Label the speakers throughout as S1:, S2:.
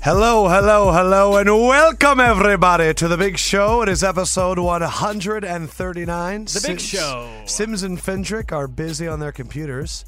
S1: Hello, hello, hello, and welcome everybody to the big show. It is episode 139. The
S2: big show.
S1: Sims and Fendrick are busy on their computers.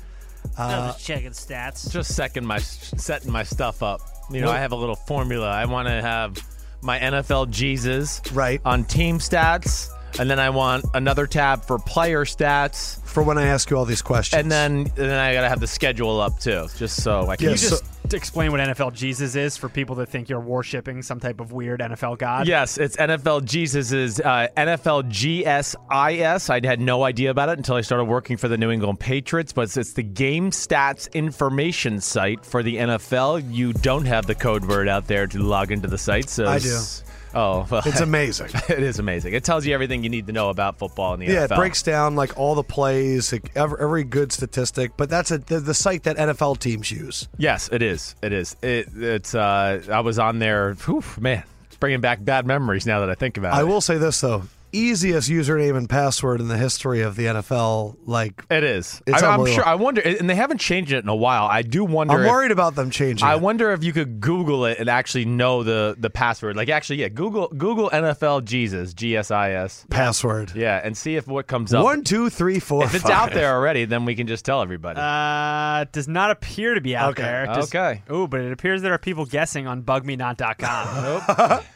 S2: I was just checking stats.
S3: Uh, just second my setting my stuff up. You know,
S1: Well-
S3: I have a little formula. I want to have my NFL Jesus
S1: Right.
S3: on team stats, and then I want another tab for player stats,
S1: For when I ask you all these questions,
S3: and then and then I gotta have the schedule up too, just so I can.
S1: Yeah,
S3: Yeah,
S2: Can you just explain what NFL Jesus is for people that think you're worshipping some type of weird NFL god?
S3: Yes, it's NFL Jesus is uh, NFL GSIS. I had no idea about it until I started working for the New England Patriots, but it's, it's the game stats information site for the NFL. You don't have the code word out there to log into the site, so
S1: I
S3: it's- Oh, well,
S1: it's amazing.
S3: It is amazing. It tells you everything you need to know about football in the
S1: Yeah,
S3: NFL.
S1: it breaks down like all the plays, like, ev- every good statistic. But that's a, the, the site that NFL teams use.
S3: Yes, it is. It is. It, it's. Uh, I was on there. Whew, man, it's bringing back bad memories now that I think about
S1: I
S3: it.
S1: will say this though: easiest username and password in the history of the NFL. Like,
S3: It is.
S1: It's
S3: I, I'm
S1: unbelievable.
S3: sure. I wonder, and they haven't changed it in a while. I do wonder.
S1: I'm
S3: if-
S1: worried about them changing.
S3: I
S1: it.
S3: wonder if you could Google it and actually know the the password. Like, actually, yeah, Google Google NFL Jesus G S I S.
S1: password.
S3: Yeah, and see if what comes up.
S1: One, two, three, four.
S3: if it's
S1: five.
S3: out there already, then we can just tell everybody.
S2: Uh, does not appear to be out
S1: Okay.
S2: there. It just-
S3: Okay.
S2: Ooh, but it appears there are people guessing on bugmenot.com.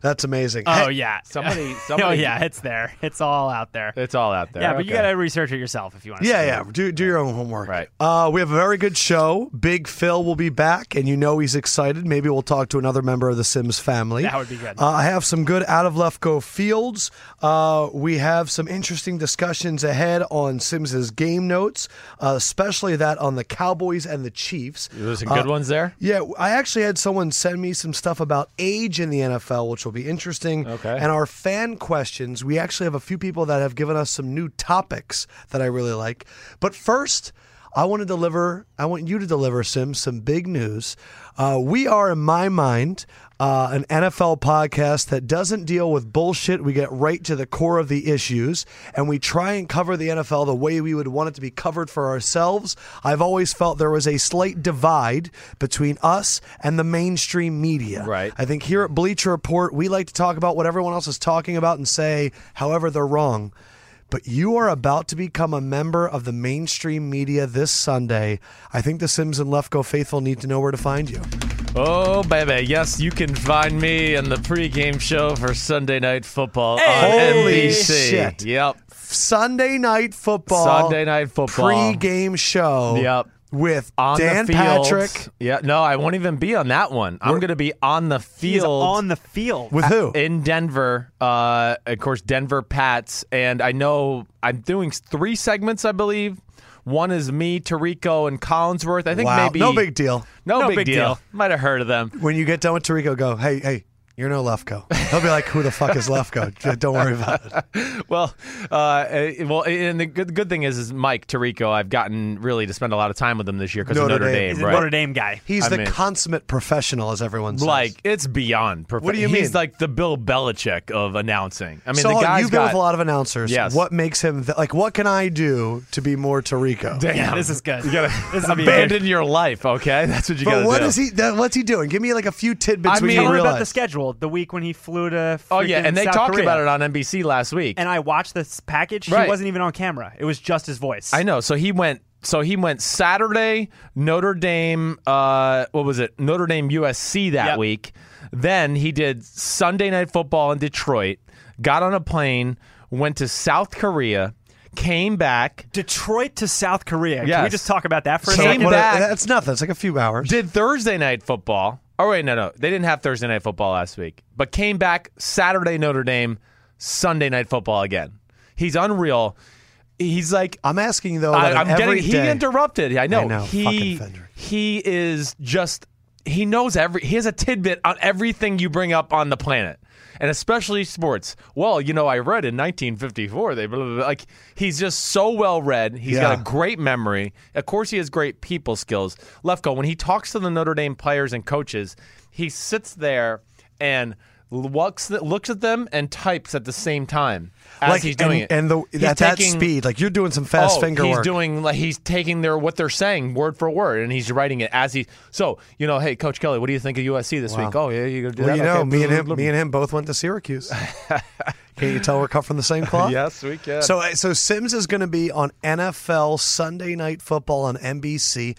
S1: That's amazing.
S3: Uh,
S2: oh
S1: Hey,
S2: yeah.
S3: somebody.
S2: oh
S3: Somebody.
S2: yeah, it's there. It's all out there.
S3: It's all out there.
S2: yeah, but you
S3: Okay.
S2: gotta research it yourself if you want. to
S1: yeah, yeah. Do do your own homework.
S3: Right.
S1: Uh, we have a very good show. Big Phil will be back, and you know he's excited. Maybe we'll talk to another member of the Sims family.
S2: That would be good.
S1: Uh, I have some good out of left go fields. Uh, we have some interesting discussions ahead on Sims's game notes, uh, especially that on the Cowboys and the Chiefs.
S3: There's some good
S2: Uh,
S3: ones there.
S1: Yeah, I actually had someone send me some stuff about age in the NFL, which will be interesting.
S3: Okay.
S1: And our fan questions, we actually have a few people that have given us some new topics that I really like. But first, I want to deliver, I want you to deliver, Sim, some big news. Uh, we are, in my mind, uh, an NFL podcast that doesn't deal with bullshit. We get right to the core of the issues and we try and cover the NFL the way we would want it to be covered for ourselves. I've always felt there was a slight divide between us and the mainstream media.
S3: Right.
S1: I think here at Bleacher Report, we like to talk about what everyone else is talking about and say, however, they're wrong. But you are about to become a member of the mainstream media this Sunday. I think the Sims and Left Go Faithful need to know where to find you.
S3: Oh, baby. Yes, you can find me on the pregame show for Sunday Night Football
S2: Hey!
S3: on
S1: Holy
S3: NBC.
S1: shit.
S3: Yep.
S1: Sunday night football.
S3: Sunday Night Football.
S1: pre-game show.
S3: Yep.
S1: With
S3: On
S1: Dan
S3: the field.
S1: Patrick.
S3: Yeah, no, I won't even be on that one. I'm going to be on the
S2: He's
S3: field
S2: on the field.
S1: With who?
S3: in Denver. Uh, of course, Denver Pats. And I know I'm doing three segments, I believe. One is me, Tarico, and Collinsworth. I think
S1: wow.
S3: maybe.
S1: No big deal.
S3: No,
S2: No
S3: big,
S2: big
S3: deal.
S2: deal.
S3: Might have heard of them.
S1: When you get done with Tarico, go, hey, hey, you're no Lefko. He'll be like, who the fuck is Lefko? Don't worry about it.
S3: Well, uh, uh, well, and the good, good thing is, is Mike Tarico. I've gotten really to spend a lot of time with him this year because of
S1: Notre
S3: Notre
S1: Dame.
S3: Dame,
S2: He's a
S3: right?
S2: Notre Dame guy.
S1: He's
S3: I
S1: the
S3: mean-
S1: consummate professional, as everyone says.
S3: Like it's beyond. Perfect.
S1: What do you
S3: He's
S1: mean?
S3: like the Bill Belichick of announcing. I mean,
S1: so
S3: the
S1: hold on,
S3: guy's
S1: you've been
S3: got
S1: with a lot of announcers.
S3: Yes.
S1: What makes him th- like? What can I do to be more Tarico?
S3: Damn.
S2: Yeah, this is good.
S3: You gotta
S2: This is
S3: abandon your life, okay? That's what you
S1: But
S3: gotta
S1: what
S3: do.
S1: is he? That, what's he doing? Give me like a few tidbits
S3: I
S1: we
S3: mean-
S2: Tell
S1: didn't
S2: him
S1: realize.
S2: about the schedule. The week when he flew to.
S3: oh yeah,
S2: freaking
S3: and they
S2: South
S3: talked
S2: Korea.
S3: about it on NBC last week.
S2: and I watched this package.
S3: Right.
S2: He wasn't even on camera. It was just his voice.
S3: I know. So he went. So he went Saturday, Notre Dame. Uh, what was it? Notre Dame USC that
S2: Yep.
S3: week. Then he did Sunday night football in Detroit. Got on a plane, went to South Korea, came back,
S2: Detroit to South Korea. Can we
S3: Yes.
S2: just talk about that for a
S1: So
S3: Came
S2: second?
S1: what-
S3: back.
S1: That's nothing. It's like a few hours.
S3: did Thursday night football. Oh wait, no, no, they didn't have Thursday night football last week, but came back Saturday Notre Dame, Sunday night football again. He's unreal. He's like
S1: I'm asking though.
S3: I,
S1: that
S3: am
S1: every
S3: getting
S1: day-
S3: he interrupted. I know.
S1: I know, fucking
S3: he
S1: Fender.
S3: he is just he knows every he has a tidbit on everything you bring up on the planet. And especially sports. Well, you know, I read in 1954 they blah, blah, blah. like he's just so well read. He's got
S1: Yeah.
S3: a great memory. Of course, he has great people skills. Lefko, when he talks to the Notre Dame players and coaches, he sits there and looks looks at them and types at the same time as
S1: like
S3: he's doing
S1: and,
S3: it.
S1: and the,
S3: He's
S1: at that
S3: taking-
S1: speed, like you're doing some fast
S3: oh,
S1: finger
S3: he's
S1: work.
S3: doing like he's taking their what they're saying word for word, and he's writing it as he. So you know, hey, Coach Kelly, what do you think of USC this week? Oh yeah, you gonna do
S1: well,
S3: that?
S1: you know,
S3: Okay,
S1: me and
S3: blah,
S1: him,
S3: blah,
S1: me and him both went to Syracuse. Can't you tell we're cut from the same cloth?
S3: blah. Yes, we can.
S1: So, uh, so Sims is going to be on NFL Sunday Night Football on NBC.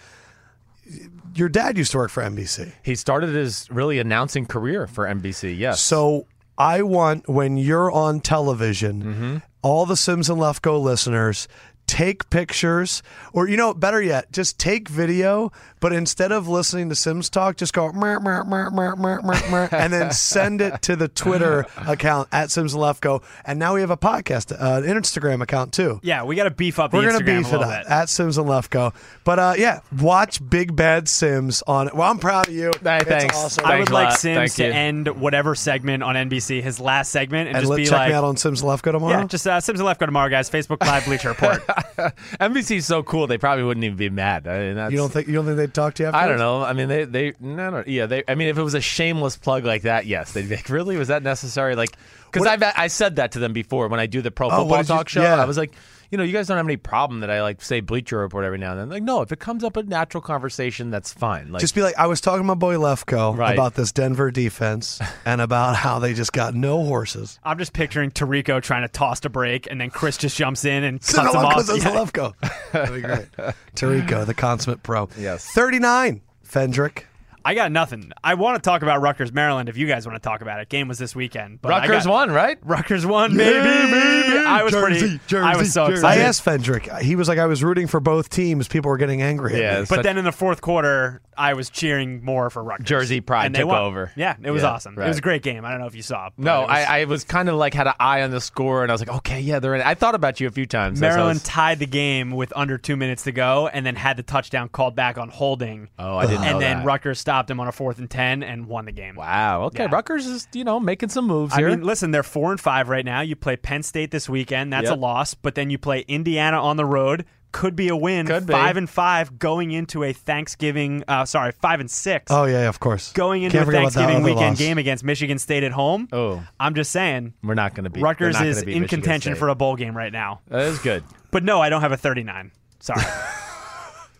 S1: Your dad used to work for NBC,
S3: he started his really announcing career for NBC. Yes.
S1: so I want when you're on television,
S2: Mm-hmm.
S1: all the Sims and Left Go listeners. Take pictures, or you know, better yet, just take video. But instead of listening to Sims talk, just go "Mer, mer, mer, mer, mer, mer, mer," and then send it to the Twitter account at Sims and Left Go. And now we have a podcast, uh, an Instagram account too.
S2: Yeah, we got to beef up the
S1: We're gonna
S2: Instagram
S1: beef
S2: a
S1: it
S2: little
S1: up
S2: bit.
S1: at Sims and Lefko. But uh, yeah, watch Big Bad Sims on. Well, I'm proud of you.
S3: Hey,
S1: It's
S3: thanks.
S1: awesome.
S2: I would
S3: Thanks a
S2: like
S3: lot.
S2: Sims
S3: Thank
S2: to
S3: you.
S2: end whatever segment on NBC, his last segment, and,
S1: and
S2: just
S1: let,
S2: be
S1: check
S2: like,
S1: me out on Sims and Lefko tomorrow.
S2: yeah, just uh, Sims and Left go tomorrow, guys. Facebook Live Bleacher Report.
S3: NBC is so cool; they probably wouldn't even be mad. I mean, that's,
S1: you don't think you don't think they'd talk to you? After
S3: I don't know. I mean, they they no no yeah. They I mean, if it was a shameless plug like that, yes, they'd be like, really was that necessary? Like, because
S1: What-
S3: I've I said that to them before when I do the
S2: Oh,
S3: pro
S1: what
S3: football
S1: did you-
S3: talk show.
S1: yeah.
S3: I was like, you know, you guys don't have any problem that I like say Bleacher Report every now and then. Like, no, if it comes up a natural conversation, that's fine. Like,
S1: Just be like, I was talking to my boy Lefko
S3: Right.
S1: about this Denver defense and about how they just got no horses.
S2: I'm just picturing Tarico trying to toss to break, and then Chris just jumps in and cuts
S1: Sims and
S2: him off.
S1: Lefko's
S2: Yeah.
S1: Lefko. That'd be great. Tarico, the consummate pro.
S3: Yes.
S1: 39, Fendrick.
S2: I got nothing. I want to talk about Rutgers, Maryland. If you guys want to talk about it, game was this weekend. But I
S3: Rutgers
S2: got-
S3: won, right?
S2: Rutgers won, baby.
S1: baby.
S2: I was
S1: Jersey,
S2: pretty. I was so
S1: Jersey,
S2: excited.
S1: I asked Fendrick. He was like, I was rooting for both teams. People were getting angry. at me.
S3: Yeah,
S2: But
S3: such-
S2: then in the fourth quarter, I was cheering more for Rutgers.
S3: Jersey pride
S2: and they
S3: took
S2: won.
S3: over.
S2: Yeah, it was
S3: Yeah,
S2: awesome.
S3: right.
S2: It was a great game. I don't know if you saw. but
S3: no,
S2: it was-
S3: I, I was kind of like had an eye on the score, and I was like, okay, yeah, they're in. it. I thought about you a few times. as I
S2: Maryland
S3: was-
S2: tied the game with under two minutes to go, and then had the touchdown called back on holding.
S3: Oh, I didn't
S2: And
S3: know
S2: then
S3: that.
S2: Rutgers stopped him on a fourth and ten and won the game.
S3: wow. Okay,
S2: Yeah.
S3: Rutgers is you know making some moves
S2: I
S3: here.
S2: mean, listen, they're four and five right now. You play Penn State this weekend. That's
S3: Yep.
S2: a loss, but then you play Indiana on the road. Could be a win.
S3: Could be.
S2: Five and five going into a Thanksgiving. Uh, sorry, five and six.
S1: Oh yeah, of course.
S2: Going into
S1: Can't
S2: a
S1: forget about that
S2: Thanksgiving
S1: other
S2: weekend
S1: loss.
S2: game against Michigan State at home.
S3: Oh.
S2: I'm just saying,
S3: we're not going to be
S2: Rutgers is in contention for a bowl game right now.
S3: That is good.
S2: But no, I don't have a 39. Sorry.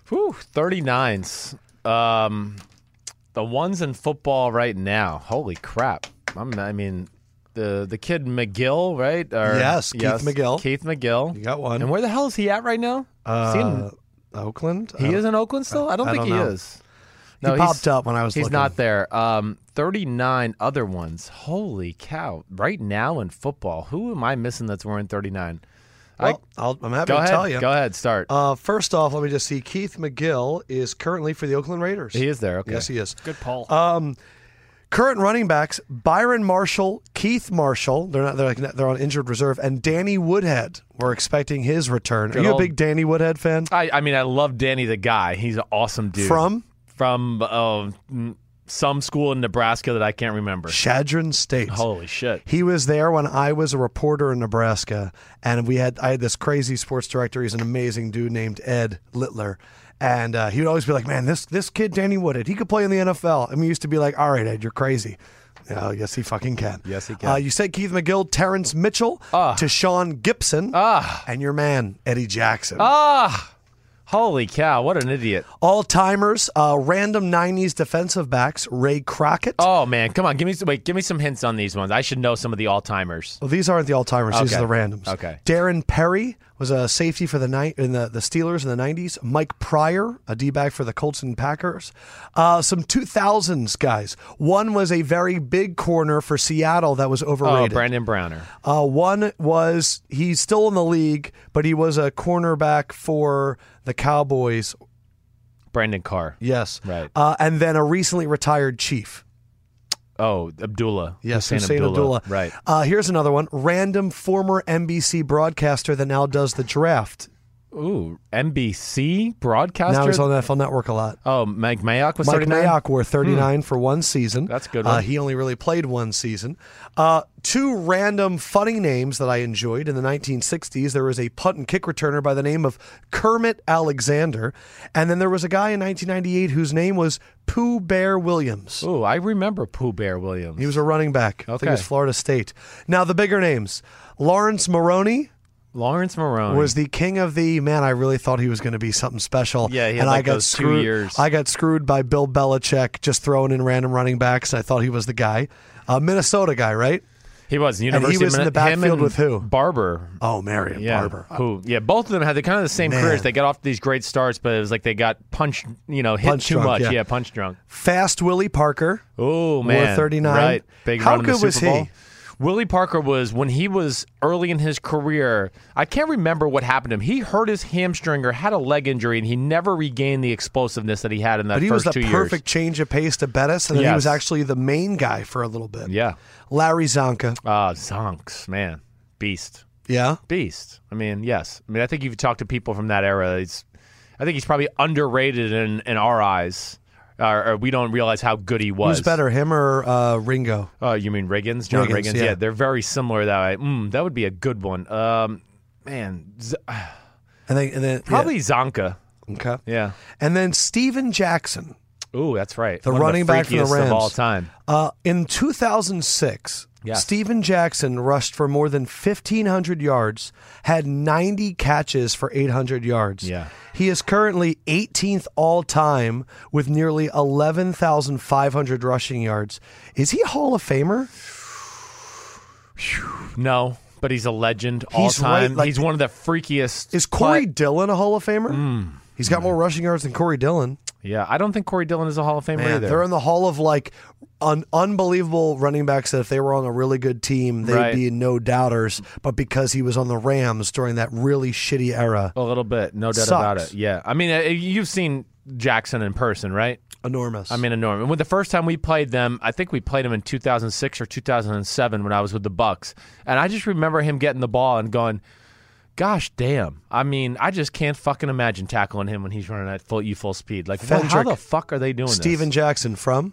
S3: Whew, 39s. Um, the ones in football right now. Holy crap. I'm, I mean, the the kid McGill, right? Or-
S1: Yes, Keith McGill.
S3: Keith McGill.
S1: You got one.
S3: And where the hell is he at right now? Is he in-
S1: Uh, Oakland.
S3: he is in Oakland still? I don't
S1: I
S3: think
S1: don't
S3: he
S1: know.
S3: is. No,
S1: he
S3: he's-
S1: popped up when I was.
S3: He's
S1: looking.
S3: not there. Um, 39 other ones. Holy cow. Right now in football, who am I missing that's wearing 39? I,
S1: Well, I, will I'm happy
S3: go
S1: to
S3: ahead.
S1: tell you.
S3: Go ahead. Start.
S1: Uh, first off, let me just see. Keith McGill is currently for the Oakland Raiders.
S3: he is there. Okay.
S1: Yes, he is. Um,
S2: Good poll.
S1: Current running backs: Byron Marshall, Keith Marshall. They're not. They're like they're on injured reserve, and Danny Woodhead. We're expecting his return. Are you
S3: old-
S1: a big Danny Woodhead fan?
S3: I, I mean, I love Danny the guy. He's an awesome dude.
S1: From
S3: from uh, m- some school in Nebraska that I can't remember.
S1: Shadron State.
S3: Holy shit!
S1: He was there when I was a reporter in Nebraska, and we had I had this crazy sports director. He's an amazing dude named Ed Littler, and uh, he would always be like, "Man, this this kid Danny Woodhead, he could play in the NFL." And we used to be like, "All right, Ed, you're crazy." Oh, yes, he fucking can.
S3: Yes, he can.
S1: Uh, you said Keith McGill, Terrence Mitchell,
S3: Ah.
S1: to Sean Gibson,
S3: Ah.
S1: and your man Eddie Jackson.
S3: Ah, holy cow! What an idiot!
S1: All timers, uh, random '90s defensive backs, Ray Crockett.
S3: Oh man, come on, give me some, wait, give me some hints on these ones. I should know some of the all timers.
S1: Well, these aren't the all timers. These
S3: Okay.
S1: are the randoms.
S3: Okay.
S1: Darren Perry was a safety for the night in the, the Steelers in the nineties. Mike Pryor, a D back for the Colts and Packers. Uh, some two thousands guys. One was a very big corner for Seattle that was
S3: Oh,
S1: overrated.
S3: Brandon Browner.
S1: Uh, one was he's still in the league, but he was a cornerback for the Cowboys.
S3: Brandon Carr.
S1: Yes.
S3: Right.
S1: Uh, and then a recently retired chief.
S3: Oh, Abdullah.
S1: Yes,
S3: Hussein
S1: Hussein, Abdullah.
S3: Right.
S1: Uh, here's another one. Random former NBC broadcaster that now does the draft.
S3: Ooh, NBC broadcaster.
S1: Now he's on the NFL Network a lot.
S3: oh, Mike Mayock was
S1: Mike
S3: 39?
S1: Mayock wore 39 for one season.
S3: Hmm. That's a good
S1: Uh,
S3: one.
S1: he only really played one season. Uh, two random funny names that I enjoyed in the 1960s. There was a punt and kick returner by the name of Kermit Alexander, and then there was a guy in 1998 whose name was Pooh Bear Williams.
S3: Ooh, I remember Pooh Bear Williams.
S1: He was a running back. I think it was
S3: Okay.
S1: Florida State. Now the bigger names: Lawrence Maroney
S3: Lawrence Marone.
S1: was the king of the man. I really thought he was going to be something special.
S3: Yeah, he had,
S1: and I
S3: like,
S1: got
S3: those two
S1: screwed.
S3: years.
S1: I got screwed by Bill Belichick just throwing in random running backs. I thought he was the guy, a Minnesota guy, right?
S3: he was
S1: he
S3: University
S1: was
S3: of
S1: in the
S3: Minne- him
S1: backfield
S3: and
S1: with who?
S3: Barber.
S1: Oh, Marion
S3: Yeah,
S1: Barber.
S3: Who? Yeah, both of them had the kind of the same
S1: Man.
S3: careers. They got off these great starts, but it was like they got punched, you know, hit
S1: Punch
S3: too
S1: drunk,
S3: much.
S1: yeah.
S3: Yeah. punch drunk.
S1: Fast Willie Parker.
S3: Oh man,
S1: thirty nine.
S3: Right, big
S1: How
S3: run in the
S1: good was
S3: Super Bowl.
S1: he?
S3: Willie Parker was when he was early in his career. I can't remember what happened to him. He hurt his hamstring or had a leg injury, and he never regained the explosiveness that he had in that
S1: But he was
S3: first
S1: the
S3: two
S1: perfect
S3: years.
S1: change of pace to Bettis, and then he
S3: Yes.
S1: was actually the main guy for a little bit.
S3: Yeah,
S1: Larry Zonka.
S3: uh, Zonks, man, beast.
S1: Yeah.
S3: beast. I mean, yes. I mean, I think you've talked to people from that era. It's, I think he's probably underrated in, in our eyes, Uh, or, or we don't realize how good he was.
S1: Who's better, him or uh, Ringo?
S3: Uh, you mean Riggins, John
S1: Riggins,
S3: Riggins?
S1: yeah.
S3: yeah. they're very similar that way. Mm, that would be a good one. Um, man, Z-
S1: And then, and then
S3: probably Zonka.
S1: yeah. Okay.
S3: Yeah.
S1: And then Steven Jackson.
S3: Ooh, that's right.
S1: The
S3: One of
S1: running back for the
S3: freakiest
S1: Rams.
S3: of all time.
S1: Uh, in 2006,
S3: Yes.
S1: Steven Jackson rushed for more than 1,500 yards, had 90 catches for 800 yards.
S3: Yeah.
S1: He is currently 18th all time with nearly 11,500 rushing yards. Is he a Hall of Famer?
S3: No, but he's a legend all
S1: He's right,
S3: time.
S1: like-
S3: he's one of the freakiest.
S1: Is Corey Dillon a Hall of Famer?
S3: Hmm.
S1: He's got more rushing yards than Corey Dillon.
S3: yeah, I don't think Corey Dillon is a Hall of Famer
S1: Man,
S3: either.
S1: they're in the hall of like un- unbelievable running backs that if they were on a really good team, they'd
S3: Right.
S1: be no doubters. But because he was on the Rams during that really shitty era,
S3: A little bit, no doubt about
S1: Sucks.
S3: it. Yeah, I mean, uh, you've seen Jackson in person, right?
S1: enormous.
S3: I mean, enormous. When the first time we played them, I think we played him in 2006 or 2007 when I was with the Bucks, and I just remember him getting the ball and going, "Gosh, damn! I mean, I just can't fucking imagine tackling him when he's running at full you full speed. Like, what- how
S1: Fendrick.
S3: the fuck are they doing
S1: Steven
S3: this?
S1: Jackson from?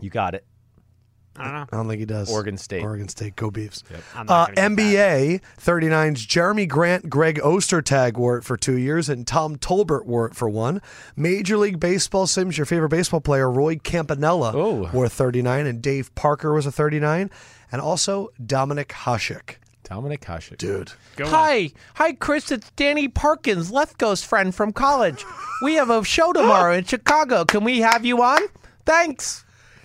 S3: You got it.
S2: I don't know.
S1: I don't think he does.
S3: Oregon State.
S1: Oregon State. Go Beavs.
S2: I'm
S1: Uh,
S2: not gonna get that.
S1: NBA 39's Jeremy Grant, Greg Ostertag wore it for two years, and Tom Tolbert wore it for one. Major League Baseball Sims, your favorite baseball player, Roy Campanella
S3: Oh.
S1: wore 39, and Dave Parker was a 39, and also Dominic Hasek.
S3: Dominic Hasek.
S1: Dude.
S2: Go on.
S3: Hi, hi, Chris. It's Danny Parkins, Left Ghost friend from college. We have a show tomorrow in Chicago. Can we have you on? Thanks.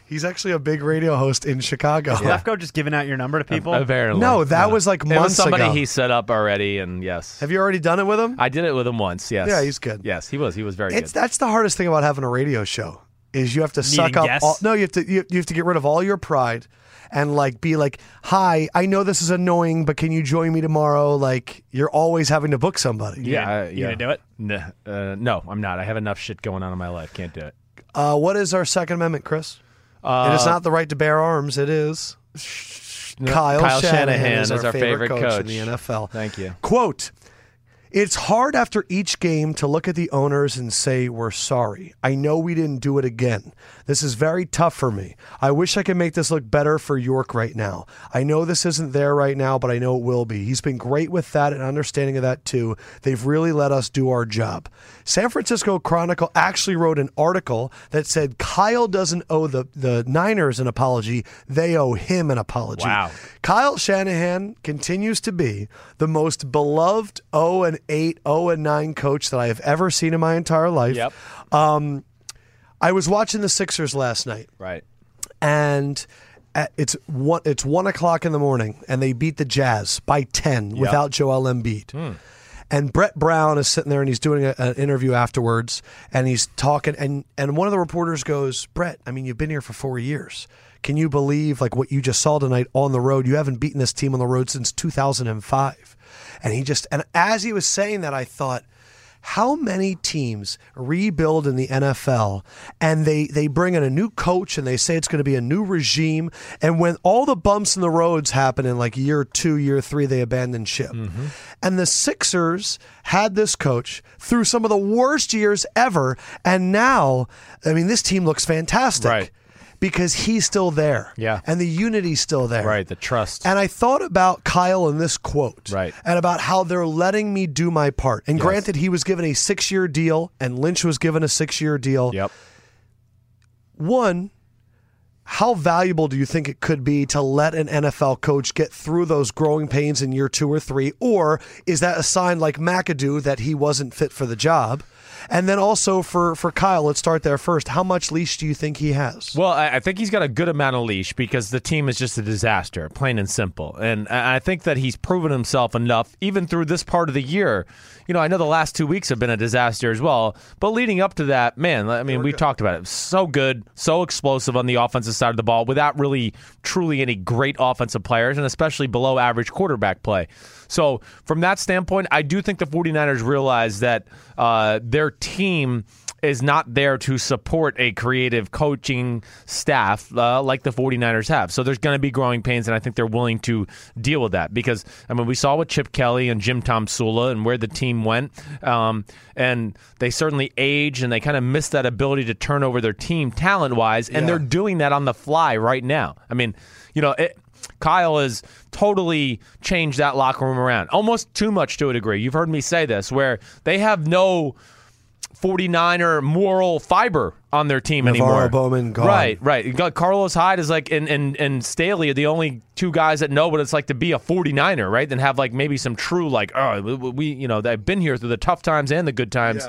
S1: He's actually a big radio host in Chicago.
S2: Lefko just giving out your number to people.
S3: Apparently,
S1: No, that was like
S3: it
S1: months
S3: was somebody
S1: ago.
S3: he set up already, and yes,
S1: Have you already done it with him?
S3: I did it with him once. Yes,
S1: Yeah, he's good.
S3: Yes, he was. He was very
S1: It's
S3: good.
S1: that's the hardest thing about having a radio show is you have to suck up
S2: guests?
S1: all no you have to you, you have to get rid of all your pride and like be like hi I know this is annoying but can you join me tomorrow like you're always having to book somebody
S3: yeah, I-
S2: You gonna
S3: yeah.
S2: do it?
S3: N- uh, no, I'm not. I have enough shit going on in my life. Can't do it.
S1: uh,
S3: Uh,
S1: what is our Second Amendment Chris it is not the right to bear arms it is Kyle,
S3: Kyle
S1: Shanahan,
S3: Shanahan
S1: is our, favorite, coach in the NFL
S3: Thank you.
S1: Quote It's hard after each game to look at the owners and say, We're sorry. I know we didn't do it again. This is very tough for me. I wish I could make this look better for York right now. I know this isn't there right now, but I know it will be. He's been great with that and understanding of that too. They've really let us do our job. San Francisco Chronicle actually wrote an article that said Kyle doesn't owe the, the Niners an apology, they owe him an apology.
S3: Wow.
S1: Kyle Shanahan continues to be the most beloved 0 and 8, 0 and 9 coach that I have ever seen in my entire life.
S3: Yep.
S1: I was watching the Sixers last night,
S3: Right.
S1: and at, it's one it's one o'clock in the morning, and they beat the Jazz by ten without Joel Embiid. And Brett Brown is sitting there, and he's doing a, an interview afterwards, and he's talking, and and one of the reporters goes, "Brett, I mean, you've been here for four years. Can you believe like what you just saw tonight on the road? You haven't beaten this team on the road since 2005." And he just and as he was saying that, I thought How many teams rebuild in the NFL and they, they bring in a new coach and they say it's going to be a new regime? And when all the bumps in the roads happen in like year two, year three, they abandon ship.
S3: Mm-hmm.
S1: And the Sixers had this coach through some of the worst years ever. And now, I mean, this team looks fantastic
S3: Right.
S1: because he's still there.
S3: Yeah.
S1: And the unity's still there.
S3: Right, the trust.
S1: And I thought about Kyle in this quote.
S3: Right.
S1: And about how they're letting me do my part. And granted, he was given a six year deal and Lynch was given a six year deal.
S3: Yep.
S1: One, how valuable do you think it could be to let an NFL coach get through those growing pains in year two or three? Or is that a sign like McAdoo that he wasn't fit for the job? And then also for, for Kyle, let's start there first. How much leash do you think he has?
S3: Well, I, I think he's got a good amount of leash because the team is just a disaster, plain and simple. And I I think that he's proven himself enough, even through this part of the year. You know, I know the last two weeks have been a disaster as well, but leading up to that, man, I mean, we talked about it. So good, so explosive on the offensive side of the ball without really truly any great offensive players, and especially below average quarterback play. So, from that standpoint, I do think the 49ers realize that uh, their team is not there to support a creative coaching staff uh, like the 49ers have. So there's going to be growing pains, and I think they're willing to deal with that because, I mean, we saw with Chip Kelly and Jim Tom Sula and where the team went, um, and they certainly age and they kind of miss that ability to turn over their team talent wise, and
S1: Yeah.
S3: they're doing that on the fly right now. I mean, you know, it, Kyle has totally changed that locker room around, almost too much to a degree. You've heard me say this, where they have no 49er moral fiber on their team
S1: Navarro
S3: anymore.
S1: Bowman gone.
S3: Right, right. You got Carlos Hyde is like, and, and, and Staley are the only two guys that know what it's like to be a 49er, right? And have like maybe some true, like, oh, we- we, you know, they've been here through the tough times and the good times.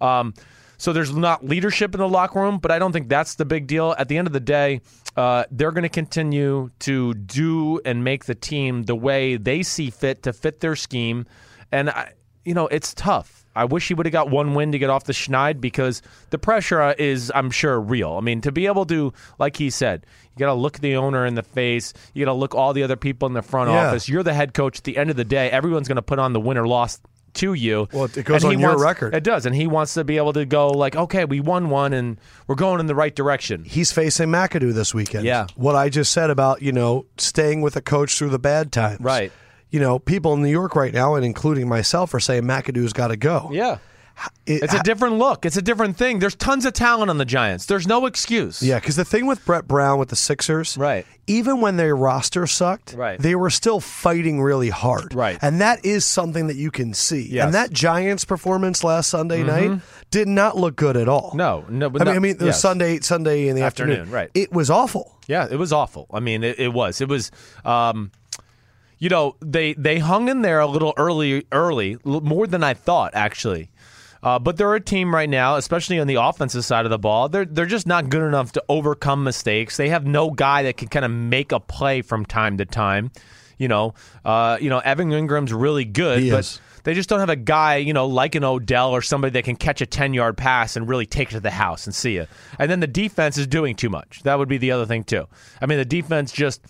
S3: Um, so there's not leadership in the locker room, but I don't think that's the big deal. At the end of the day, uh, they're going to continue to do and make the team the way they see fit to fit their scheme. And, I, you know, it's tough. I wish he would have got one win to get off the schneid because the pressure uh, is, I'm sure, real. I mean, to be able to, like he said, you got to look the owner in the face. You got to look all the other people in the front
S1: Yeah.
S3: office. You're the head coach. At the end of the day, everyone's going to put on the win or loss to you.
S1: Well, it goes
S3: And he
S1: on your
S3: wants-
S1: record.
S3: It does, and he wants to be able to go like, okay, we won one, and we're going in the right direction.
S1: he's facing McAdoo this weekend.
S3: Yeah.
S1: What I just said about, you know, staying with a coach through the bad times.
S3: Right.
S1: You know, people in New York right now, and including myself, are saying McAdoo's got to go.
S3: Yeah.
S1: It-
S3: It's a different look. It's a different thing. There's tons of talent on the Giants. There's no excuse.
S1: yeah, because the thing with Brett Brown with the Sixers,
S3: Right.
S1: Even when their roster sucked,
S3: Right.
S1: they were still fighting really hard,
S3: Right.
S1: And that is something that you can see.
S3: Yes. Mm-hmm.
S1: And that Giants performance last Sunday night did not look good at all.
S3: No, no,
S1: I
S3: but
S1: mean,
S3: not-
S1: I mean, it was
S3: yes.
S1: Sunday, Sunday in the afternoon,
S3: Afternoon, right.
S1: It was awful.
S3: Yeah, it was awful. I mean, it, it was. It was. Um, you know, they they hung in there a little early, early l- more than I thought actually. Uh, but they're a team right now, especially on the offensive side of the ball. They're they're just not good enough to overcome mistakes. They have no guy that can kind of make a play from time to time. You know, uh, you know, Evan Ingram's really good,
S1: He
S3: but
S1: is.
S3: they just don't have a guy, you know, like an Odell or somebody that can catch a 10 yard pass and really take it to the house and see you. And then the defense is doing too much. That would be the other thing, too. I mean, the defense just.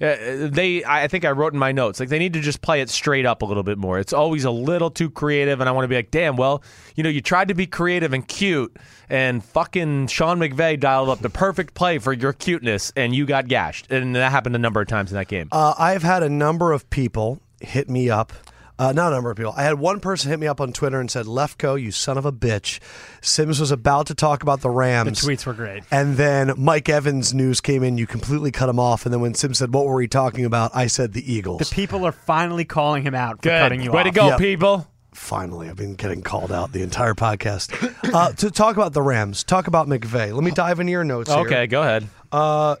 S3: Uh, they, I I think I wrote in my notes, like they need to just play it straight up a little bit more. It's always a little too creative, and I want to be like, damn, well, you know, you tried to be creative and cute, and fucking Sean McVay dialed up the perfect play for your cuteness, and you got gashed, and that happened a number of times in that game.
S1: Uh, I've had a number of people hit me up. Uh, not a number of people. I had one person hit me up on Twitter and said, Lefko, you son of a bitch. Sims was about to talk about the Rams.
S2: tweets were great.
S1: And then Mike Evans' news came in. You completely cut him off. And then when Sims said, What were we talking about? I said, The Eagles.
S2: People are finally calling him out for
S3: Good.
S2: cutting you
S3: way
S2: off.
S3: to go,
S1: Yeah.
S3: people.
S1: Finally, I've been getting called out the entire podcast. uh, to talk about the Rams, talk about McVay. Let me dive into your notes here.
S3: Okay, go ahead. Uh,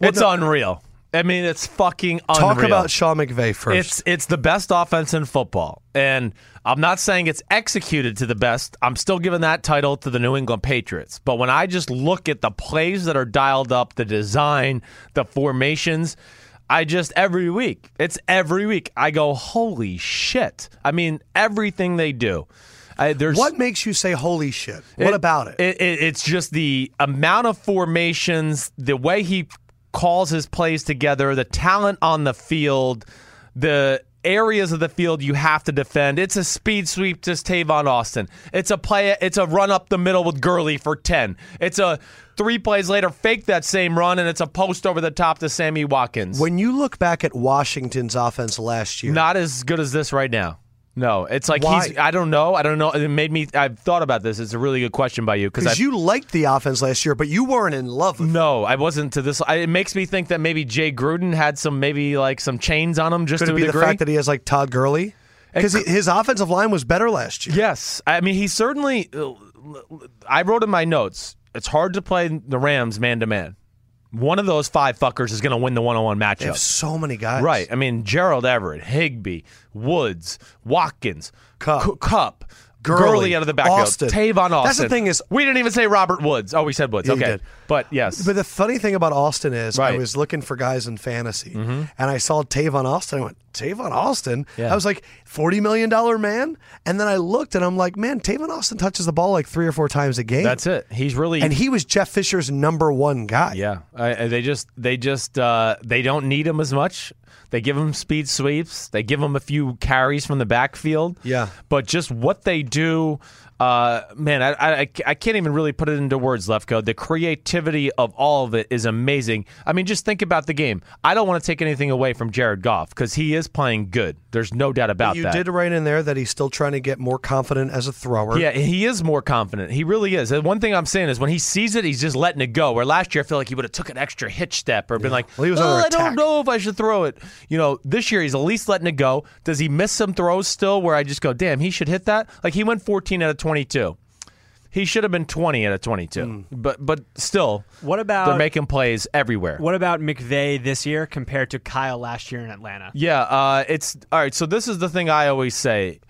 S3: it's unreal. I mean, it's fucking unreal.
S1: Talk about Sean McVay first.
S3: it's it's the best offense in football, and I'm not saying it's executed to the best. I'm still giving that title to the New England Patriots. But when I just look at the plays that are dialed up, the design, the formations, I just every week, it's every week. I go, holy shit! I mean, everything they do. I, there's
S1: what makes you say, Holy shit? What about it?
S3: it, it- It's just the amount of formations, the way he calls his plays together, the talent on the field, the areas of the field you have to defend. It's a speed sweep to Tavon Austin. It's a play. It's a run up the middle with Gurley for ten. It's a three plays later fake that same run, and it's a post over the top to Sammy Watkins.
S1: When you look back at Washington's offense last year,
S3: Not as good as this right now. No, it's like
S1: Why?
S3: he's. I don't know. I don't know. It made me. I've thought about this. It's a really good question by you because I
S1: because you liked the offense last year, but you weren't in love with
S3: No, I wasn't to this. I, it makes me think that maybe Jay Gruden had some, maybe like some chains on him just
S1: Could it
S3: to
S1: be
S3: a
S1: the
S3: degree.
S1: fact that he has like Todd Gurley? Because his offensive line was better last year.
S3: yes, I mean he certainly. I wrote in my notes. It's hard to play the Rams man to man. One of those five fuckers is going to win the one on one
S1: They have
S3: matchup.
S1: so many guys.
S3: Right. I mean Gerald Everett, Higby, Woods, Watkins,
S1: Cup.
S3: Cu- Cup.
S1: Gurley,
S3: out of the backfield.
S1: Austin.
S3: Tavon Austin.
S1: That's the thing is-
S3: we didn't even say Robert Woods. Oh, we said Woods.
S1: Yeah, you
S3: okay,
S1: did.
S3: but yes,
S1: But the funny thing about Austin is, I
S3: Right. Mm-hmm.
S1: was looking for guys in fantasy, and I saw Tavon Austin. I went, Tavon Austin.
S3: Yeah.
S1: I was like, forty million dollar man. And then I looked, and I'm like, man, Tavon Austin touches the ball like three or four times a game.
S3: that's it. He's really
S1: and he was Jeff Fisher's number one guy.
S3: Yeah, I, I- they just they just uh, they don't need him as much. They give him speed sweeps. They give him a few carries from the backfield.
S1: Yeah.
S3: but just what they do, uh, man, I, I I can't even really put it into words, Lefko. The creativity of all of it is amazing. I mean, just think about the game. I don't want to take anything away from Jared Goff because he is playing good. There's no doubt about
S1: You
S3: that.
S1: did write in there that he's still trying to get more confident as a thrower.
S3: Yeah, he is more confident. He really is. And one thing I'm saying is when he sees it, he's just letting it go. Where last year I feel like he would have took an extra hitch step or been like,
S1: Well, he was under
S3: "Oh, I
S1: attack."
S3: don't know if I should throw it. You know, this year he's at least letting it go. Does he miss some throws still where I just go, damn, he should hit that? Like he went 14 out of 22. He should have been 20 out of 22.
S1: Hmm.
S3: But but still,
S2: What
S3: they're
S2: about
S3: making plays everywhere.
S2: what about McVay this year compared to Kyle last year in Atlanta?
S3: Yeah, uh, it's all right. So this is the thing I always say.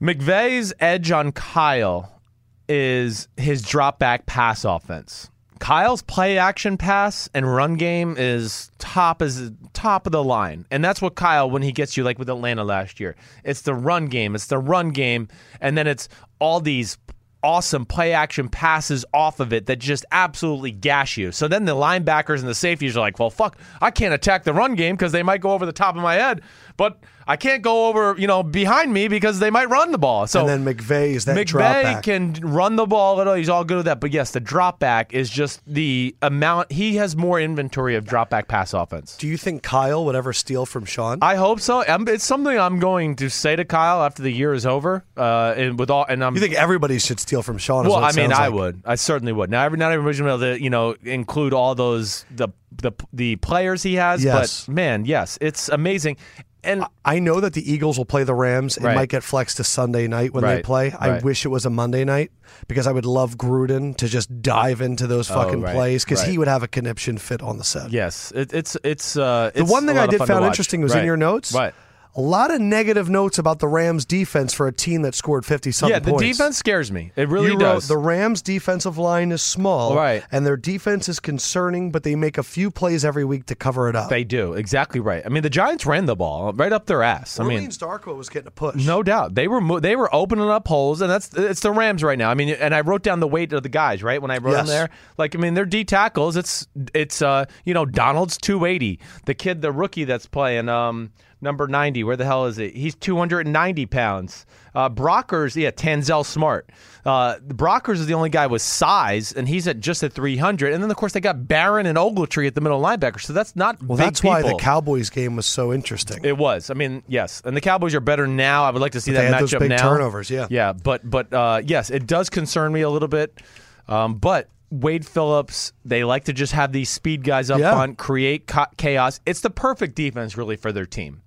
S3: McVeigh's edge on Kyle is his drop back pass offense. Kyle's play action pass and run game is top is top of the line, and that's what Kyle when he gets you like with Atlanta last year. It's the run game, it's the run game, and then it's all these awesome play action passes off of it that just absolutely gash you. So then the linebackers and the safeties are like, well, fuck, I can't attack the run game because they might go over the top of my head, but I can't go over, you know, behind me because they might run the ball. So
S1: And then McVay is that drop
S3: McVay
S1: back.
S3: can run the ball. at all. He's all good with that. But yes, the drop back is just the amount. He has more inventory of drop back pass offense.
S1: Do you think Kyle would ever steal from Sean?
S3: I hope so. i it's something I'm going to say to Kyle after the year is over. Uh, and with all, and I'm.
S1: you think everybody should steal from Sean? is
S3: well,
S1: what it
S3: I mean,
S1: sounds
S3: I
S1: like.
S3: would. I certainly would. Now, every not everybody's gonna be able to, you know, include all those the the the players he has.
S1: Yes.
S3: But man, yes, it's amazing. And
S1: I know that the Eagles will play the Rams. It
S3: Right.
S1: might get flexed to Sunday night when they
S3: Right.
S1: play. I
S3: Right.
S1: wish it was a Monday night because I would love Gruden to just dive into those fucking
S3: Oh, right.
S1: plays because he
S3: Right.
S1: would have a conniption fit on the set.
S3: yes, it, it's it's uh,
S1: The one thing I did found interesting was in your notes. uh,
S3: Right.
S1: A lot of negative notes about the Rams defense for a team that scored fifty something
S3: Yeah, the
S1: points.
S3: defense scares me. It really
S1: You wrote
S3: does.
S1: the Rams' defensive line is small,
S3: Right.
S1: and their defense is concerning, but they make a few plays every week to cover it up.
S3: They do exactly right. I mean, the Giants ran the ball right up their ass. I mean,
S1: Orleans Darko was getting a push.
S3: no doubt they were mo- they were opening up holes, and that's it's the Rams right now. I mean, and I wrote down the weight of the guys right when I wrote
S1: Yes.
S3: them there. Like, I mean, they're D tackles. It's it's uh you know Donald's two eighty. The kid, the rookie that's playing um number ninety. Where the hell is it? He's two hundred and ninety pounds. Uh, Brockers, yeah, Tanzel Smart. Uh, Brockers is the only guy with size, and he's at just at three hundred. And then of course they got Barron and Ogletree at the middle linebacker. So that's not
S1: well,
S3: big
S1: that's why the
S3: people.
S1: Cowboys game was so interesting.
S3: It was. I mean, yes. And the Cowboys are better now. I would like to see
S1: they
S3: that
S1: had those
S3: matchup
S1: big
S3: now.
S1: turnovers, yeah.
S3: Yeah, but but uh, yes, it does concern me a little bit. Um, but Wade Phillips, they like to just have these speed guys up
S1: Yeah.
S3: front, create ca- chaos. It's the perfect defense really for their team.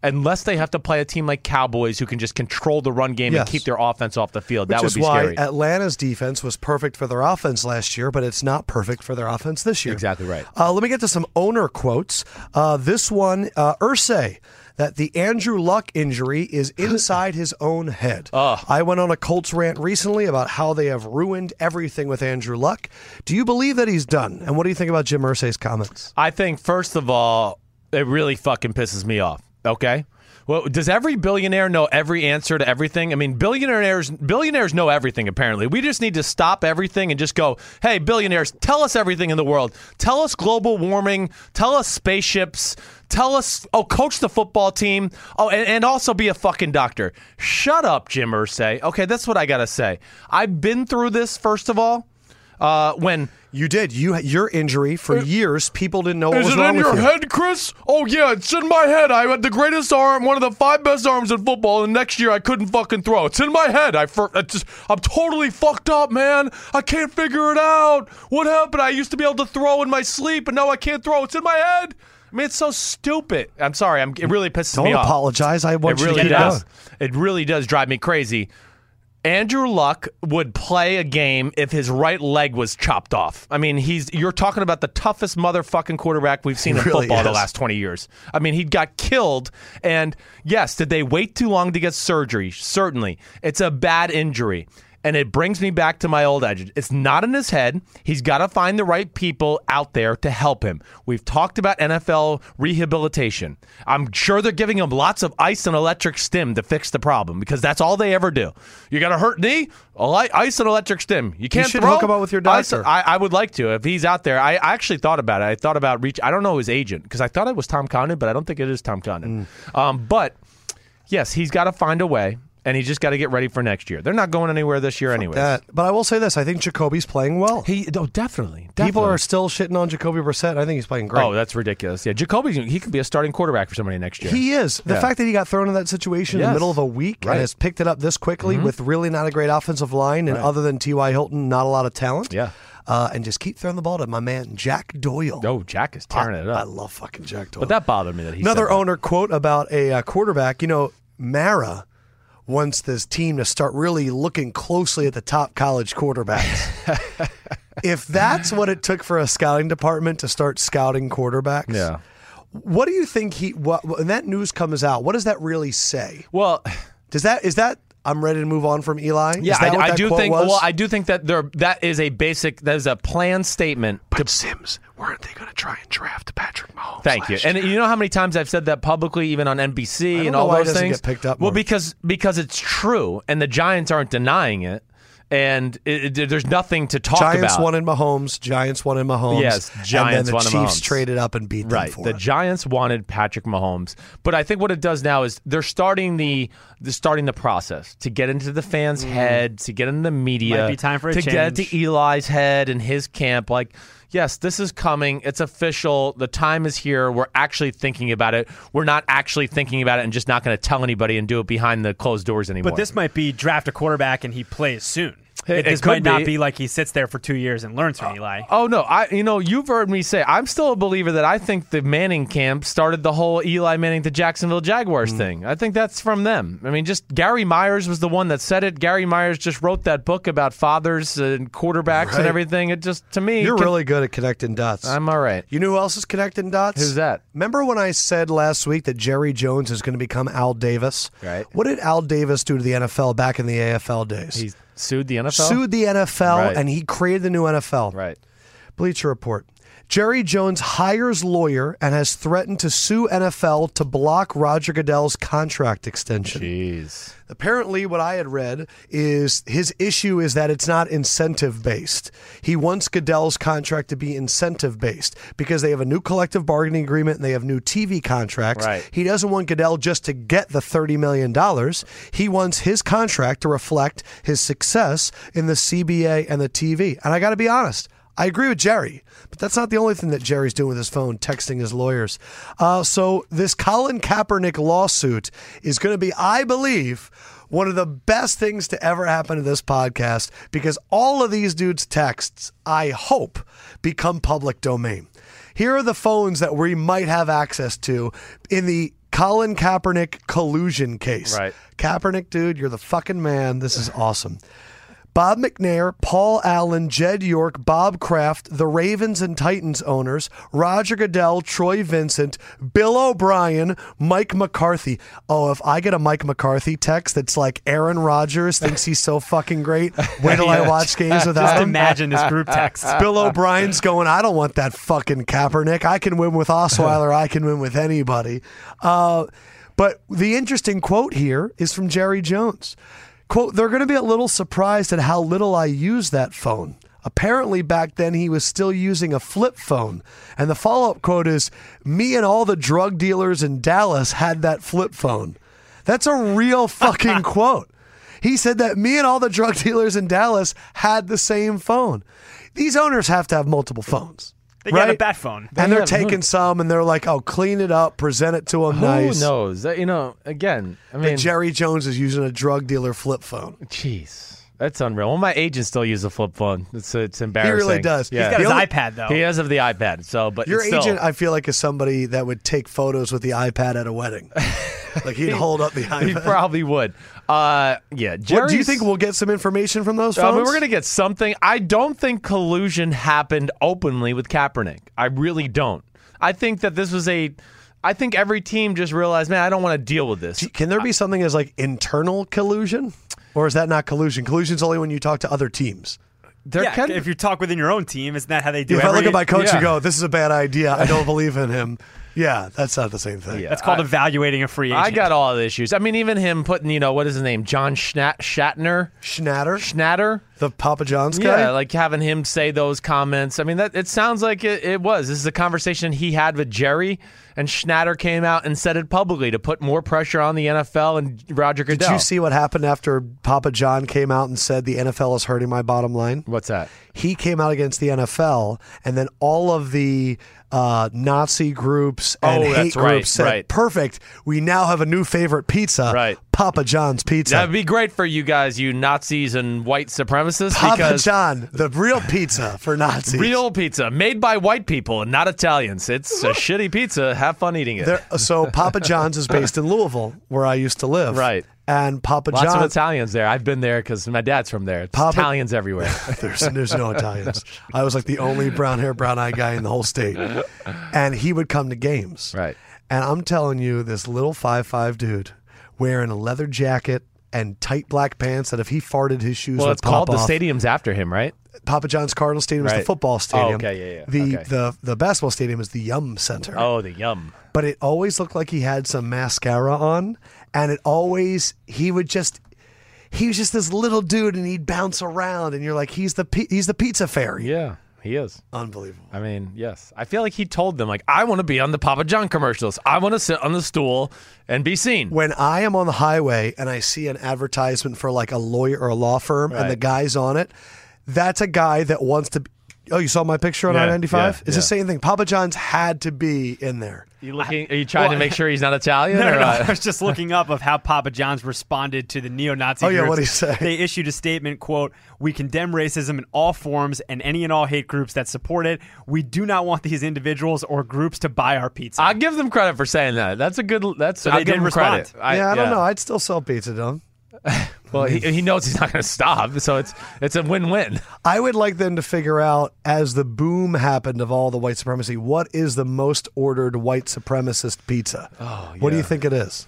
S3: Unless they have to play a team like Cowboys who can just control the run game
S1: Yes.
S3: and keep their offense off the field. that
S1: Which
S3: would
S1: is
S3: be
S1: why
S3: scary.
S1: Atlanta's defense was perfect for their offense last year, but it's not perfect for their offense this year.
S3: Exactly right.
S1: Uh, let me get to some owner quotes. Uh, this one, uh, Ursay, that the Andrew Luck injury is inside his own head. I went on a Colts rant recently about how they have ruined everything with Andrew Luck. Do you believe that he's done? And what do you think about Jim Ursay's comments?
S3: I think first of all, it really fucking pisses me off. Okay. Well, does every billionaire know every answer to everything? I mean, billionaires billionaires know everything apparently. We just need to stop everything and just go, "Hey, billionaires, tell us everything in the world. Tell us global warming, tell us spaceships, Tell us, oh, coach the football team. Oh, and, and also be a fucking doctor. Shut up, Jim Ursay. Okay, that's what I gotta say. I've been through this. First of all, uh, when
S1: You did. You your injury for years. People didn't know what was
S3: is it
S1: wrong
S3: in
S1: with
S3: your
S1: you.
S3: head, Chris? Oh yeah, it's in my head. I had the greatest arm, one of the five best arms in football, and next year I couldn't fucking throw. It's in my head. I, fir- I just, I'm totally fucked up, man. I can't figure it out. What happened? I used to be able to throw in my sleep, and now I can't throw. It's in my head. I mean, it's so stupid. I'm sorry. I'm, it really pisses
S1: Don't
S3: me off.
S1: apologize. I want
S3: It
S1: you to
S3: really
S1: keep
S3: does.
S1: going.
S3: It really does drive me crazy. Andrew Luck would play a game if his right leg was chopped off. I mean, he's you're talking about the toughest motherfucking quarterback we've seen in
S1: really
S3: football the
S1: is.
S3: last 20 years. I mean, he got killed and yes, did they wait too long to get surgery? Certainly. It's a bad injury. And it brings me back to my old adage. It's not in his head. He's got to find the right people out there to help him. We've talked about NFL rehabilitation. I'm sure they're giving him lots of ice and electric stim to fix the problem because that's all they ever do. You got a hurt knee? Well, I- Ice and electric stim. You can't
S1: should
S3: throw?
S1: hook him up with your
S3: Ice-
S1: doctor.
S3: I, I would like to if he's out there. I, I actually thought about it. I thought about reach. I don't know his agent because I thought it was Tom Condon, but I don't think it is Tom Condon.
S1: Mm.
S3: Um, but yes, he's got to find a way, and he's just got to get ready for next year. They're not going anywhere this year, anyway.
S1: That, but I will say this: I think Jacoby's playing well.
S3: He oh, definitely, definitely.
S1: People are still shitting on Jacoby Brissett. I think he's playing great.
S3: oh, that's ridiculous. Yeah, Jacoby, he could be a starting quarterback for somebody next year.
S1: He is. The
S3: Yeah.
S1: fact that he got thrown in that situation in
S3: Yes.
S1: the middle of a week
S3: Right. Mm-hmm.
S1: and has picked it up this quickly with really not a great offensive line and other than T.Y. Hilton, not a lot of talent.
S3: Yeah.
S1: Uh, and just keep throwing the ball to my man, Jack Doyle.
S3: oh, Jack is tearing it
S1: I
S3: up.
S1: love fucking Jack Doyle.
S3: But that bothered me that he
S1: Another
S3: said that.
S1: owner quote about a uh, quarterback. You know, Mara wants this team to start really looking closely at the top college quarterbacks. if that's what it took for a scouting department to start scouting quarterbacks,
S3: Yeah.
S1: What do you think he? What when that news comes out? What does that really say?
S3: Well.
S1: Does that is that I'm ready to move on from Eli? Is
S3: Yeah,
S1: that
S3: I,
S1: what
S3: I
S1: that
S3: do
S1: quote
S3: think.
S1: was?
S3: Well, I do think that there that is a basic, that is a plan statement
S4: But Sims, weren't they going to try and draft Patrick Mahomes?
S3: Thank you.
S4: last
S3: And
S4: year?
S3: you know how many times I've said that publicly, even on NBC and
S1: know
S3: all
S1: why it
S3: those
S1: doesn't
S3: things.
S1: get picked up
S3: well,
S1: more.
S3: because because it's true, and the Giants aren't denying it, and it, it- there's nothing to talk
S1: Giants
S3: about.
S1: won in Mahomes. Giants won in Mahomes.
S3: Yes,
S1: and then
S3: Giants
S1: the
S3: won in
S1: Chiefs
S3: Mahomes.
S1: traded up and beat
S3: Right.
S1: them for
S3: The
S1: it.
S3: Giants wanted Patrick Mahomes, but I think what it does now is they're starting the they're starting the process to get into the fans' head, to get into the media,
S2: Mm-hmm. Might be time for a
S3: to get
S2: change.
S3: to Eli's head and his camp. Like, yes, this is coming. It's official. The time is here. We're actually thinking about it. We're not actually thinking about it and just not going to tell anybody and do it behind the closed doors anymore.
S2: But this might be draft a quarterback and he plays soon.
S3: It- it
S2: this
S3: could
S2: might
S3: be.
S2: not be like he sits there for two years and learns
S1: Uh,
S2: from Eli.
S3: Oh no, I you know you've heard me say I'm still a believer that I think the Manning camp started the whole Eli Manning to Jacksonville Jaguars
S1: Mm.
S3: thing. I think that's from them. I mean, just Gary Myers was the one that said it. Gary Myers just wrote that book about fathers and quarterbacks
S1: Right.
S3: and everything. It just to me,
S1: You're
S3: can-
S1: really good at connecting dots.
S3: I'm all right.
S1: You know who else is connecting dots?
S3: Who's that?
S1: Remember when I said last week that Jerry Jones is going to become Al Davis?
S3: Right.
S1: What did Al Davis do to the NFL back in the AFL days?
S3: He sued the NFL.
S1: sued the NFL
S3: Right.
S1: and he created the new NFL.
S3: right.
S1: Bleacher Report. Jerry Jones hires lawyer and has threatened to sue NFL to block Roger Goodell's contract extension.
S3: Jeez.
S1: Apparently, what I had read is his issue is that it's not incentive based. He wants Goodell's contract to be incentive based because they have a new collective bargaining agreement and they have new TV contracts.
S3: Right.
S1: He doesn't want Goodell just to get the $30 million. He wants his contract to reflect his success in the CBA and the TV. And I got to be honest. I agree with Jerry, but that's not the only thing that Jerry's doing with his phone, texting his lawyers. Uh, so, this Colin Kaepernick lawsuit is going to be, I believe, one of the best things to ever happen to this podcast because all of these dudes' texts, I hope, become public domain. Here are the phones that we might have access to in the Colin Kaepernick collusion case.
S3: Right.
S1: Kaepernick, dude, you're the fucking man. This is awesome. Bob McNair, Paul Allen, Jed York, Bob Kraft, the Ravens and Titans owners, Roger Goodell, Troy Vincent, Bill O'Brien, Mike McCarthy. Oh, if I get a Mike McCarthy text that's like Aaron Rodgers thinks he's so fucking great, wait till I watch games without
S2: Just
S1: him.
S2: imagine this
S1: uh,
S2: group text.
S1: Bill O'Brien's going, I don't want that fucking Kaepernick. I can win with Osweiler. I can win with anybody. Uh, but the interesting quote here is from Jerry Jones. Quote, they're going to be a little surprised at how little I use that phone. Apparently, back then he was still using a flip phone. And the follow up quote is Me and all the drug dealers in Dallas had that flip phone. That's a real fucking quote. He said that me and all the drug dealers in Dallas had the same phone. These owners have to have multiple phones.
S2: They
S1: right?
S2: got a bat phone.
S1: and they're
S3: have-
S1: taking some and they're like, oh, clean it up, present it to them nice.
S3: Who knows? Uh, You know, again, I mean,
S1: Jerry Jones is using a drug dealer flip phone.
S3: jeez, that's unreal. Well, my agent still uses a flip phone. It's it's
S1: He
S3: embarrassing.
S1: really does.
S3: Yeah.
S2: He's got
S1: The
S2: his
S1: only-
S2: iPad though.
S3: He has of the iPad. So, but
S1: Your
S3: it's still-
S1: agent, I feel like, is somebody that would take photos with the iPad at a wedding. like he'd hold up the
S3: he
S1: iPad.
S3: probably would. Uh, yeah.
S1: What, do you
S3: Jerry's-
S1: think we'll get some information from those
S3: I
S1: phones?
S3: mean, Uh, we're going to get something. I don't think collusion happened openly with Kaepernick. I really don't. I think that this was a. I think every team just realized, man, I don't want to deal with this.
S1: Can there be something as like internal collusion, or is that not collusion? Collusion's only when you talk to other teams.
S3: There
S2: yeah,
S3: can-
S2: if you talk within your own team, isn't that how they do
S1: If
S2: every,
S1: I look at my coach
S3: yeah.
S1: and go, "This is a bad idea. I don't believe in him." Yeah, that's not the same thing.
S2: That's called evaluating a free agent.
S3: I got all the issues. I mean, even him putting, you know, what is his name, John Schna- Shatner,
S1: Schnatter,
S3: Schnatter.
S1: the Papa John's guy.
S3: Yeah, like having him say those comments. I mean, that it sounds like it, it was. This is a conversation he had with Jerry, and Schnatter came out and said it publicly to put more pressure on the NFL and Roger Goodell.
S1: Did you see what happened after Papa John came out and said the NFL is hurting my bottom line?
S3: What's that?
S1: he came out against the NFL, and then all of the uh, Nazi groups and
S3: Oh,
S1: hate
S3: that's
S1: groups
S3: right,
S1: said,
S3: right.
S1: "Perfect, we now have a new favorite pizza,
S3: Right.
S1: Papa John's pizza."
S3: That'd be great for you guys, you Nazis and white supremacists,
S1: Papa
S3: because
S1: John, the real pizza for Nazis.
S3: real pizza made by white people and not Italians. It's a shitty pizza. Have fun eating it.
S1: There- so Papa John's is based in Louisville, where I used to live.
S3: Right.
S1: And Papa
S3: Lots of
S1: John's.
S3: Italians there. I've been there because my dad's from there. It's
S1: Papa-
S3: Italians everywhere.
S1: There's, there's no Italians. I was like the only brown hair, brown eye guy in the whole state. And he would come to games.
S3: Right.
S1: And I'm telling you, this little five five dude wearing a leather jacket and tight black pants that if he farted, his shoes
S3: well,
S1: would
S3: it's called
S1: pop
S3: the
S1: off.
S3: stadium's after him, right?
S1: Papa John's Cardinal Stadium is the
S3: Right. Oh,
S1: football stadium.
S3: okay, yeah, yeah,
S1: The,
S3: okay.
S1: the, the basketball stadium is the Yum Center.
S3: Oh, the yum.
S1: But it always looked like he had some mascara on. And it always, he would just. He was just this little dude, and he'd bounce around, and you're like, he's the pi- he's the pizza fairy.
S3: Yeah, he is.
S1: Unbelievable.
S3: I mean, yes. I feel like he told them, like, I want to be on the Papa John commercials. I want to sit on the stool and be seen.
S1: When I am on the highway and I see an advertisement for like a lawyer or a law firm and the
S3: Right.
S1: guy's on it, that's a guy that wants to. Oh, you saw my picture on
S3: Yeah,
S1: I 95?
S3: yeah,
S1: It's
S3: yeah.
S1: the same thing. Papa John's had to be in there.
S3: You looking, are you trying to make sure he's not Italian?
S2: No,
S3: or,
S2: no, no.
S3: uh,
S2: I was just looking up of how Papa John's responded to the neo-Nazi.
S1: Oh, yeah,
S2: groups.
S1: what'd he say?
S2: They issued a statement: "quote We condemn racism in all forms and any and all hate groups that support it. We do not want these individuals or groups to buy our pizza."
S3: I'll give them credit for saying that. That's a good. That's
S2: they
S3: I'll give
S2: did
S3: them
S2: respond.
S3: credit.
S1: yeah, I don't know. I'd still sell pizza to them.
S3: Well, he, he knows he's not going to stop, so it's it's a win-win.
S1: I would like them to figure out, as the boom happened of all the white supremacy, what is the most ordered white supremacist pizza? Oh, What do you think it is?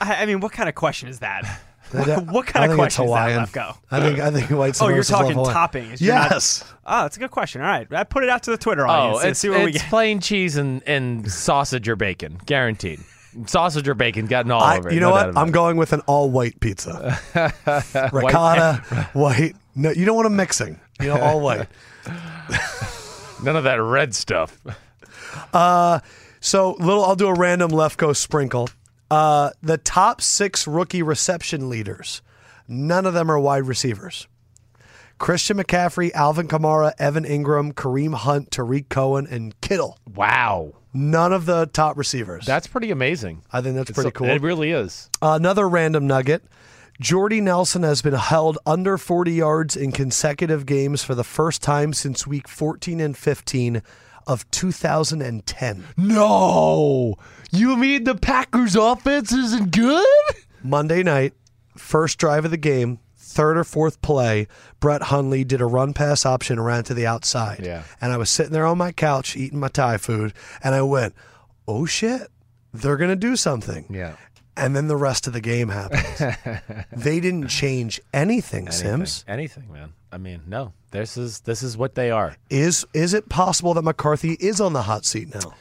S2: I, I mean, what kind of question is that?
S1: I-
S2: what, what
S1: I
S2: kind
S1: think
S2: of
S1: it's
S2: question is that?
S1: Hawaiian.
S2: Left go.
S1: I think I think white supremacists
S2: Oh, you're talking
S1: love Hawaiian.
S2: toppings. You're not-
S1: Yes.
S2: oh, that's a good question. All right, I put it out to the Twitter
S3: Oh,
S2: audience. and
S3: it's,
S2: see what we
S3: it's
S2: get.
S3: plain cheese and, and sausage or bacon, guaranteed. Sausage or bacon, gotten all
S1: I,
S3: over. it,
S1: you know
S3: no doubt
S1: what?
S3: about
S1: I'm
S3: it.
S1: going with an all white pizza. Ricotta, white. No, you don't want them mixing. You know, all white.
S3: None of that red stuff.
S1: So little, I'll do a random Lefko sprinkle. Uh, the top six rookie reception leaders. None of them are wide receivers. Christian McCaffrey, Alvin Kamara, Evan Ingram, Kareem Hunt, Tariq Cohen, and Kittle.
S3: Wow,
S1: None of the top receivers.
S3: that's pretty amazing.
S1: I think that's pretty
S3: So-
S1: cool.
S3: It really is.
S1: Another random nugget. Jordy Nelson has been held under 40 yards in consecutive games for the first time since week 14 and 15 of 2010.
S3: No, you mean the Packers' offense isn't good?
S1: Monday night, first drive of the game, third or fourth play, Brett Hundley did a run pass option around to the outside.
S3: Yeah.
S1: And I was sitting there on my couch eating my Thai food, and I went, oh shit, they're going to do something.
S3: Yeah.
S1: And then the rest of the game happens. they didn't change anything, Sims.
S3: anything, man. I mean, no. This is this is what they are.
S1: Is is it possible that McCarthy is on the hot seat now?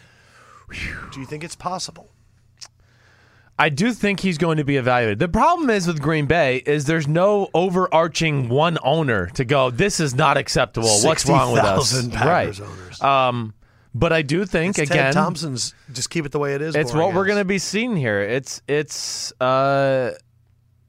S1: Do you think it's possible?
S3: I do think he's going to be evaluated. The problem is with Green Bay is there's no overarching one owner to go. This is not acceptable. What's wrong with us?
S1: 60,000 Packers owners.
S3: Um, but I do think
S1: It's
S3: again,
S1: Ted Thompson's just keep it the way it is.
S3: it's
S1: boring
S3: what we're
S1: is.
S3: going to be seeing here. It's it's uh,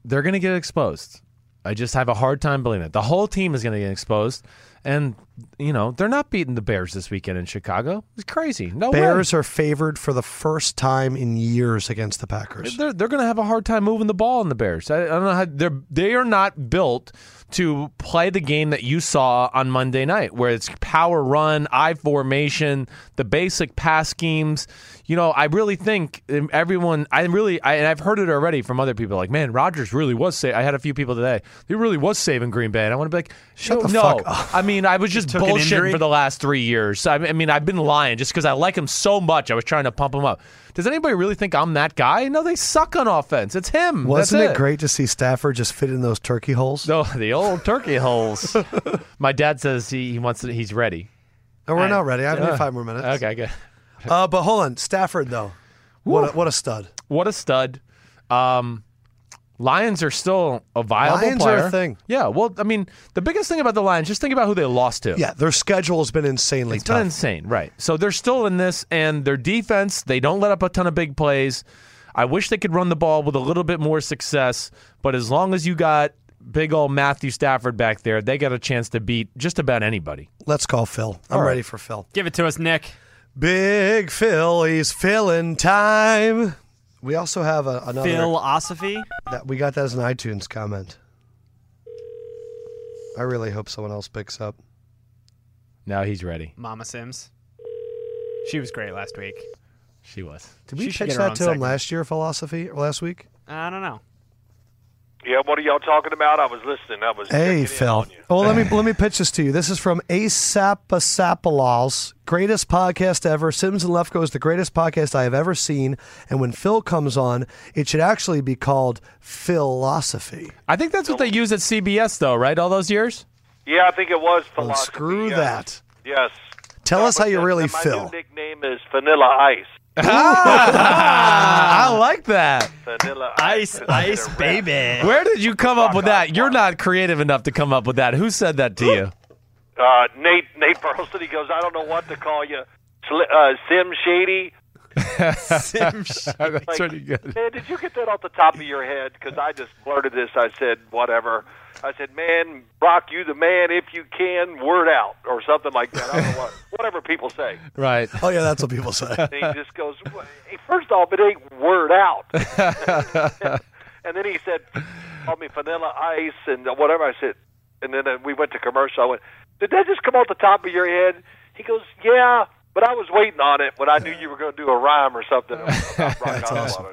S3: they're going to get exposed. I just have a hard time believing it. The whole team is going to get exposed, and you know they're not beating the Bears this weekend in Chicago. It's crazy. No way.
S1: Bears are favored for the first time in years against the Packers.
S3: They're they're going to have a hard time moving the ball in the Bears. I, I don't know how they're they are not built to play the game that you saw on Monday night, where it's power run, I formation, the basic pass schemes. You know, I really think um, everyone. I really I, and I've heard it already from other people. Like, man, Rodgers really was. Sa- I had a few people today. He really was saving Green Bay, and I want to be like, shut
S1: the
S3: no.
S1: fuck up.
S3: I mean, I was just
S2: took an
S3: bullshitting
S2: injury?
S3: for the last three years. I I mean, I've been lying just because I like him so much. I was trying to pump him up. Does anybody really think I'm that guy? No, they suck on offense. It's him.
S1: Wasn't
S3: That's
S1: it great to see Stafford just fit in those turkey holes?
S3: No, the old turkey holes. My dad says he, he wants. To, he's ready.
S1: No, Oh, we're not ready. I have five more minutes.
S3: Okay, good.
S1: Uh, but hold on, Stafford though. What a, what a stud.
S3: What a stud. Um, Lions are still a viable
S1: Lions are
S3: player.
S1: a thing.
S3: Yeah. Well, I mean, the biggest thing about the Lions, just think about who they lost to.
S1: Yeah, their schedule has been insanely
S3: It's
S1: tough.
S3: been insane, right? So they're still in this, and their defense, they don't let up a ton of big plays. I wish they could run the ball with a little bit more success, but as long as you got big old Matthew Stafford back there, they got a chance to beat just about anybody.
S1: Let's call Phil. I'm ready for Phil.
S2: Give it to us, Nick.
S1: Big Phil, he's filling time. We also have a, another
S2: Philosophy.
S1: that we got that as an iTunes comment. I really hope someone else picks up.
S3: Now he's ready.
S2: Mama Sims. She was great last week.
S3: She was.
S1: Did we
S2: She should
S1: pitch
S2: get her
S1: that
S2: own
S1: to him
S2: segment.
S1: last year? Philosophy or last week?
S2: I don't know.
S5: Yeah, what are y'all talking about? I was listening. I was. checking
S1: Hey,
S5: in
S1: Phil.
S5: on you.
S1: Well, let me let me pitch this to you. This is from Asapasapalal's greatest podcast ever. Sims and Lefko is the greatest podcast I have ever seen. And when Phil comes on, it should actually be called philosophy.
S3: I think that's what they used at CBS, though, right? All those years?
S5: Yeah, I think it was
S1: Well,
S5: philosophy.
S1: Oh, screw
S5: yes.
S1: that.
S5: Yes.
S1: Tell
S5: No,
S1: us how
S5: but
S1: you
S5: that-
S1: really
S5: my
S1: feel.
S5: New nickname is Vanilla Ice.
S3: I like that.
S5: Vanilla
S2: Ice,
S5: Ice.
S2: ice,
S5: That's a rap.
S2: baby.
S3: Where did you come up with that? You're not creative enough to come up with that. Who said that to you?
S5: Uh, Nate Nate Burleson. He goes. I don't know what to call you. Sli- Uh, Sim Shady.
S3: that's
S5: Like,
S3: pretty good.
S5: Man, did you get that off the top of your head? Because I just blurted this. I said whatever. I said, man, Brock, you the man. If you can, word out or something like that. I don't know what. Whatever people say.
S3: Right.
S1: Oh yeah, that's what people say.
S5: And he just goes, "Wha- hey, first off, it ain't word out. and then he said, called me Vanilla Ice and whatever. I said, and then uh, we went to commercial. I went, did that just come off the top of your head? He goes, yeah, but I was waiting on it when I knew you were going to do a rhyme or something. That's awesome.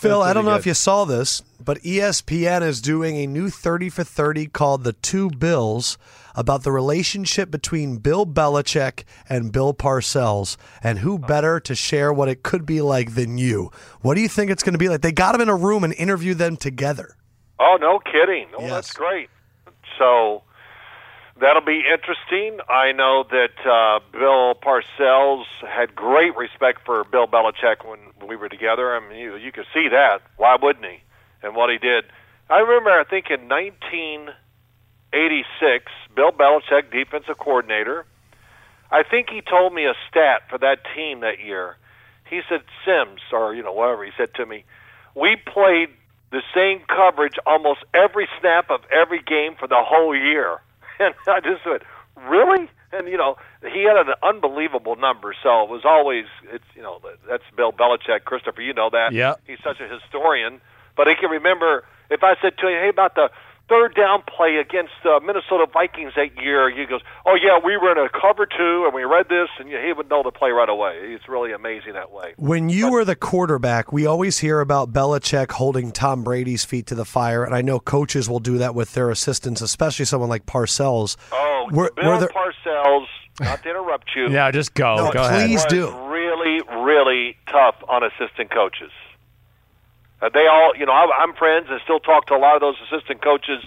S1: Phil, I
S3: pretty
S1: don't know
S3: good.
S1: if you saw this, but E ESPN is doing a new 30 for 30 called The Two Bills about the relationship between Bill Belichick and Bill Parcells. And
S5: Oh.
S1: who better to share what it could be like than you? What do you think it's going to be like? They got them in a room and interviewed them together.
S5: Oh, no kidding. Oh,
S1: Yes.
S5: that's great. So that'll be interesting. I know that uh, Bill Parcells had great respect for Bill Belichick when we were together. I mean, you, you could see that. Why wouldn't he? And what he did. I remember, I think in 1986, Bill Belichick, defensive coordinator, I think he told me a stat for that team that year. He said Sims or you know whatever he said to me, we played the same coverage almost every snap of every game for the whole year, and I just went really. And you know he had an unbelievable number, so it was always it's you know that's Bill Belichick, Christopher. You know that.
S3: Yeah.
S5: He's such a historian, but he can remember if I said to him, "Hey, about the third down play against the Minnesota Vikings that year," he goes, "Oh yeah, we were in a cover two and we read this," and he would know the play right away. It's really amazing that way.
S1: When you were the quarterback, we always hear about Belichick holding Tom Brady's feet to the fire, and I know coaches will do that with their assistants, especially someone like Parcells.
S5: Oh,
S1: Were-
S5: Bill
S1: were there-
S5: Parcells, not to interrupt you,
S3: Yeah, just go.
S1: No,
S3: go ahead.
S1: please
S5: was
S1: do.
S5: really, really tough on assistant coaches. Uh, they all, you know, I, I'm friends and still talk to a lot of those assistant coaches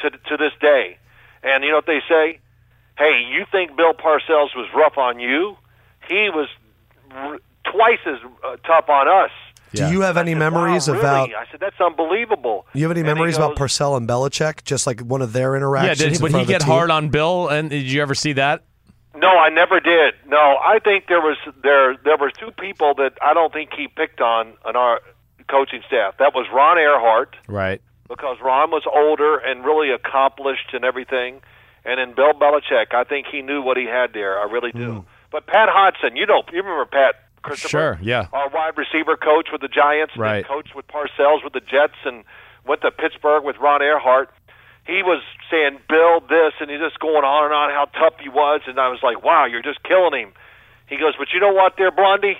S5: to to this day. And you know what they say? Hey, you think Bill Parcells was rough on you? He was r- twice as uh, tough on us.
S1: Do you have any
S5: said, "Wow,
S1: memories
S5: really?"
S1: about?
S5: I said, that's unbelievable.
S1: You have any
S5: And he
S1: memories about
S5: goes,
S1: Purcell and Belichick? Just like one of their
S3: Yeah,
S1: interactions.
S3: did
S1: in
S3: he, would he
S1: front of the
S3: get
S1: team?
S3: hard on Bill? And did you ever see that?
S5: No, I never did. No, I think there was there there were two people that I don't think he picked on on our coaching staff. That was Ron Earhart
S3: Right.
S5: because Ron was older and really accomplished and everything, and then Bill Belichick. I think he knew what he had there. I really do. But Pat Hodson, you know, you remember Pat Christopher?
S3: Sure, yeah.
S5: Our wide receiver coach with the Giants, and then
S3: Right.
S5: coach with Parcells with the Jets, and went to Pittsburgh with Ron Earhart. He was saying, "Bill, this," and he's just going on and on how tough he was, and I was like, "Wow, you're just killing him." He goes, "But you know what, there, Blondie."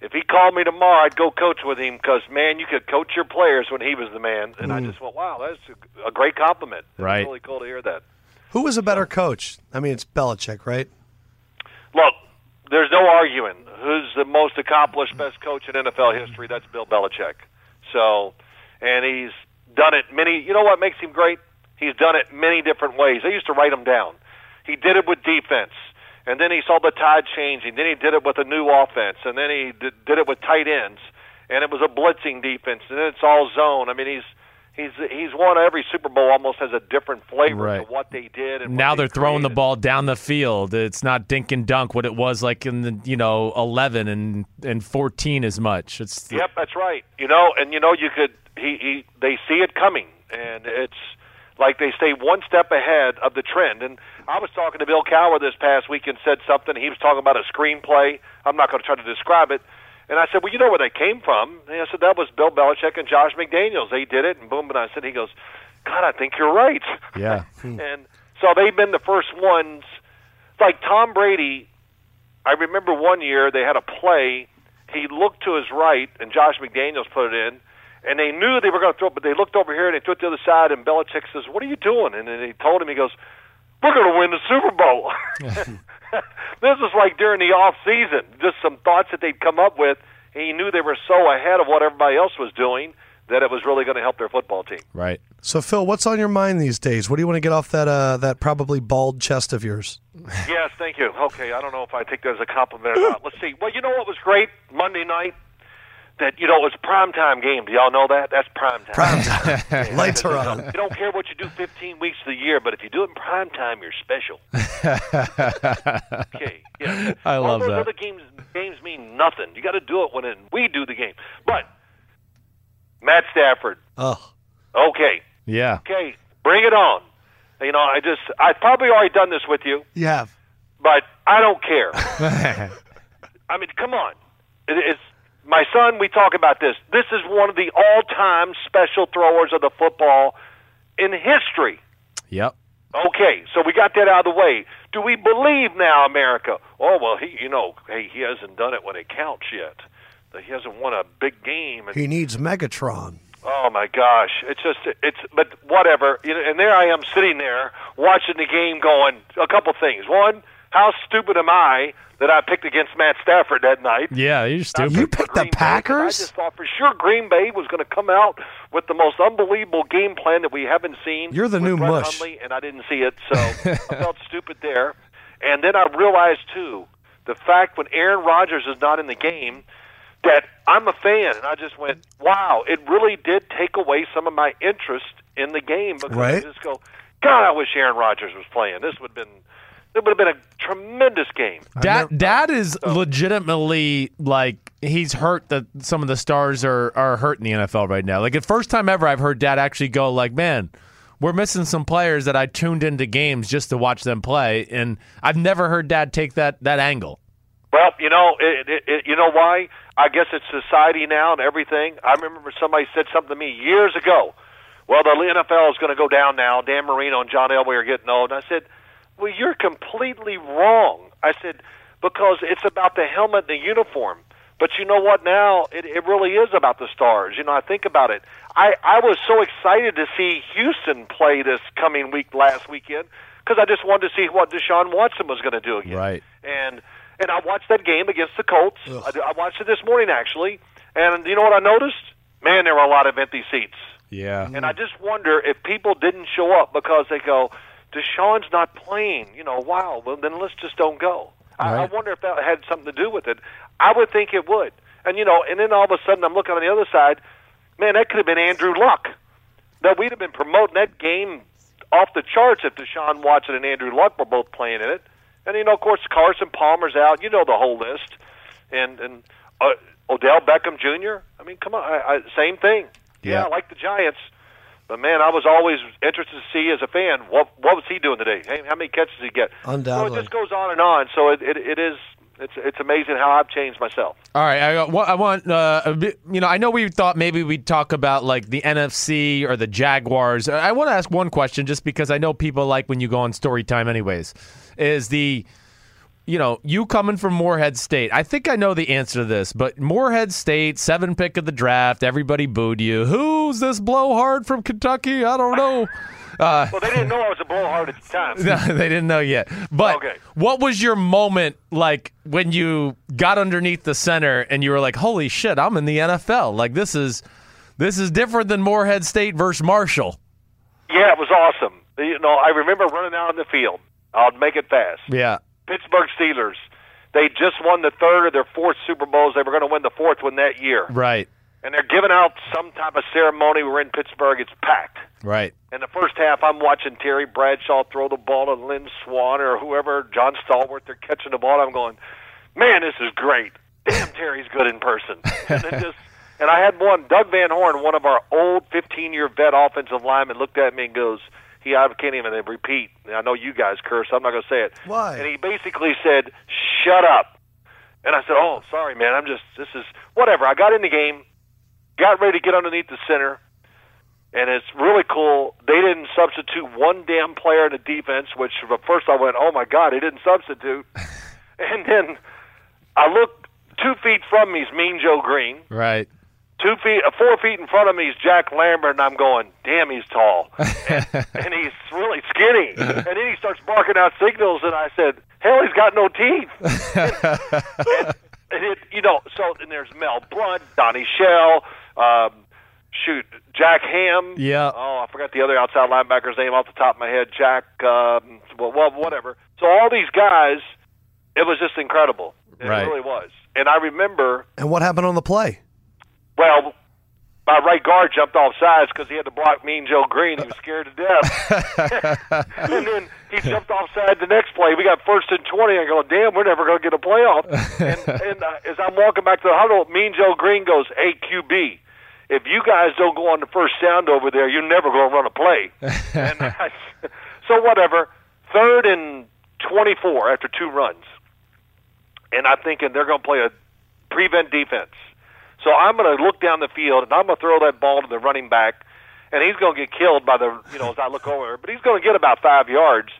S5: If he called me tomorrow, I'd go coach with him because man, you could coach your players when he was the man. And I just went, wow, that's a, a great compliment. It was
S3: Mm. Right.
S5: really cool to hear that.
S1: Who was a better coach? I mean, it's Belichick, right?
S5: Look, there's no arguing who's the most accomplished, best coach in NFL history. That's Bill Belichick. So, and he's done it many. You know what makes him great? He's done it many different ways. I used to write him down. He did it with defense, and then he saw the tide changing. Then he did it with a new offense, and then he did, did it with tight ends, and it was a blitzing defense, and then it's all zone. I mean, he's. He's he's won every Super Bowl almost has a different flavor
S3: Right.
S5: to what they did. And what
S3: Now
S5: they
S3: they're throwing the
S5: created.
S3: ball down the field. It's not dink and dunk what it was like in the you know eleven and and fourteen as much. It's
S5: Yep, that's right. You know, and you know you could he, he they see it coming and it's like they stay one step ahead of the trend. And I was talking to Bill Cower this past week and said something. He was talking about a screenplay. I'm not going to try to describe it. And I said, Well, you know where they came from. And I said, That was Bill Belichick and Josh McDaniels. They did it and boom. And I said, He goes, God, I think you're right.
S3: yeah.
S5: and so they've been the first ones. Like Tom Brady, I remember one year they had a play. He looked to his right, and Josh McDaniels put it in, and they knew they were going to throw it, but they looked over here and they threw it to the other side. And Belichick says, "What are you doing?" And then he told him, he goes, "We're going to win the Super Bowl." this is like during the off season, just some thoughts that they'd come up with. And he knew they were so ahead of what everybody else was doing that it was really going to help their football team.
S3: Right.
S1: So, Phil, what's on your mind these days? What do you want to get off that uh, that probably bald chest of yours?
S5: Yes, thank you. Okay, I don't know if I take that as a compliment or not. Let's see. Well, you know what was great Monday night? That you know it was primetime game. Do y'all know that? That's primetime.
S1: Prime time. Lights are
S5: You
S1: on.
S5: don't care what you do 15 weeks of the year, but if you do it in primetime, you're special. okay. Yeah.
S3: I
S5: All
S3: love
S5: those
S3: that.
S5: Other games games mean nothing. You got to do it when it, we do the game. But Matt Stafford.
S1: Oh,
S5: Okay.
S3: Yeah.
S5: Okay. Bring it on. You know, I just I've probably already done this with you
S1: you have.
S5: but I don't care. I mean, come on. It, it's my son. We talk about this. This is one of the all-time special throwers of the football in history.
S3: Yep.
S5: Okay, so we got that out of the way. Do we believe now, America? Oh well, he, you know, hey, he hasn't done it when it counts yet. That He hasn't won a big game. And,
S1: He needs Megatron.
S5: Oh my gosh, it's just it's but whatever. You know, and there I am sitting there watching the game, going a couple things. One, how stupid am I that I picked against Matt Stafford that night?
S3: Yeah. You're stupid.
S1: You picked the
S5: Green Bay, 'cause
S1: Packers?
S5: I just thought for sure Green Bay was going to come out with the most unbelievable game plan that we haven't seen.
S1: You're the
S5: with
S1: new
S5: Brett
S1: mush.
S5: Hundley, and I didn't see it, so I felt stupid there. And then I realized too the fact when Aaron Rodgers is not in the game that I'm a fan, and I just went, "Wow!" It really did take away some of my interest in the game because
S1: Right.
S5: I just go, "God, I wish Aaron Rodgers was playing. This would have been." It would have been a tremendous game.
S3: Dad, Dad is legitimately like he's hurt that some of the stars are are hurt in the NFL right now. Like the first time ever, I've heard Dad actually go like, "Man, we're missing some players that I tuned into games just to watch them play," and I've never heard Dad take that that angle.
S5: Well, you know, it, it, it, you know why? I guess it's society now and everything. I remember somebody said something to me years ago. Well, the NFL is going to go down now. Dan Marino and John Elway are getting old. And I said, well, you're completely wrong. I said because it's about the helmet and the uniform. But you know what? Now it, it really is about the stars. You know, I think about it. I I was so excited to see Houston play this coming week last weekend because I just wanted to see what Deshaun Watson was going to do again
S3: Right.
S5: and and I watched that game against the Colts. I, I watched it this morning actually, and you know what I noticed? Man, there were a lot of empty seats,
S3: Yeah,
S5: and I just wonder if people didn't show up because they go, "Deshaun's not playing." You know, wow. Well, then let's just don't go. I, I
S3: Right.
S5: wonder if that had something to do with it. I would think it would. And you know, and then all of a sudden I'm looking on the other side, man, that could have been Andrew Luck. That we'd have been promoting that game off the charts if Deshaun Watson and Andrew Luck were both playing in it. And you know, of course, Carson Palmer's out. You know the whole list, and and uh, Odell Beckham Jr. I mean, come on, I, I, same thing.
S3: Yeah.
S5: I like the Giants, but man, I was always interested to see as a fan what what was he doing today? Hey, how many catches did he get?
S1: Undoubtedly.
S5: So it just goes on and on. So it, it, it is it's it's amazing how I've changed myself.
S3: All right, I, got- I want uh, a bit- you know I know we thought maybe we'd talk about like the NFC or the Jaguars. I I want to ask one question just because I know people like when you go on story time anyways. Is the you know you coming from Moorhead State? I think I know the answer to this, but Moorhead State seven pick of the draft, everybody booed you. Who's this blowhard from Kentucky? I don't know. Uh,
S5: Well, they didn't know I was a blowhard at the time.
S3: no, they didn't know yet. But
S5: Okay.
S3: what was your moment like when you got underneath the center and you were like, "Holy shit, I'm in the NFL! Like this is this is different than Moorhead State versus Marshall."
S5: Yeah, it was awesome. You know, I remember running out on the field. I'll make it fast.
S3: Yeah,
S5: Pittsburgh Steelers. They just won the third of their fourth Super Bowls. They were going to win the fourth one that year.
S3: right,
S5: And they're giving out some type of ceremony. We're in Pittsburgh. It's packed.
S3: right.
S5: In the first half, I'm watching Terry Bradshaw throw the ball to Lynn Swan or whoever, John Stallworth. They're catching the ball. I'm going, man, this is great. Damn, Terry's good in person. And, it just, and I had one, Doug Van Horn, one of our old 15 year vet offensive linemen, looked at me and goes, he, I can't even repeat. I know you guys curse. I'm not going to say it.
S1: Why?
S5: And he basically said, shut up. And I said, oh, sorry, man. I'm just, this is, whatever. I got in the game, got ready to get underneath the center and it's really cool. They didn't substitute one damn player in the defense, which at first I went, "Oh my God, he didn't substitute." and then I look two feet from me is Mean Joe Green.
S3: Right.
S5: Two feet, uh, four feet in front of me is Jack Lambert, and I'm going, "Damn, he's tall, and, and he's really skinny." And then he starts barking out signals, and I said, "Hell, he's got no teeth." and it, you know, so and there's Mel Blunt, Donnie Shell, um, shoot, Jack Ham.
S3: Yeah.
S5: Oh, I forgot the other outside linebacker's name off the top of my head. Jack. Um, well, well, whatever. So all these guys, it was just incredible. It
S3: Right.
S5: really was. And I remember,
S1: And what happened on the play?
S5: well, my right guard jumped off sides because he had to block Mean Joe Green. He was scared to death. and then he jumped offside the next play. We got first and twenty. I go, damn, we're never going to get a playoff. And, and uh, as I'm walking back to the huddle, Mean Joe Green goes, "Hey QB, if you guys don't go on the first sound over there, you're never going to run a play." and I, so whatever. Third and twenty-four after two runs, and I'm thinking they're going to play a prevent defense. So I'm going to look down the field and I'm going to throw that ball to the running back, and he's going to get killed by the you know as I look over, but he's going to get about five yards,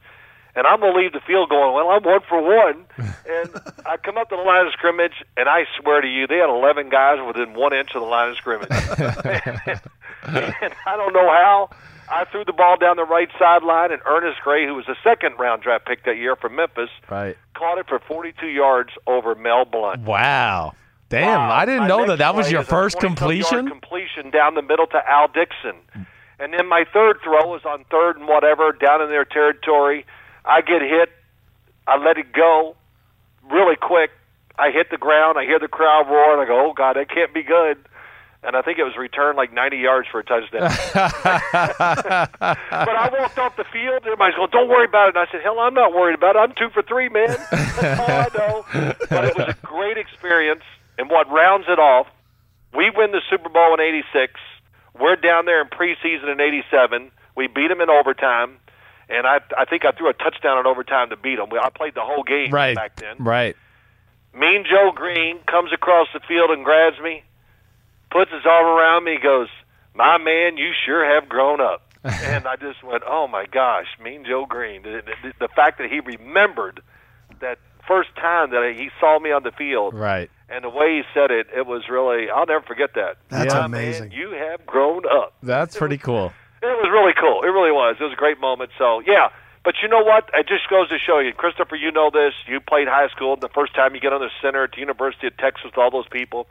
S5: and I'm going to leave the field going well I'm one for one, and I come up to the line of scrimmage and I swear to you they had 11 guys within one inch of the line of scrimmage, and I don't know how. I threw the ball down the right sideline, and Ernest Gray, who was a second round draft pick that year from Memphis,
S3: Right.
S5: caught it for 42 yards over Mel Blunt.
S3: Wow. Damn,
S5: Wow.
S3: I didn't
S5: My
S3: know
S5: next
S3: that. That was
S5: play
S3: your
S5: is a
S3: first
S5: 20-some yard
S3: completion.
S5: Completion down the middle to Al Dixon, and then my third throw was on third and whatever down in their territory. I get hit. I let it go really quick. I hit the ground. I hear the crowd roar, and I go, "Oh God, that can't be good." And I think it was returned like 90 yards for a touchdown. but I walked off the field. Everybody's going, "Don't worry about it." And I said, "Hell, I'm not worried about it. I'm two for three, man. That's all I know." But it was a great experience. And what rounds it off, we win the Super Bowl in '86. We're down there in preseason in '87. We beat them in overtime, and I, I think I threw a touchdown in overtime to beat them. I played the whole game
S3: Right.
S5: back then.
S3: Right.
S5: Mean Joe Green comes across the field and grabs me, puts his arm around me, goes, "My man, you sure have grown up." and I just went, "Oh my gosh, Mean Joe Green!" The, the, the fact that he remembered that first time that he saw me on the field,
S3: Right.
S5: and the way he said it, it was really—I'll never forget that.
S1: That's
S5: "My
S1: amazing.
S5: Man, you have grown up.
S3: That's pretty cool.
S5: It was really cool. It really was. It was a great moment. So yeah. But you know what? It just goes to show you, Christopher. You know this. You played high school. The first time you get on the center at the University of Texas with all those people,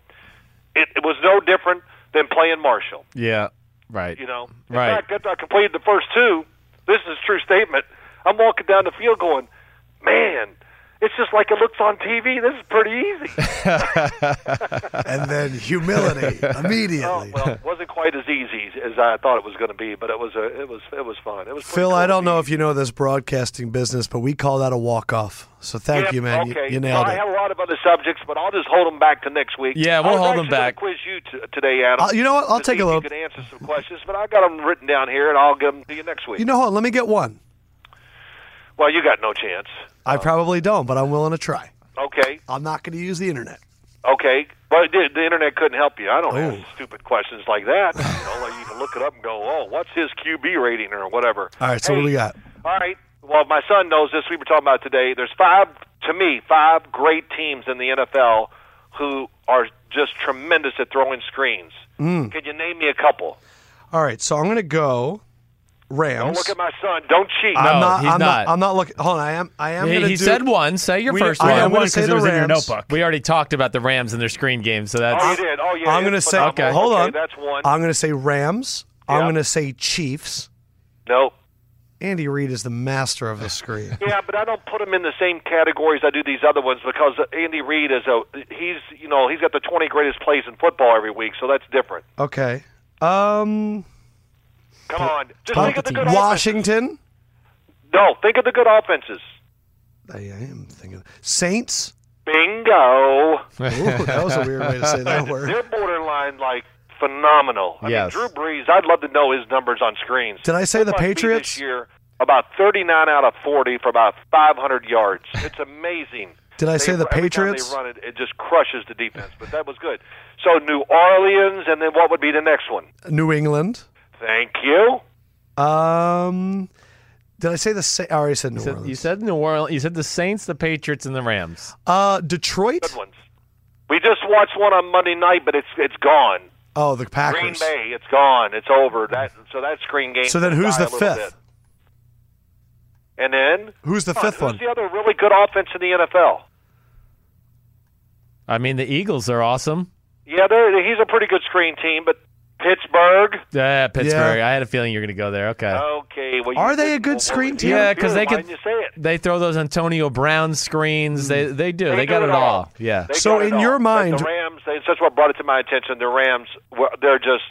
S5: it, it was no different than playing Marshall.
S3: Yeah. Right.
S5: You know, in
S3: Right.
S5: fact, after I completed the first two, this is a true statement. I'm walking down the field going, man, It's just like it looks on TV. This is pretty easy.
S1: and then humility immediately.
S5: oh, well, it wasn't quite as easy as I thought it was going to be, but it was a, it was it was fun. It was pretty
S1: Phil,
S5: cool
S1: I
S5: to
S1: don't
S5: be-
S1: know if you know this broadcasting business, but we call that a walk off. So thank
S5: Yeah,
S1: you, man. You-
S5: Okay.
S1: You, nailed it.
S5: well, I have a lot of other subjects, but I'll just hold them back to next week.
S3: Yeah, we'll
S5: I was
S3: hold 'em
S5: actually gonna
S3: back.
S5: Quiz you t- today, Adam.
S1: I'll- you know what? I'll
S5: to
S1: take
S5: see
S1: a
S5: if
S1: look.
S5: You can answer some questions, but I got them written down here, and I'll give them to you next week.
S1: you know what? Let me get one.
S5: well, you got no chance.
S1: I probably don't, but I'm willing to try.
S5: Okay.
S1: I'm not going to use the internet.
S5: Okay. But the, the internet couldn't help you. I don't
S1: Oh.
S5: ask stupid questions like that. you know, like you can look it up and go, "Oh, what's his QB rating or whatever."
S1: All right, so what do we
S5: Hey,
S1: got?
S5: All right. Well, my son knows this. We were talking about today. There's five, to me, five great teams in the NFL who are just tremendous at throwing screens.
S1: Hmm.
S5: Can you name me a couple?
S1: All right, so I'm going to go
S5: Don't
S1: Rams.
S5: look at my son. Don't cheat.
S1: I'm
S3: No,
S1: not,
S3: he's
S1: I'm
S3: not.
S1: I'm not looking. Hold on, I am. I am.
S3: He,
S1: gonna
S3: he
S1: do-
S3: said one. Say your
S2: We,
S3: first
S2: I
S1: I
S3: one.
S2: know
S1: am
S2: one
S1: gonna
S2: because
S1: say
S2: it
S1: the
S2: was in your
S1: Rams.
S2: notebook.
S3: We already talked about the Rams and their screen game, so that's
S5: oh, you did. Oh, yeah.
S1: I'm going to
S5: it's
S1: say.
S5: phenomenal.
S3: Okay.
S1: Hold
S5: okay,
S1: on.
S5: That's one.
S1: I'm going to say Rams. I'm
S5: Yeah.
S1: going to say Chiefs.
S5: no.
S1: Andy Reid is the master of the screen.
S5: Yeah, but I don't put him in the same categories I do these other ones because Andy Reid is a he's you know he's got the 20 greatest plays in football every week, so that's different.
S1: Okay. Um.
S5: Come on, just think of the good offenses.
S1: Washington.
S5: No, think of the good offenses.
S1: I am thinking Saints. Ooh,
S5: Bingo.
S1: that was a weird way to say that word.
S5: They're borderline like phenomenal. I
S3: Yes.
S5: mean, Drew Brees. I'd love to know his numbers on screens.
S1: Did I say the
S5: Must be
S1: Patriots?
S5: this year? About 39 out of 40 for about 500 yards. It's amazing.
S1: Did I
S5: They-
S1: say the
S5: every time
S1: Patriots?
S5: they run it, it just crushes the defense. But that was good. So New Orleans, and then what would be the next one?
S1: New England.
S5: Thank you.
S1: Um. Did I say the? Sa- I already said New
S3: You said,
S1: Orleans.
S3: you said New Orleans. You said the Saints, the Patriots, and the Rams.
S1: uh, Detroit.
S5: Good ones. We just watched one on Monday night, but it's it's gone.
S1: Oh, the
S5: Green
S1: Packers.
S5: Bay, it's gone. It's over. That so that screen game.
S1: So then,
S5: will
S1: who's
S5: die
S1: the
S5: a little
S1: fifth?
S5: bit. And then
S1: Who's the
S5: Come on,
S1: fifth one?
S5: Who's the other really good offense in the NFL?
S3: I mean, the Eagles are awesome.
S5: Yeah, they're, he's a pretty good screen team, but Pittsburgh.
S3: Yeah, Pittsburgh. I had a feeling you were going to go there. Okay.
S5: Okay, well, you
S1: Are they
S5: didn't-
S1: a good
S5: well,
S1: screen
S5: well,
S1: team?
S3: Yeah, 'cause they
S5: Why
S3: could-
S5: didn't You say it.
S3: They throw those Antonio Brown screens. They
S1: Mm.
S3: they do. They,
S5: do
S3: got it all. Yeah.
S5: They
S1: So
S5: got it
S1: in
S5: all.
S1: your
S5: But
S1: mind-
S5: the Rams. They, that's what brought it to my attention. The Rams. were- They're just.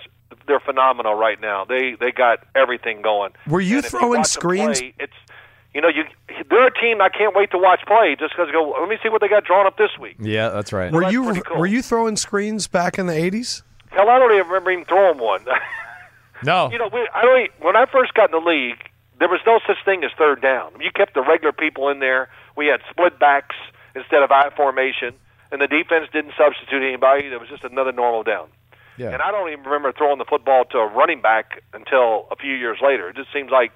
S5: They're phenomenal right now. They they got everything going.
S1: Were you
S5: And if
S1: throwing
S5: watch them
S1: screens?
S5: play, it's you know you they're a team I can't wait to watch play just because go let me see what they got drawn up this week.
S3: Yeah, that's right.
S1: Were
S5: that's
S1: you
S5: pretty cool.
S1: were you throwing screens back in the '80s?
S5: Hell, I don't even remember him throwing one.
S3: No.
S5: You know, we, I don't. When I first got in the league, there was no such thing as third down. You kept the regular people in there. We had split backs instead of I formation, and the defense didn't substitute anybody. It was just another normal down.
S3: Yeah.
S5: And I don't even remember throwing the football to a running back until a few years later. It just seems like,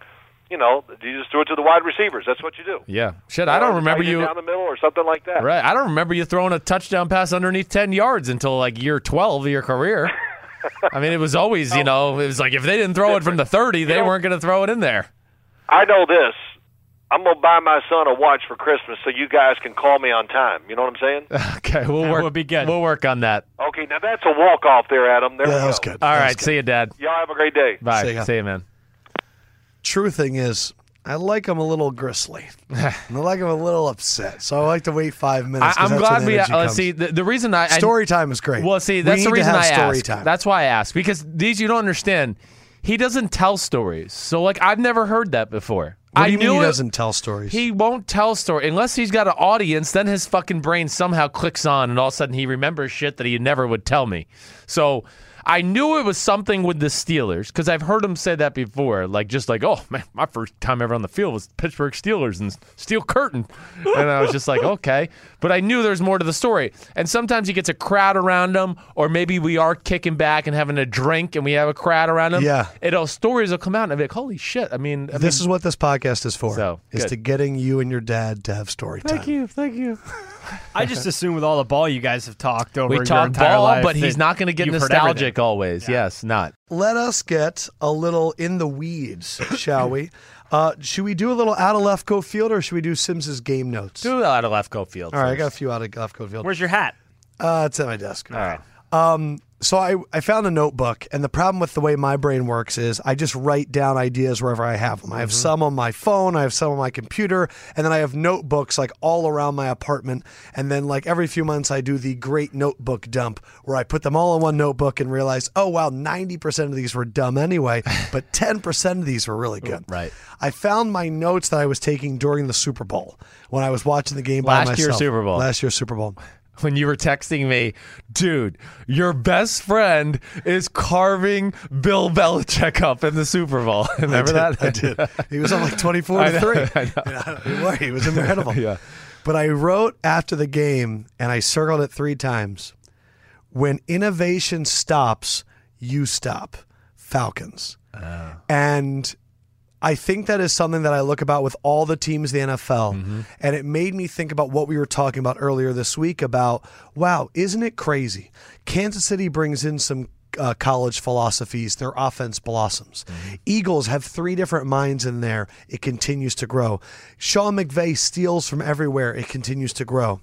S5: you know, you just threw it to the wide receivers. That's what you do.
S3: Yeah. Shit, I don't
S5: Or
S3: remember
S5: tight end
S3: you.
S5: down the middle or something like that.
S3: Right. I don't remember you throwing a touchdown pass underneath 10 yards until like year 12 of your career. I mean, it was always, you know, it was like if they didn't throw it from the 30, they
S5: know-
S3: weren't going to throw it in there.
S5: I know this. I'm gonna buy my son a watch for Christmas so you guys can call me on time. You know what I'm saying?
S3: Okay, we'll work.
S2: would be good.
S3: We'll work on that.
S5: Okay, now that's a walk off there, Adam. There
S1: Yeah,
S5: we
S1: that was
S5: go.
S1: good.
S3: All
S1: That was
S3: right, see you, Dad.
S5: Y'all have a great day.
S3: Bye.
S1: See ya.
S3: man.
S1: true thing is, I like them a little gristly. and I like them a little upset. So I like to wait five minutes.
S3: I,
S1: 'cause
S3: I'm
S1: that's when
S3: glad we.
S1: energy
S3: Uh,
S1: comes.
S3: see, the, the reason I I-
S1: story time is great.
S3: Well, see,
S1: We
S3: that's
S1: need
S3: the
S1: to
S3: reason
S1: have
S3: I
S1: story
S3: asked.
S1: Time.
S3: That's why I asked because these you don't understand. He doesn't tell stories, so like I've never heard that before.
S1: what
S3: I
S1: do you
S3: knew
S1: mean he
S3: it-
S1: doesn't tell stories.
S3: He won't tell story unless he's got an audience. Then his fucking brain somehow clicks on, and all of a sudden he remembers shit that he never would tell me. So I knew it was something with the Steelers because I've heard him say that before. Like just like, oh man, my first time ever on the field was Pittsburgh Steelers and Steel Curtain, and I was just like, okay. But I knew there's more to the story. And sometimes he gets a crowd around him, or maybe we are kicking back and having a drink, and we have a crowd around him.
S1: Yeah.
S3: it'll stories will come out, and I'll be like, holy shit. I mean, I
S1: this
S3: mean,
S1: is what this podcast is for.
S3: So,
S1: is
S3: good.
S1: to getting you and your dad to have story
S3: Thank
S1: time.
S3: you, thank you.
S2: I just assume with all the ball you guys have talked over
S3: We
S2: your
S3: talk
S2: entire
S3: ball,
S2: life
S3: but he's
S2: that
S3: not going to get
S2: you've heard
S3: nostalgic
S2: everything.
S3: always. Yes, not.
S1: Let us get a little in the weeds, shall we? Uh, should we do a little out of left go field, or should we do Sims's game notes?
S3: Do out of left field.
S1: All right, I got a few out of left go field.
S2: Where's your hat?
S1: Uh, it's at my desk.
S3: All right.
S1: So I, I found a notebook, and the problem with the way my brain works is I just write down ideas wherever I have them. I have
S3: Mm-hmm.
S1: some on my phone, I have some on my computer, and then I have notebooks like all around my apartment. And then like every few months, I do the great notebook dump where I put them all in one notebook and realize, oh wow, ninety percent of these were dumb anyway, but ten percent of these were really good.
S3: Right.
S1: I found my notes that I was taking during the Super Bowl when I was watching the game by
S3: Last
S1: myself.
S3: year's Super Bowl.
S1: Last year's Super Bowl.
S3: when you were texting me, dude, your best friend is carving Bill Belichick up in the Super Bowl. Remember that?
S1: I did. He was on like 24
S3: I
S1: to
S3: know,
S1: 3.
S3: I know.
S1: You know, don't worry, It was incredible.
S3: Yeah.
S1: But I wrote after the game and I circled it three times. When innovation stops, you stop. Falcons.
S3: Oh.
S1: And I think that is something that I look about with all the teams in the NFL. And it made me think about what we were talking about earlier this week about, wow, isn't it crazy? Kansas City brings in some uh, college philosophies, their offense blossoms. Eagles have three different minds in there, it continues to grow. Sean McVay steals from everywhere, it continues to grow.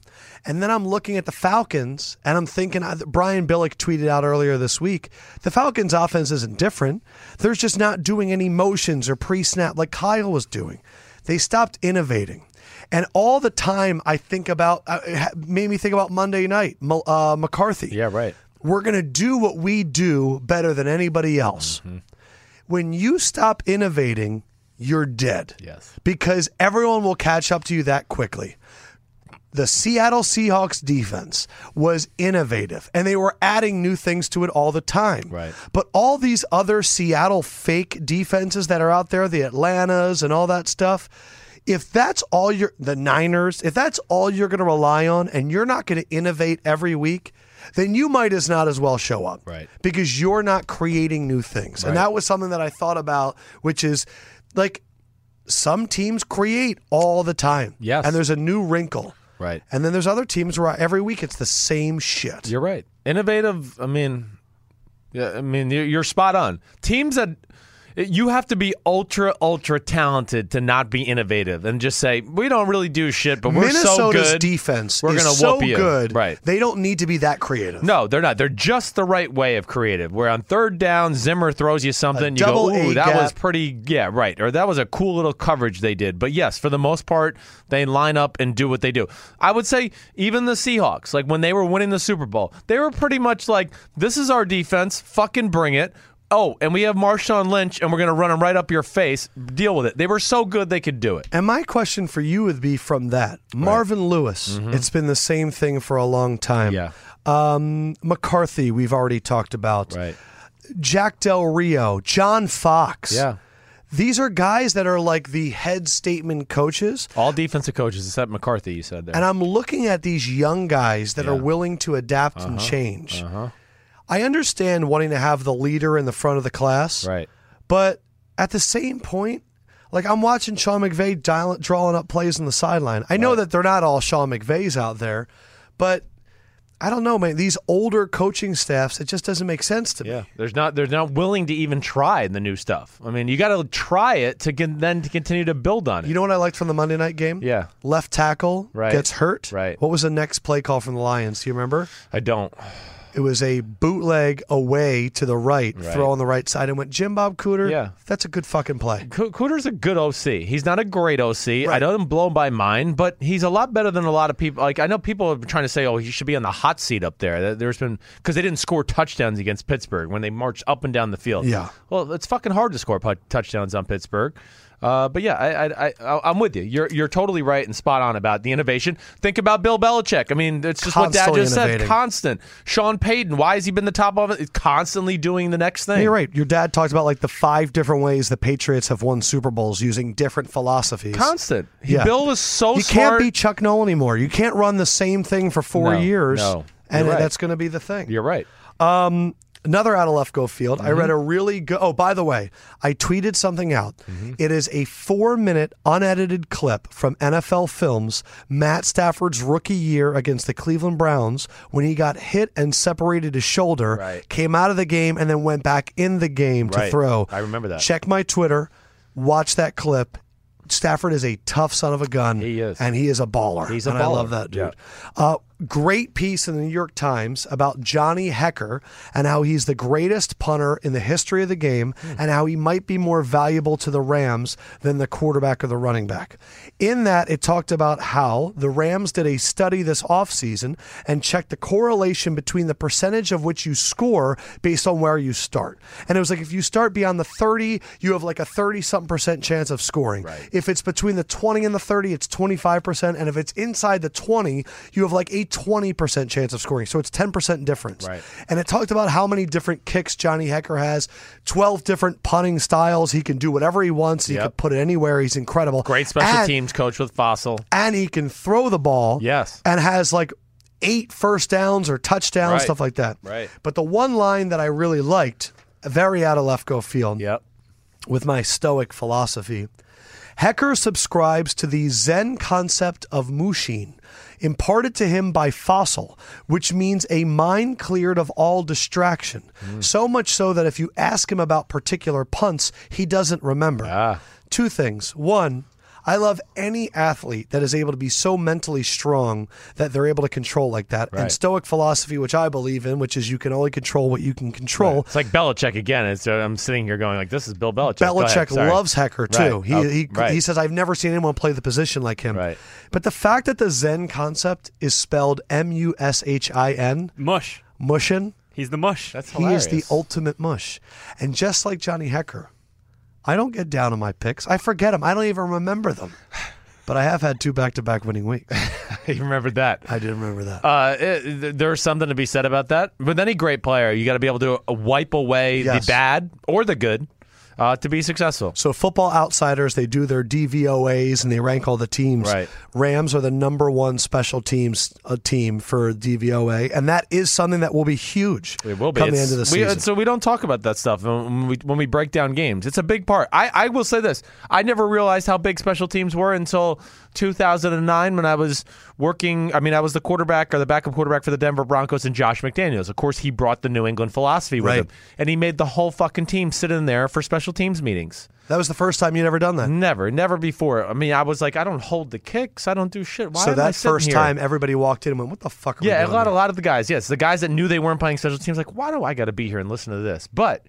S1: And then I'm looking at the Falcons and I'm thinking, I- Brian Billick tweeted out earlier this week the Falcons' offense isn't different. They're just not doing any motions or pre snap like Kyle was doing. They stopped innovating. And all the time I think about, uh, it ha- made me think about Monday night, Mo- uh, McCarthy.
S3: Yeah, right.
S1: We're going to do what we do better than anybody else.
S3: Mm-hmm.
S1: When you stop innovating, you're dead.
S3: Yes.
S1: Because everyone will catch up to you that quickly the Seattle Seahawks defense was innovative and they were adding new things to it all the time.
S3: Right.
S1: But all these other Seattle fake defenses that are out there, the Atlantas and all that stuff, if that's all you're, the Niners, if that's all you're going to rely on and you're not going to innovate every week, then you might as not as well show up.
S3: Right.
S1: Because you're not creating new things. And that was something that I thought about, which is like, some teams create all the time.
S3: Yes.
S1: And there's a new wrinkle.
S3: Right.
S1: And then there's other teams where every week it's the same shit.
S3: You're right. Innovative. I mean, yeah. I mean, you're, you're spot on. Teams that you have to be ultra, ultra talented to not be innovative and just say we don't really do shit, but we're so
S1: Minnesota's
S3: good.
S1: defense
S3: We're
S1: is
S3: gonna
S1: so
S3: whoop you.
S1: good.
S3: Right.
S1: They don't need to be that creative.
S3: No, they're not. They're just the right way of creative. Where on third down, Zimmer throws you something, you
S1: double
S3: go,
S1: A
S3: "Ooh, that
S1: gap."
S3: was pretty." Yeah, right. Or that was a cool little coverage they did. But yes, for the most part, they line up and do what they do. I would say even the Seahawks, like when they were winning the Super Bowl, they were pretty much like, "This is our defense. Fucking bring it." Oh, and we have Marshawn Lynch, and we're going to run him right up your face. Deal with it. They were so good they could do it.
S1: And my question for you would be from that Marvin Lewis. It's been the same thing for a long time.
S3: Mm-hmm. Yeah.
S1: Um, McCarthy, we've already talked about.
S3: Right.
S1: Jack Del Rio, John Fox.
S3: Yeah.
S1: These are guys that are like the head statement coaches.
S3: All defensive coaches except McCarthy. You said there.
S1: And I'm looking at these young guys that are willing to adapt and
S3: Uh-huh.
S1: change. I understand wanting to have the leader in the front of the class,
S3: right.
S1: but at the same point, like I'm watching Sean McVay dial- drawing up plays on the sideline. I know that they're not all Sean McVays out there, but I don't know, man. These older coaching staffs, it just doesn't make sense to me.
S3: Yeah, there's not they're not willing to even try the new stuff. I mean, you got to try it to con- then to continue to build on it.
S1: You know what I liked from the Monday night game?
S3: Yeah.
S1: Left tackle
S3: Right.
S1: gets hurt.
S3: Right.
S1: What was the next play call from the Lions? Do you remember?
S3: I don't.
S1: It was a bootleg away to the right, throw on the right side, and went Jim Bob Cooter.
S3: Yeah.
S1: that's a good fucking play.
S3: Coo- Cooter's a good OC. He's not a great OC. I know him blown by mine, but he's a lot better than a lot of people. Like I know people have been trying to say, "Oh, he should be on the hot seat up there." There- There's been because they didn't score touchdowns against Pittsburgh when they marched up and down the field.
S1: Yeah.
S3: Well, it's fucking hard to score put- touchdowns on Pittsburgh. Uh, but yeah, I, I, I- I, I'm with you. You're you're totally right and spot on about the innovation. Think about Bill Belichick. I mean, it's just what
S1: Constantly
S3: Dad just
S1: innovating.
S3: said. Constant. Sean Payton. Why has he been the top of it? Constantly doing the next thing.
S1: You're right. Your dad talked about like the five different ways the Patriots have won Super Bowls using different philosophies.
S3: Constant. He,
S1: Yeah.
S3: Bill is so
S1: you can't
S3: smart.
S1: be Chuck Noll anymore. You can't run the same thing for four
S3: No,
S1: years,
S3: no.
S1: and
S3: You're right.
S1: that's going to be the thing.
S3: You're Mm-hmm. right.
S1: Another out of left go field. I read a really good. Oh, by the way, I tweeted something out.
S3: Mm-hmm.
S1: It is a four minute unedited clip from NFL Films, Matt Stafford's rookie year against the Cleveland Browns when he got hit and separated his shoulder,
S3: Right.
S1: came out of the game, and then went back in the game to
S3: Right.
S1: throw.
S3: I remember that.
S1: Check my Twitter, watch that clip. Stafford is a tough son of a gun.
S3: He is.
S1: And he is a baller.
S3: He's a
S1: and I
S3: baller.
S1: love that dude.
S3: Yeah.
S1: Uh, great piece in the New York Times about Johnny Hecker and how he's the greatest punter in the history of the game
S3: Hmm.
S1: and how he might be more valuable to the Rams than the quarterback or the running back. In that, it talked about how the Rams did a study this offseason and checked the correlation between the percentage of which you score based on where you start. And it was like if you start beyond the 30, you have like a 30 something percent chance of scoring. If it's between the 20 and the 30, it's 25%. And if it's inside the 20, you have like a 20% chance of scoring. So it's 10% difference. Right. And it talked about how many different kicks Johnny Hecker has, 12 different punting styles. He can do whatever he wants. He can put it anywhere. He's incredible.
S3: Great special
S1: And-
S3: teams coach with Fossil.
S1: and he can throw the ball.
S3: Yes.
S1: And has like eight first downs or touchdowns,
S3: Right.
S1: stuff like that.
S3: Right.
S1: But the one line that I really liked, very out of left go field
S3: Yep.
S1: with my stoic philosophy. Hecker subscribes to the Zen concept of Mushin, imparted to him by Fossil, which means a mind cleared of all distraction. So much so that if you ask him about particular punts, he doesn't remember. Two things. One, I love any athlete that is able to be so mentally strong that they're able to control like that. And Stoic philosophy, which I believe in, which is you can only control what you can control,
S3: It's like Belichick again. It's, uh, I'm sitting here going like, this is Bill Belichick. Go ahead,
S1: Belichick
S3: sorry.
S1: loves Hecker too.
S3: Right.
S1: He,
S3: Oh,
S1: he,
S3: right.
S1: he says, I've never seen anyone play the position like him.
S3: Right.
S1: But the fact that the Zen concept is spelled M U S H I N,
S2: Mush.
S1: mushin,
S2: He's the mush.
S3: That's
S1: he is
S3: hilarious.
S1: the ultimate mush. And just like Johnny Hecker, I don't get down on my picks. I forget them. I don't even remember them. But I have had two back to back winning weeks.
S3: he remembered that.
S1: I didn't remember that.
S3: Uh, it, th- there's something to be said about that. With any great player, you got to be able to uh, wipe away
S1: Yes.
S3: the bad or the good uh, to be successful.
S1: So football outsiders, they do their DVOAs and they rank all the teams.
S3: Right.
S1: Rams are the number one special teams uh, team for DVOA, and that is something that will be huge.
S3: It will be
S1: coming
S3: It's-
S1: into the
S3: we- uh,
S1: season.
S3: so we don't talk about that stuff when we, when we break down games. It's a big part. I, I will say this: I never realized how big special teams were until 2009 when I was working. I mean, I was the quarterback or the backup quarterback for the Denver Broncos and Josh McDaniels. Of course, he brought the New England philosophy with
S1: Right.
S3: him, and he made the whole fucking team sit in there for special teams meetings.
S1: that was the first time you'd ever done that.
S3: Never, never before. I mean, I was like, I don't hold the kicks. I don't do shit. Why
S1: so
S3: am I
S1: that
S3: sitting
S1: first
S3: here?
S1: time, everybody walked in and went, "What the fuck?" Are
S3: Yeah, a
S1: we doing
S3: lot, a
S1: here?"
S3: lot of the guys. Yes, the guys that knew they weren't playing special teams, like, why do I got to be here and listen to this? But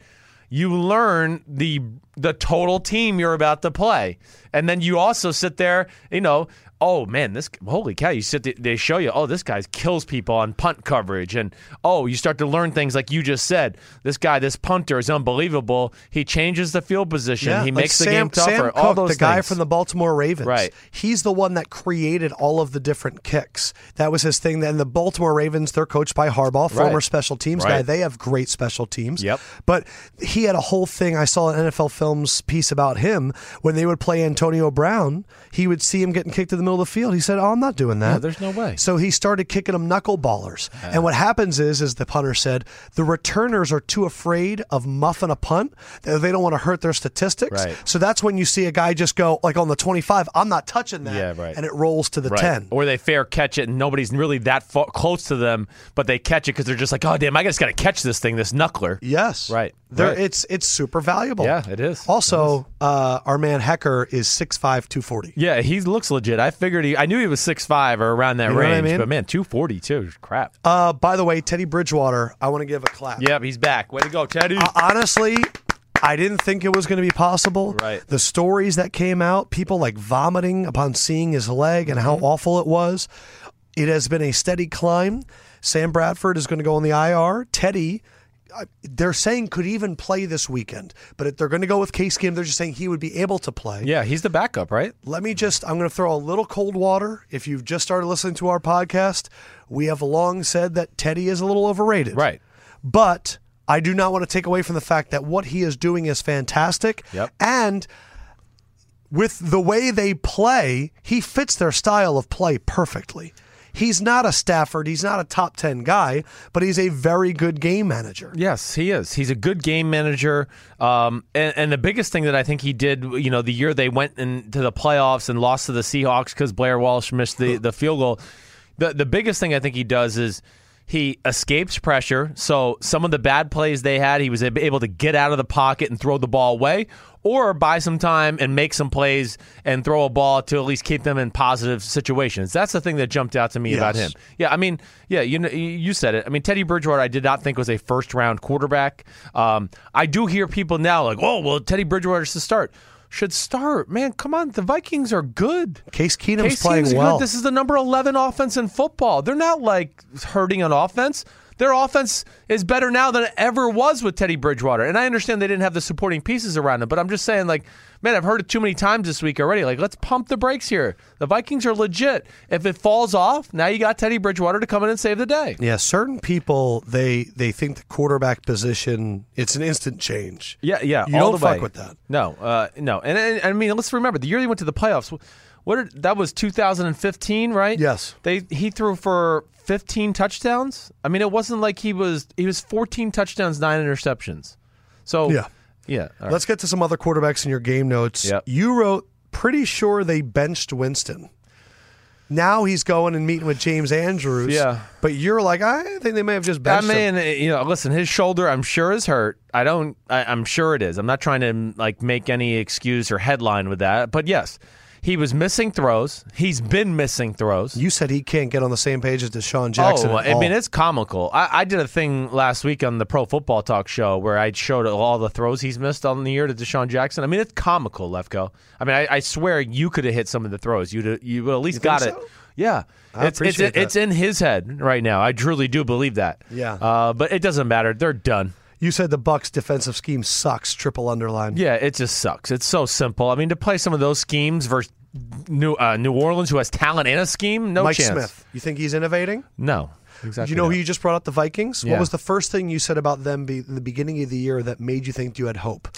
S3: you learn the the total team you're about to play, and then you also sit there. You know, oh man, this holy cow! You sit. th- They show you, oh, this guy kills people on punt coverage, and oh, you start to learn things like you just said. This guy, this punter, is unbelievable. He changes the field position.
S1: Yeah,
S3: he
S1: like
S3: makes the
S1: Sam,
S3: game tougher.
S1: Sam
S3: all
S1: Cook,
S3: those
S1: the guy
S3: things.
S1: from the Baltimore Ravens,
S3: Right.
S1: He's the one that created all of the different kicks. That was his thing. And the Baltimore Ravens, they're coached by Harbaugh, former
S3: Right.
S1: special teams guy.
S3: Right.
S1: They have great special teams.
S3: Yep.
S1: But he had a whole thing. I saw an NFL Films piece about him when they would play Antonio Brown. He would see him getting kicked in the middle of the field. He said, "Oh, I'm not doing that.
S3: Yeah, there's no way.
S1: So he started kicking them knuckleballers. And what happens is, as the punter said, the returners are too afraid of muffing a punt. They they don't want to hurt their statistics.
S3: Right.
S1: So that's when you see a guy just go, like on the 25, I'm not touching that.
S3: Yeah, right.
S1: And it rolls to the
S3: Right.
S1: 10.
S3: Or they fair catch it and nobody's really that far, close to them, but they catch it because they're just like, oh, damn, I just got to catch this thing, this knuckler.
S1: yes.
S3: Right,
S1: There,
S3: right.
S1: It's, it's super valuable.
S3: Yeah, it is.
S1: Also, Uh, our man Hecker is 6'5, 240.
S3: Yeah, he looks legit. I figured he, I knew he was 6'5 or around that
S1: You know what I
S3: range,
S1: mean?
S3: but man, 240 too. Crap.
S1: Uh, by the way, Teddy Bridgewater, I want to give a clap.
S3: yep, he's back. Way to go, Teddy.
S1: uh, honestly, I didn't think it was going to be possible.
S3: Right.
S1: The stories that came out, people like vomiting upon seeing his leg and how awful it was. It has been a steady climb. Sam Bradford is going to go on the IR. Teddy, I- they're saying could even play this weekend, but if they're going to go with Case Kim, they're just saying he would be able to play.
S3: yeah, he's the backup, right?
S1: Let me just, I'm going to throw a little cold water. If you've just started listening to our podcast, we have long said that Teddy is a little overrated.
S3: Right.
S1: But I do not want to take away from the fact that what he is doing is fantastic.
S3: Yep.
S1: And with the way they play, he fits their style of play perfectly. He's not a Stafford, he's not a top 10 guy, but he's a very good game manager.
S3: Yes, he is. He's a good game manager. Um, and, and the biggest thing that I think he did, you know, the year they went into the playoffs and lost to the Seahawks because Blair Walsh missed the, the field goal. The, the biggest thing I think he does is He escapes pressure. So some of the bad plays they had, he was ab- able to get out of the pocket and throw the ball away, or buy some time and make some plays and throw a ball to at least keep them in positive situations. That's the thing that jumped out to me about
S1: Yes.
S3: him. Yeah, I mean, yeah, you know, you said it. I mean, Teddy Bridgewater, I did not think was a first round quarterback. Um, I do hear people now like, oh, well, Teddy Bridgewater should start. Should start, man. Come on, the Vikings are good.
S1: Case Keenum's
S3: Case
S1: playing
S3: Keenum's good.
S1: well.
S3: This is the number eleven offense in football. They're not like hurting on offense. Their offense is better now than it ever was with Teddy Bridgewater. And I understand they didn't have the supporting pieces around him, but I'm just saying, like, man, I've heard it too many times this week already. Like, let's pump the brakes here. The Vikings are legit. If it falls off, now you got Teddy Bridgewater to come in and save the day.
S1: Yeah, certain people they they think the quarterback position it's an instant change.
S3: Yeah, yeah.
S1: You
S3: all
S1: don't
S3: the way.
S1: fuck with that.
S3: No, uh, no. And, and I mean, let's remember the year they went to the playoffs. What did, that was 2015, right?
S1: Yes.
S3: They he threw for 15 touchdowns. I mean, it wasn't like he was he was 14 touchdowns, nine interceptions. So
S1: Yeah.
S3: yeah. all right.
S1: Let's get to some other quarterbacks in your game notes.
S3: Yep.
S1: You wrote pretty sure they benched Winston. Now he's going and meeting with James Andrews.
S3: Yeah.
S1: But you're like, I think they may have just
S3: I
S1: benched him.
S3: mean, eh, you know, listen, his shoulder, I'm sure is hurt. I don't, I, I'm sure it is. I'm not trying to like make any excuse or headline with that. But yes, he was missing throws. He's been missing throws.
S1: You said he can't get on the same page as Deshaun Jackson.
S3: Oh,
S1: at
S3: I mean,
S1: all.
S3: it's comical. I, I did a thing last week on the Pro Football Talk show where I showed all the throws he's missed on the year to Deshaun Jackson. I mean, it's comical, Lefko. I mean, I, I swear you could have hit some of the throws. You'd you would at least got
S1: think
S3: it.
S1: so?
S3: Yeah, it's it's,
S1: appreciate that.
S3: it's in his head right now. I truly do believe that.
S1: Yeah.
S3: uh, but it doesn't matter. They're done.
S1: you said the Bucks defensive scheme sucks, triple underline.
S3: Yeah, it just sucks. It's so simple. I mean, to play some of those schemes versus New uh, New Orleans, who has talent and a scheme, no
S1: Mike
S3: chance.
S1: Smith, you think he's innovating?
S3: No, exactly.
S1: you know
S3: not.
S1: who you just brought up? The Vikings.
S3: Yeah.
S1: What was the first thing you said about them be, in the beginning of the year that made you think you had hope?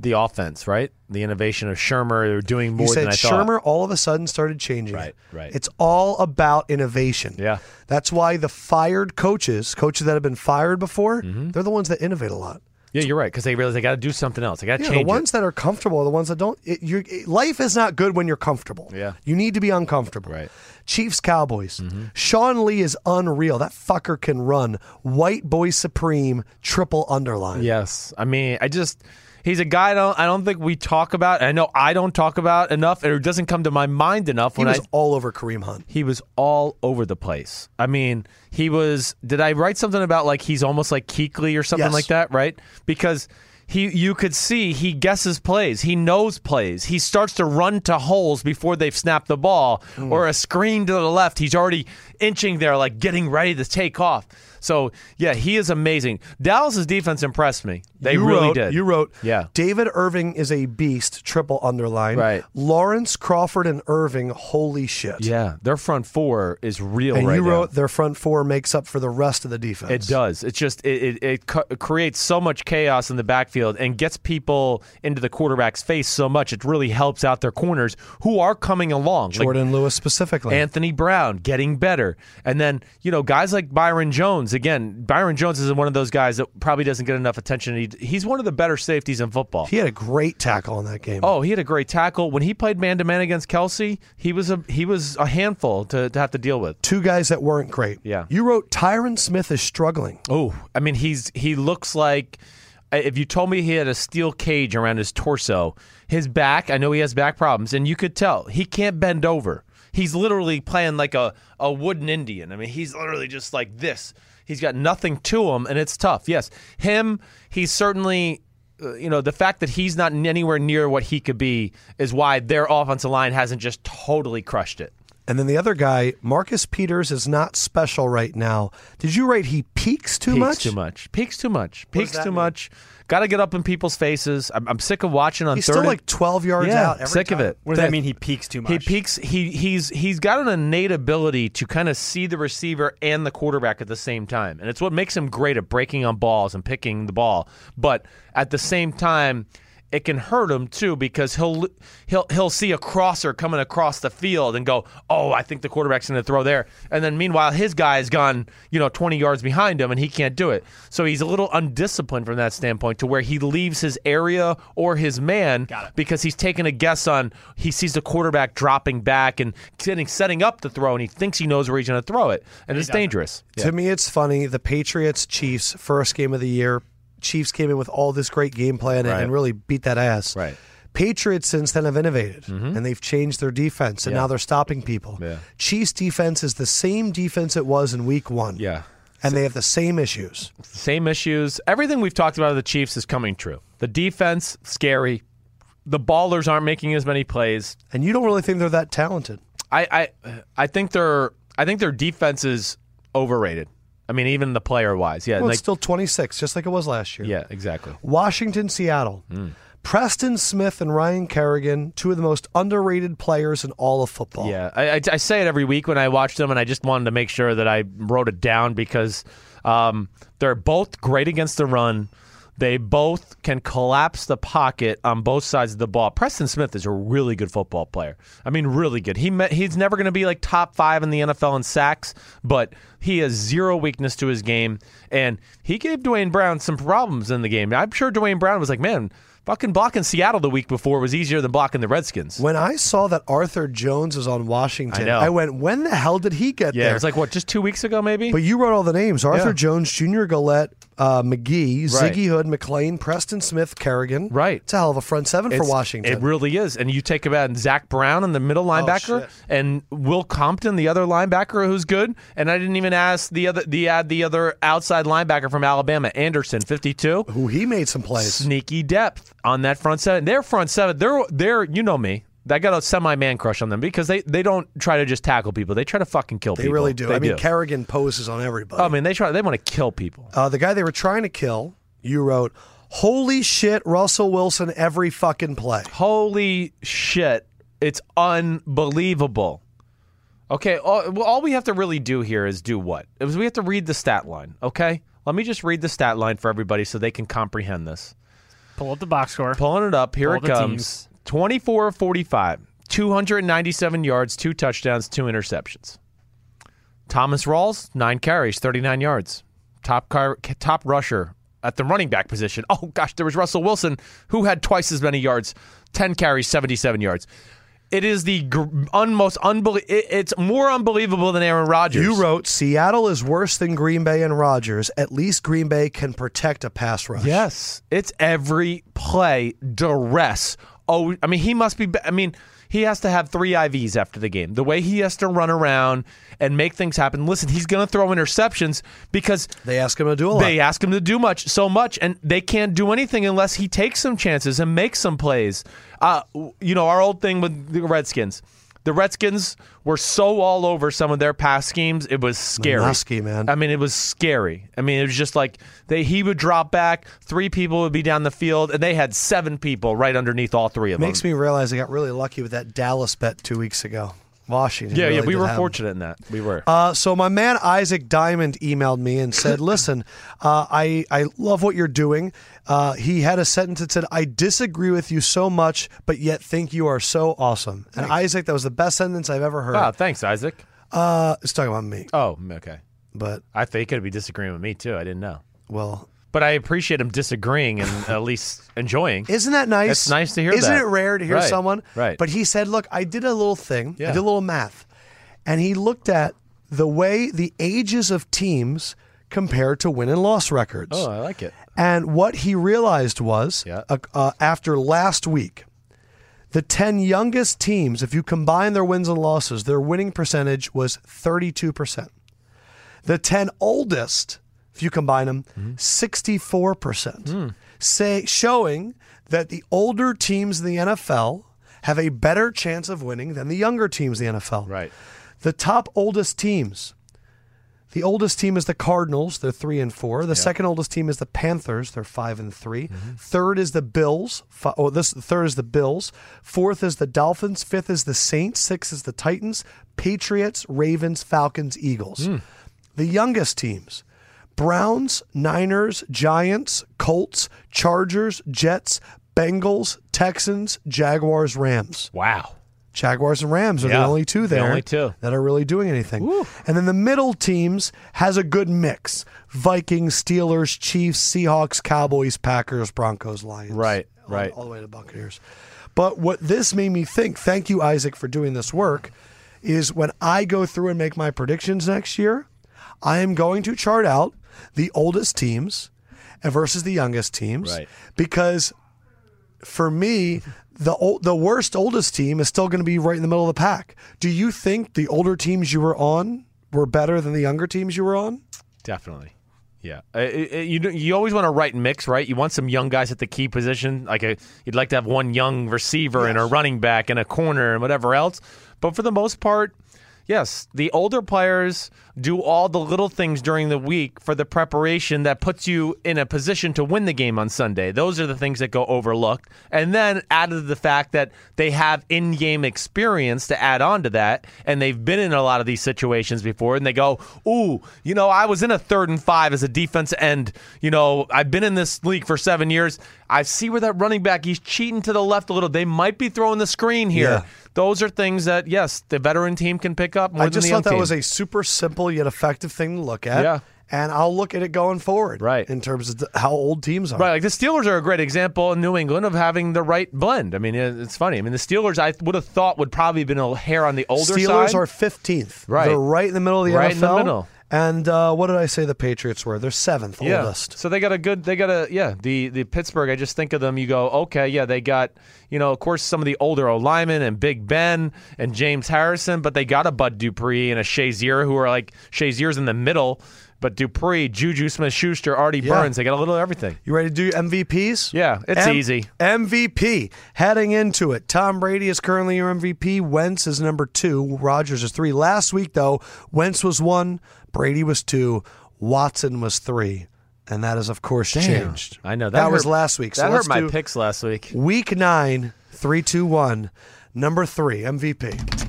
S3: the offense, right? The innovation of Shermer, they're doing more
S1: You said
S3: than I thought.
S1: Shermer all of a sudden started changing.
S3: Right,
S1: it.
S3: right.
S1: It's all about innovation.
S3: Yeah.
S1: That's why the fired coaches, coaches that have been fired before, they're the ones that innovate a lot.
S3: Yeah, you're right because they realize they got to do something else. They got to
S1: Yeah, the
S3: change
S1: ones that are comfortable are the ones that don't. It, you it, life is not good when you're comfortable.
S3: Yeah.
S1: You need to be uncomfortable.
S3: Right.
S1: Chiefs, Cowboys. Sean Lee is unreal. That fucker can run. White boy supreme, triple underline.
S3: it. Yes, I mean, I just he's a guy I don't I don't think we talk about. I know I don't talk about enough, or it doesn't come to my mind enough
S1: He
S3: when
S1: was
S3: I.
S1: all over Kareem Hunt.
S3: He was all over the place. I mean, he was. Did I write something about like he's almost like Keekly or something
S1: Yes.
S3: like that? Right? Because he, you could see he guesses plays. He knows plays. He starts to run to holes before they've snapped the ball
S1: Hmm.
S3: or a screen to the left. He's already inching there, like getting ready to take off. So yeah, he is amazing. Dallas's defense impressed me. They
S1: you
S3: really
S1: wrote,
S3: did.
S1: You wrote,
S3: Yeah.
S1: David Irving is a beast, triple underline.
S3: Right.
S1: Lawrence, Crawford, and Irving, holy shit.
S3: Yeah, their front four is real.
S1: And
S3: right
S1: you
S3: now.
S1: wrote their front four makes up for the rest of the defense.
S3: It does. It's just it it, it cu- creates so much chaos in the backfield and gets people into the quarterback's face so much. It really helps out their corners who are coming along. Like
S1: Jordan Lewis specifically.
S3: Anthony Brown getting better. And then, you know, guys like Byron Jones, again, Byron Jones is one of those guys that probably doesn't get enough attention. He, he's one of the better safeties in football.
S1: he had a great tackle in that game.
S3: Oh, he had a great tackle. When he played man to man against Kelsey, he was a he was a handful to, to have to deal with.
S1: Two guys that weren't great.
S3: Yeah.
S1: You wrote Tyron Smith is struggling.
S3: Oh, I mean, he's he looks like if you told me he had a steel cage around his torso, his back. I know he has back problems, and you could tell he can't bend over. He's literally playing like a a wooden Indian. I mean, he's literally just like this. He's got nothing to him, and it's tough. Yes, him. He's certainly. uh, You know the fact that he's not anywhere near what he could be is why their offensive line hasn't just totally crushed it.
S1: And then the other guy, Marcus Peters, is not special right now. Did you write he peaks too
S3: peaks
S1: much?
S3: too much. Peaks too much. Peaks
S1: that
S3: too
S1: mean?
S3: much. Got to get up in people's faces. I'm, I'm sick of watching on
S1: He's
S3: third.
S1: still
S3: and-
S1: like 12 yards
S3: yeah,
S1: out every
S3: sick of
S1: time.
S3: it.
S2: What does that mean? He peaks too much.
S3: He peaks. He he's he's got an innate ability to kind of see the receiver and the quarterback at the same time, and it's what makes him great at breaking on balls and picking the ball. But at the same time, it can hurt him too because he'll he'll he'll see a crosser coming across the field and go, "Oh, I think the quarterback's going to throw there." And then meanwhile, his guy has gone, you know, 20 yards behind him and he can't do it. So he's a little undisciplined from that standpoint to where he leaves his area or his man because he's taking a guess on he sees the quarterback dropping back and getting setting up the throw and he thinks he knows where he's going to throw it. And it's dangerous.
S1: To me, it's funny. The Patriots Chiefs first game of the year. Chiefs came in with all this great game plan and-
S3: Right.
S1: and really beat that ass.
S3: Right. Mm-hmm.
S1: Patriots since then have innovated and they've changed their defense and now they're stopping people.
S3: Yeah.
S1: Chiefs defense is the same defense it was in week one. And they have the same issues.
S3: same issues. Everything we've talked about of the Chiefs is coming true. The defense, scary. The ballers aren't making as many plays.
S1: And you don't really think they're that talented.
S3: I I, I think their I think their defense is overrated. I mean, even the player wise. Yeah,
S1: Well,
S3: like
S1: it's still 26, just like it was last year.
S3: yeah, Mm. exactly.
S1: Washington, Seattle. Preston Smith and Ryan Kerrigan, two of the most underrated players in all of football.
S3: Yeah, I, I, I say it every week when I watch them, and I just wanted to make sure that I wrote it down because um, they're both great against the run. They both can collapse the pocket on both sides of the ball. Preston Smith is a really good football player. I mean, really good. He met, he's never going to be like top five in the NFL in sacks, but he has zero weakness to his game, and he gave Dwayne Brown some problems in the game. I'm sure Dwayne Brown was like, man. Fucking blocking Seattle the week before was easier than blocking the Redskins.
S1: When I saw that Arthur Jones was on Washington,
S3: I know.
S1: went, when the hell did he get
S3: Yeah,
S1: there?
S3: it was like what, just two weeks ago, maybe.
S1: but you wrote all the names Arthur Jones, Junior Gillette, uh, McGee,
S3: Right.
S1: Ziggy Hood, McLean, Preston Smith, Kerrigan.
S3: Right.
S1: It's a hell of a front seven for
S3: It's-
S1: Washington. Oh,
S3: It really is. And you take about Zach Brown in the middle linebacker
S1: shit.
S3: and Will Compton, the other linebacker who's good. And I didn't even ask the other the add the other outside linebacker from Alabama, Anderson, fifty two.
S1: Who he made some plays.
S3: Sneaky depth on that front seven. Their front seven, they're they're you know me. I got a semi man crush on them because they, they don't try to just tackle people. They try to fucking kill
S1: They
S3: people.
S1: really do. I mean,
S3: do. Um,
S1: Kerrigan poses on everybody.
S3: I mean, they try. They want to kill people.
S1: Uh, the guy they were trying to kill, you wrote, Holy shit, Russell Wilson every fucking play.
S3: Holy shit. It's unbelievable. Okay, all, well, all we have to really do here is do what? It was we have to read the stat line, okay? Let me just read the stat line for everybody so they can comprehend this.
S2: Pull up the box score.
S3: Pulling it up, here
S2: All
S3: it
S2: the
S3: comes.
S2: teams.
S3: 24 of 45, 297 yards, two touchdowns, two interceptions. Thomas Rawls, 9 carries, 39 yards. Top car, top rusher at the running back position. Oh gosh, there was Russell Wilson who had twice as many yards, 10 carries, 77 yards. It is the gr- un- most unbelievable. it's more unbelievable than Aaron Rodgers.
S1: You wrote Seattle is worse than Green Bay and Rodgers. At least Green Bay can protect a pass rush.
S3: Yes, it's every play duress. Oh, I mean, he must be. I mean, he has to have three IVs after the game. The way he has to run around and make things happen. Listen, he's going to throw interceptions because
S1: They ask him to do a lot.
S3: they ask him to do much, so much, and they can't do anything unless he takes some chances and makes some plays. Uh, you know, our old thing with the Redskins. The Redskins were so all over some of their pass schemes, it was scary.
S1: Lasky, man.
S3: I mean, it was scary. I mean, it was just like they he would drop back, three people would be down the field, and they had seven people right underneath all three of
S1: Makes
S3: them.
S1: me realize I got really lucky with that Dallas bet two weeks ago. Washington.
S3: yeah, yeah,
S1: really
S3: we
S1: did
S3: were
S1: have 'em.
S3: fortunate in that. We were.
S1: Uh, so my man Isaac Diamond emailed me and said, "Listen, uh, I I love what you're doing." Uh, he had a sentence that said, "I disagree with you so much, but yet think you are so awesome." And Isaac, that was the best sentence I've ever heard.
S3: oh, thanks, Isaac.
S1: Uh, it's talking about me,
S3: Oh, okay.
S1: but
S3: I thought he could be disagreeing with me too. I didn't know.
S1: well,
S3: But I appreciate him disagreeing and at least enjoying.
S1: Isn't that nice?
S3: That's nice to hear
S1: Isn't
S3: that.
S1: it rare to hear
S3: Right,
S1: someone?
S3: right.
S1: But he said, "Look, I did a little thing.
S3: Yeah.
S1: I did a little math, and he looked at the way the ages of teams compare to win and loss records.
S3: Oh, I like it.
S1: And what he realized was
S3: Yeah.
S1: uh, uh, after last week, the 10 youngest teams, if you combine their wins and losses, their winning percentage was 32%. The 10 oldest, if you combine them,
S3: Mm-hmm.
S1: 64%.
S3: Hmm.
S1: Say, showing that the older teams in the NFL have a better chance of winning than the younger teams in the NFL.
S3: Right.
S1: The top oldest teams. The oldest team is the Cardinals. They're three and four. The second oldest team is the Panthers. They're five and 3 Third is the Bills. Fi- oh, this third is the Bills. Fourth is the Dolphins. Fifth is the Saints. Sixth is the Titans. Patriots, Ravens, Falcons, Eagles. The youngest teams: Browns, Niners, Giants, Colts, Chargers, Jets, Bengals, Texans, Jaguars, Rams.
S3: Wow.
S1: Jaguars and Rams are
S3: Yeah,
S1: the only two
S3: the
S1: there
S3: only two.
S1: that are really doing anything. And then the middle teams has a good mix. Vikings, Steelers, Chiefs, Seahawks, Cowboys, Packers, Broncos, Lions.
S3: Right,
S1: All-
S3: right.
S1: All the way to Buccaneers. But what this made me think, thank you Isaac for doing this work, is when I go through and make my predictions next year, I am going to chart out the oldest teams and versus the youngest teams
S3: Right.
S1: because for me, the old, the worst oldest team is still going to be right in the middle of the pack. Do you think the older teams you were on were better than the younger teams you were on?
S3: Definitely. Yeah. Uh, it- it- you, do- you always want a right mix, right? You want some young guys at the key position. Like a, you'd like to have one young receiver and a running back and a corner and whatever else. But for the most part, yes, the older players do all the little things during the week for the preparation that puts you in a position to win the game on Sunday. Those are the things that go overlooked. And then added to the fact that they have in game experience to add on to that. And they've been in a lot of these situations before. And they go, Ooh, you know, I was in a third and five as a defense end. You know, I've been in this league for seven years. I see where that running back, he's cheating to the left a little. They might be throwing the screen here.
S1: Yeah.
S3: Those are things that, yes, the veteran team can pick up more
S1: I
S3: than
S1: just
S3: the
S1: thought
S3: young
S1: that
S3: team.
S1: was a super simple yet effective thing to look at.
S3: Yeah.
S1: And I'll look at it going forward.
S3: Right.
S1: In terms of the, how old teams are.
S3: Right, like the Steelers are a great example in New England of having the right blend. I mean, it- it's funny. I mean, the Steelers I would have thought would probably have been a hair on the older
S1: Steelers
S3: side.
S1: are 15th.
S3: Right.
S1: They're right in the middle of the
S3: Right
S1: NFL.
S3: in the middle.
S1: And uh, what did I say the Patriots were? They're seventh
S3: yeah.
S1: oldest.
S3: So they got a good. They got a yeah. The the Pittsburgh. I just think of them. You go okay. Yeah, they got you know of course some of the older O linemen and Big Ben and James Harrison, but they got a Bud Dupree and a Shazier who are like Shazier's in the middle, but Dupree, Juju Smith Schuster, Artie Burns. They got a little of everything.
S1: You ready to do MVPs?
S3: Yeah, it's easy.
S1: MVP. Heading into it, Tom Brady is currently your MVP. Wentz is number two. Rogers is three. Last week, though, Wentz was one, Brady was two, Watson was three. And that has, of course, changed.
S3: I know that,
S1: That, was
S3: hurt-
S1: last week. So
S3: that
S1: let's
S3: hurt my
S1: do
S3: picks last week.
S1: Week nine, three, two, one. Number three, MVP.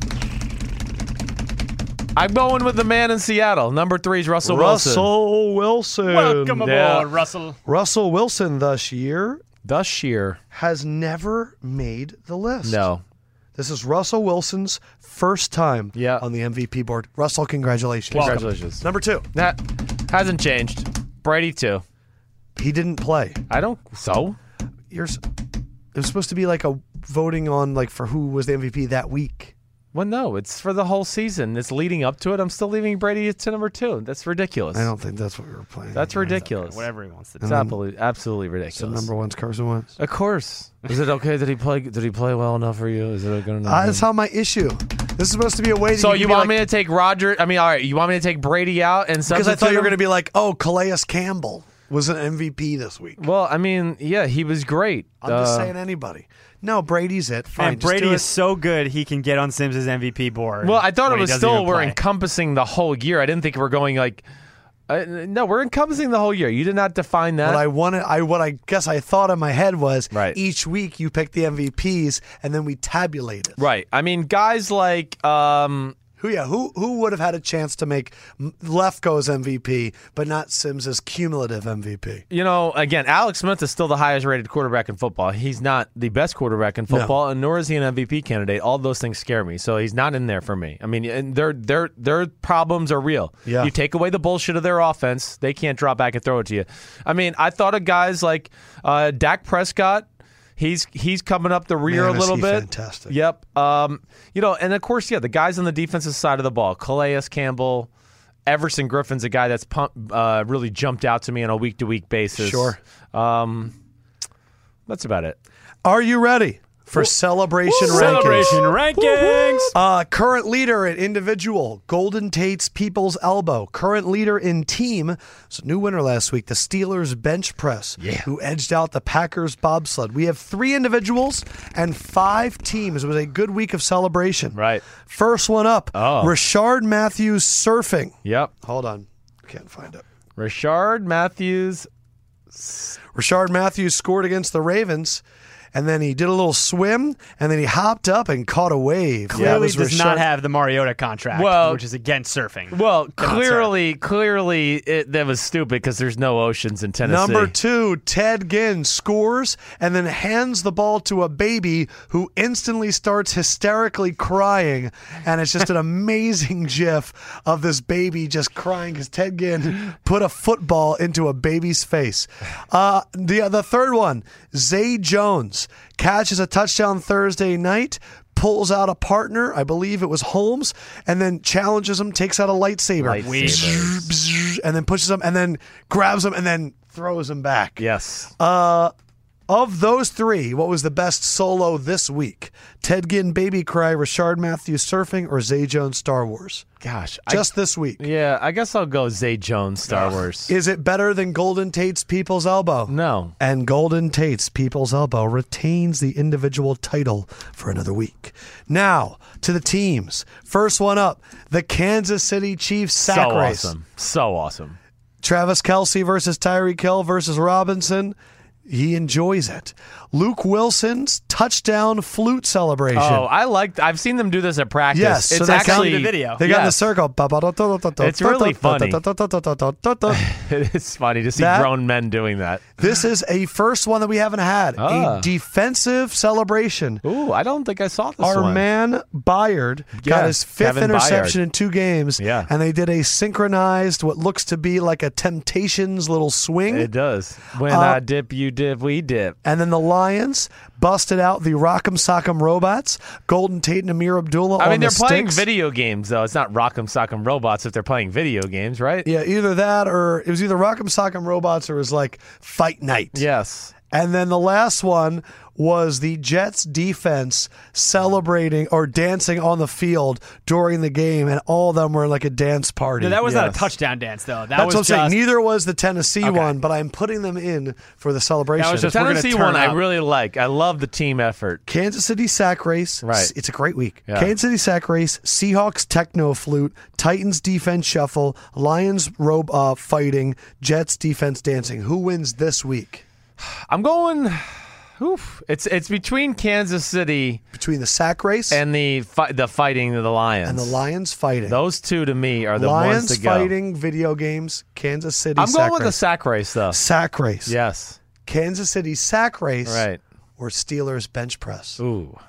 S3: I'm going with the man in Seattle. Number three is Russell, Wilson.
S1: Wilson.
S2: Welcome
S3: yeah.
S2: aboard, Russell.
S1: Russell Wilson this year
S3: This year,
S1: has never made the list.
S3: no.
S1: This is Russell Wilson's first time
S3: Yeah.
S1: on the MVP board. Russell, congratulations.
S3: Congratulations.
S1: Number two,
S3: That hasn't changed. Brady too.
S1: he didn't play.
S3: I don't. So
S1: You're, s- it was supposed to be like a voting on like for who was the MVP that week.
S3: well, no. It's for the whole season. It's leading up to it. I'm still leaving Brady to number two. That's ridiculous.
S1: I don't think that's what we were playing.
S3: That's ridiculous.
S2: Whatever he wants to do.
S3: It's absolutely, absolutely ridiculous.
S1: so number one's Carson Wentz.
S3: of course. Is it okay? Did he play? Did he play well enough for you? Is it good enough?
S1: Uh, that's how my issue. This is supposed to be a way. That
S3: so
S1: you,
S3: you want me to take Roger? I mean, all right. You want me to take Brady out and
S1: Because I thought you were going
S3: to
S1: to be like, oh, Calais Campbell was an MVP this week.
S3: Well, I mean, yeah, he was great.
S1: I'm just
S3: Uh,
S1: saying anybody. No, Brady's it. Fine,
S2: and
S1: just
S2: Brady
S1: do
S2: is
S1: it.
S2: so good he can get on Sims' MVP board.
S3: Well, I thought
S2: when
S3: it
S2: he
S3: was
S2: doesn't
S3: still
S2: even
S3: we're
S2: play.
S3: encompassing the whole year. I didn't think we're going like. Uh, no, we're encompassing the whole year. You did not define that.
S1: What I wanted, I what I guess I thought in my head was
S3: Right.
S1: each week you pick the MVPs and then we tabulate it.
S3: right. I mean, guys like um,
S1: Who yeah, who who would have had a chance to make M- Lefko's MVP, but not Sims's cumulative MVP?
S3: you know, again, Alex Smith is still the highest rated quarterback in football. He's not the best quarterback in football, and nor is he an MVP candidate. All those things scare me, so he's not in there for me. I mean, and their their their problems are real.
S1: Yeah.
S3: You take away the bullshit of their offense, they can't drop back and throw it to you. I mean, I thought of guys like uh, Dak Prescott. He's he's coming up the rear
S1: Man,
S3: a
S1: is
S3: little
S1: he
S3: bit.
S1: fantastic.
S3: Yep. Um, you know, and of course, yeah, the guys on the defensive side of the ball, Calais Campbell, Everson Griffin's a guy that's pump, uh, really jumped out to me on a week to week basis.
S1: Sure.
S3: Um, that's about it.
S1: Are you ready for celebration rankings?
S2: celebration rankings.
S1: Uh, current leader in individual, Golden Tate's People's Elbow. Current leader in team, so new winner last week, the Steelers bench press, who edged out the Packers bobsled. We have three individuals and five teams. It was a good week of celebration.
S3: Right.
S1: First one up,
S3: Oh.
S1: Richard Matthews surfing.
S3: Yep.
S1: Hold on, can't find it.
S3: Richard Matthews.
S1: Richard Matthews scored against the Ravens. and then he did a little swim, and then he hopped up and caught a wave.
S2: Clearly
S1: that was
S2: does
S1: Rashard-
S2: not have the Mariota contract,
S3: Well-
S2: which is against surfing.
S3: Well,
S2: Come on, sir.
S3: clearly, clearly it, that was stupid because there's no oceans in Tennessee.
S1: Number two, Ted Ginn scores and then hands the ball to a baby who instantly starts hysterically crying. And it's just an amazing gif of this baby just crying because Ted Ginn put a football into a baby's face. Uh, the, the third one, Zay Jones catches a touchdown Thursday night. Pulls out a partner, I believe it was Holmes, and then challenges him, takes out a lightsaber
S3: Lightsabers.
S1: and then pushes him and then grabs him and then throws him back.
S3: Yes.
S1: Of those three, what was the best solo this week? Ted Ginn, Baby Cry, Rashard Matthews Surfing, or Zay Jones Star Wars?
S3: Gosh. I-
S1: Just this week.
S3: yeah, I guess I'll go Zay Jones Star Wars.
S1: Is it better than Golden Tate's People's Elbow?
S3: no.
S1: And Golden Tate's People's Elbow retains the individual title for another week. Now to the teams. First one up, the Kansas City Chiefs sack
S3: So
S1: race.
S3: awesome. So awesome.
S1: Travis Kelsey versus Tyreek Hill versus Robinson. He enjoys it. Luke Wilson's touchdown flute celebration.
S3: Oh, I liked. I've seen them do this at practice.
S1: Yes, so
S3: it's
S1: they got-
S3: actually
S2: The video.
S1: they got in the
S3: Yes.
S1: circle.
S3: It's really funny.
S1: funny.
S3: It is funny to see
S1: That-
S3: grown men doing that.
S1: this is a first one that we haven't had.
S3: Ah.
S1: A defensive celebration.
S3: Ooh, I don't think I saw this
S1: Our
S3: one.
S1: man Byard
S3: Yeah,
S1: got his fifth
S3: Kevin
S1: interception
S3: Byard.
S1: in two games.
S3: Yeah.
S1: And they did a synchronized, what looks to be like a Temptations little swing.
S3: It does. When
S1: Uh,
S3: I dip, you dip, we dip.
S1: And then the Lions busted out the Rock'em Sock'em Robots, Golden Tate and Amir Abdullah.
S3: I mean,
S1: on the
S3: they're playing
S1: sticks.
S3: video games though. It's not Rock'em Sock'em Robots if they're playing video games, right?
S1: Yeah, either that or it was either Rock'em Sock'em Robots or it was like Fight Night.
S3: Yes.
S1: And then the last one was the Jets defense celebrating or dancing on the field during the game, and all of them were in like a dance party.
S2: No, that was not a
S3: Yes.
S2: touchdown dance, though. That
S1: That's
S2: was
S1: what I'm saying.
S2: just-
S1: Neither was the Tennessee one, but I'm putting them in for the celebration.
S2: That was just-
S3: The
S2: we're gonna
S3: Tennessee
S2: turn
S3: one I
S2: up.
S3: really like. I love the team effort.
S1: Kansas City sack race.
S3: Right.
S1: It's a great week.
S3: Yeah.
S1: Kansas City sack race, Seahawks techno flute, Titans defense shuffle, Lions robe uh, fighting, Jets defense dancing. Who wins this week
S3: I'm going. Oof. It's it's between Kansas City
S1: between the sack race and,
S3: and the fi- the fighting of the Lions.
S1: the Lions fighting?
S3: Those two to me are the
S1: Lions
S3: ones to go.
S1: fighting video games, Kansas City
S3: I'm
S1: sack
S3: going with the
S1: race.
S3: sack race though.
S1: sack race.
S3: Yes.
S1: Kansas City sack race
S3: Right.
S1: or Steelers bench press.
S3: Ooh.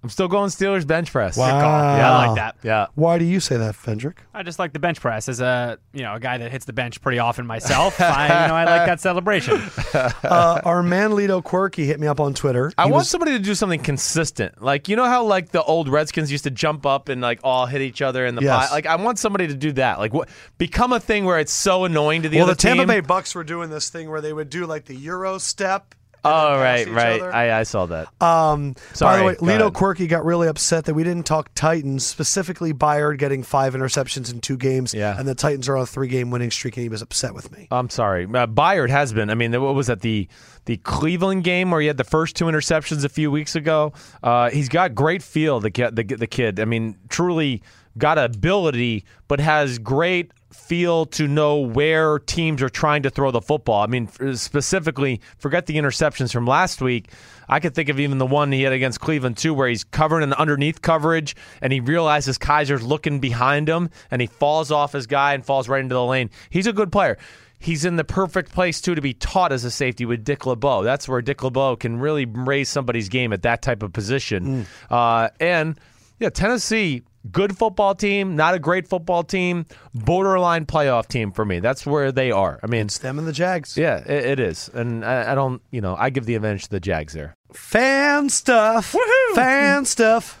S3: I'm still going Steelers bench press.
S2: Yeah, I like that.
S3: Ah. Yeah.
S1: Why do you say that, Fendrick?
S2: I just like the bench press as a you know a guy that hits the bench pretty often myself. I, you know, I like that celebration.
S1: Uh, our man Lito Quirky hit me up on Twitter.
S3: I
S1: He
S3: want
S1: was-
S3: somebody to do something consistent. Like you know how like the old Redskins used to jump up and like all hit each other in the
S1: Yes.
S3: pie. Like I want somebody to do that. Like what become a thing where it's so annoying to the
S1: well,
S3: other
S1: the Tampa
S3: team.
S1: Bay Bucks were doing this thing where they would do like the Euro step.
S3: oh
S1: pass
S3: right,
S1: each
S3: right.
S1: other.
S3: I, I saw that.
S1: Um,
S3: Sorry,
S1: by the
S3: go
S1: way, Lito
S3: ahead.
S1: Quirky got really upset that we didn't talk Titans, specifically Byard getting five interceptions in two games,
S3: Yeah.
S1: and the Titans are on a three-game winning streak, and he was upset with me.
S3: I'm sorry. Uh, Byard has been. I mean, what was that the the Cleveland game where he had the first two interceptions a few weeks ago? Uh, he's got great feel. The kid, the, the kid. I mean, truly got ability, but has great feel to know where teams are trying to throw the football. I mean, f- specifically, forget the interceptions from last week. I could think of even the one he had against Cleveland too, where he's covering an underneath coverage, and he realizes Kaiser's looking behind him, and he falls off his guy and falls right into the lane. He's a good player he's in the perfect place too to be taught as a safety with Dick LeBeau. That's where Dick LeBeau can really raise somebody's game at that type of position. Uh, and yeah, Tennessee, good football team, not a great football team, borderline playoff team for me. That's where they are. I mean,
S1: It's them and the Jags.
S3: yeah, it, it is, and I, I don't, you know, I give the advantage to the Jags there.
S1: Fan stuff. Woohoo! Fan stuff.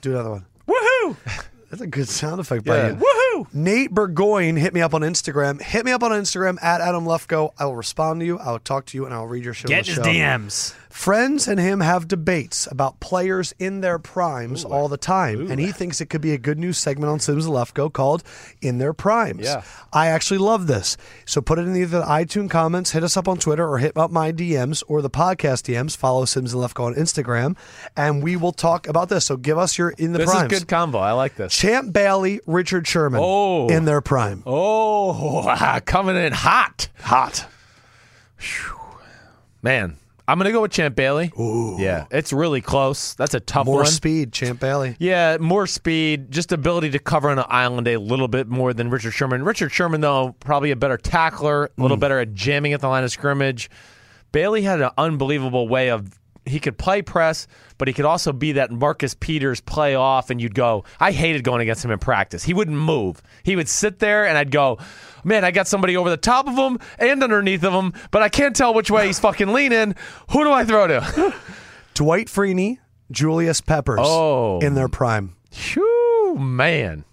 S1: Do another one.
S2: Woohoo!
S1: That's a good sound effect by
S3: Yeah.
S1: you.
S2: Woohoo!
S1: Nate Burgoyne hit me up on Instagram. Hit me up on Instagram at Adam Lefko. I will respond to you. I will talk to you, and I'll read your shit. on
S2: Get
S1: the
S2: his
S1: show.
S2: DMs.
S1: Friends and him have debates about players in their primes all the time, and he thinks it could be a good news segment on Sims Lefko called "In Their Primes."
S3: Yeah.
S1: I actually love this. So put it in either the iTunes comments, hit us up on Twitter, or hit up my DMs or the podcast DMs. Follow Sims and Lefko on Instagram, and we will talk about this. So give us your in the
S3: This
S1: primes.
S3: is good combo. I like this.
S1: Champ Bailey, Richard Sherman,
S3: Oh.
S1: in their prime.
S3: Oh, coming in hot.
S1: Hot.
S3: Man, I'm gonna go with Champ Bailey. Ooh. Yeah, it's really close. That's a tough
S1: More
S3: one.
S1: speed, Champ Bailey.
S3: Yeah, more speed, just ability to cover an island a little bit more than Richard Sherman. Richard Sherman, though, probably a better tackler, a little better at jamming at the line of scrimmage. Bailey had an unbelievable way of he could play press, but he could also be that Marcus Peters play off, and you'd go. I hated going against him in practice. He wouldn't move. He would sit there, and I'd go, "Man, I got somebody over the top of him and underneath of him, but I can't tell which way he's fucking leaning. Who do I throw to?"
S1: Dwight Freeney, Julius Peppers
S3: Oh.
S1: in their prime.
S3: Whew, man.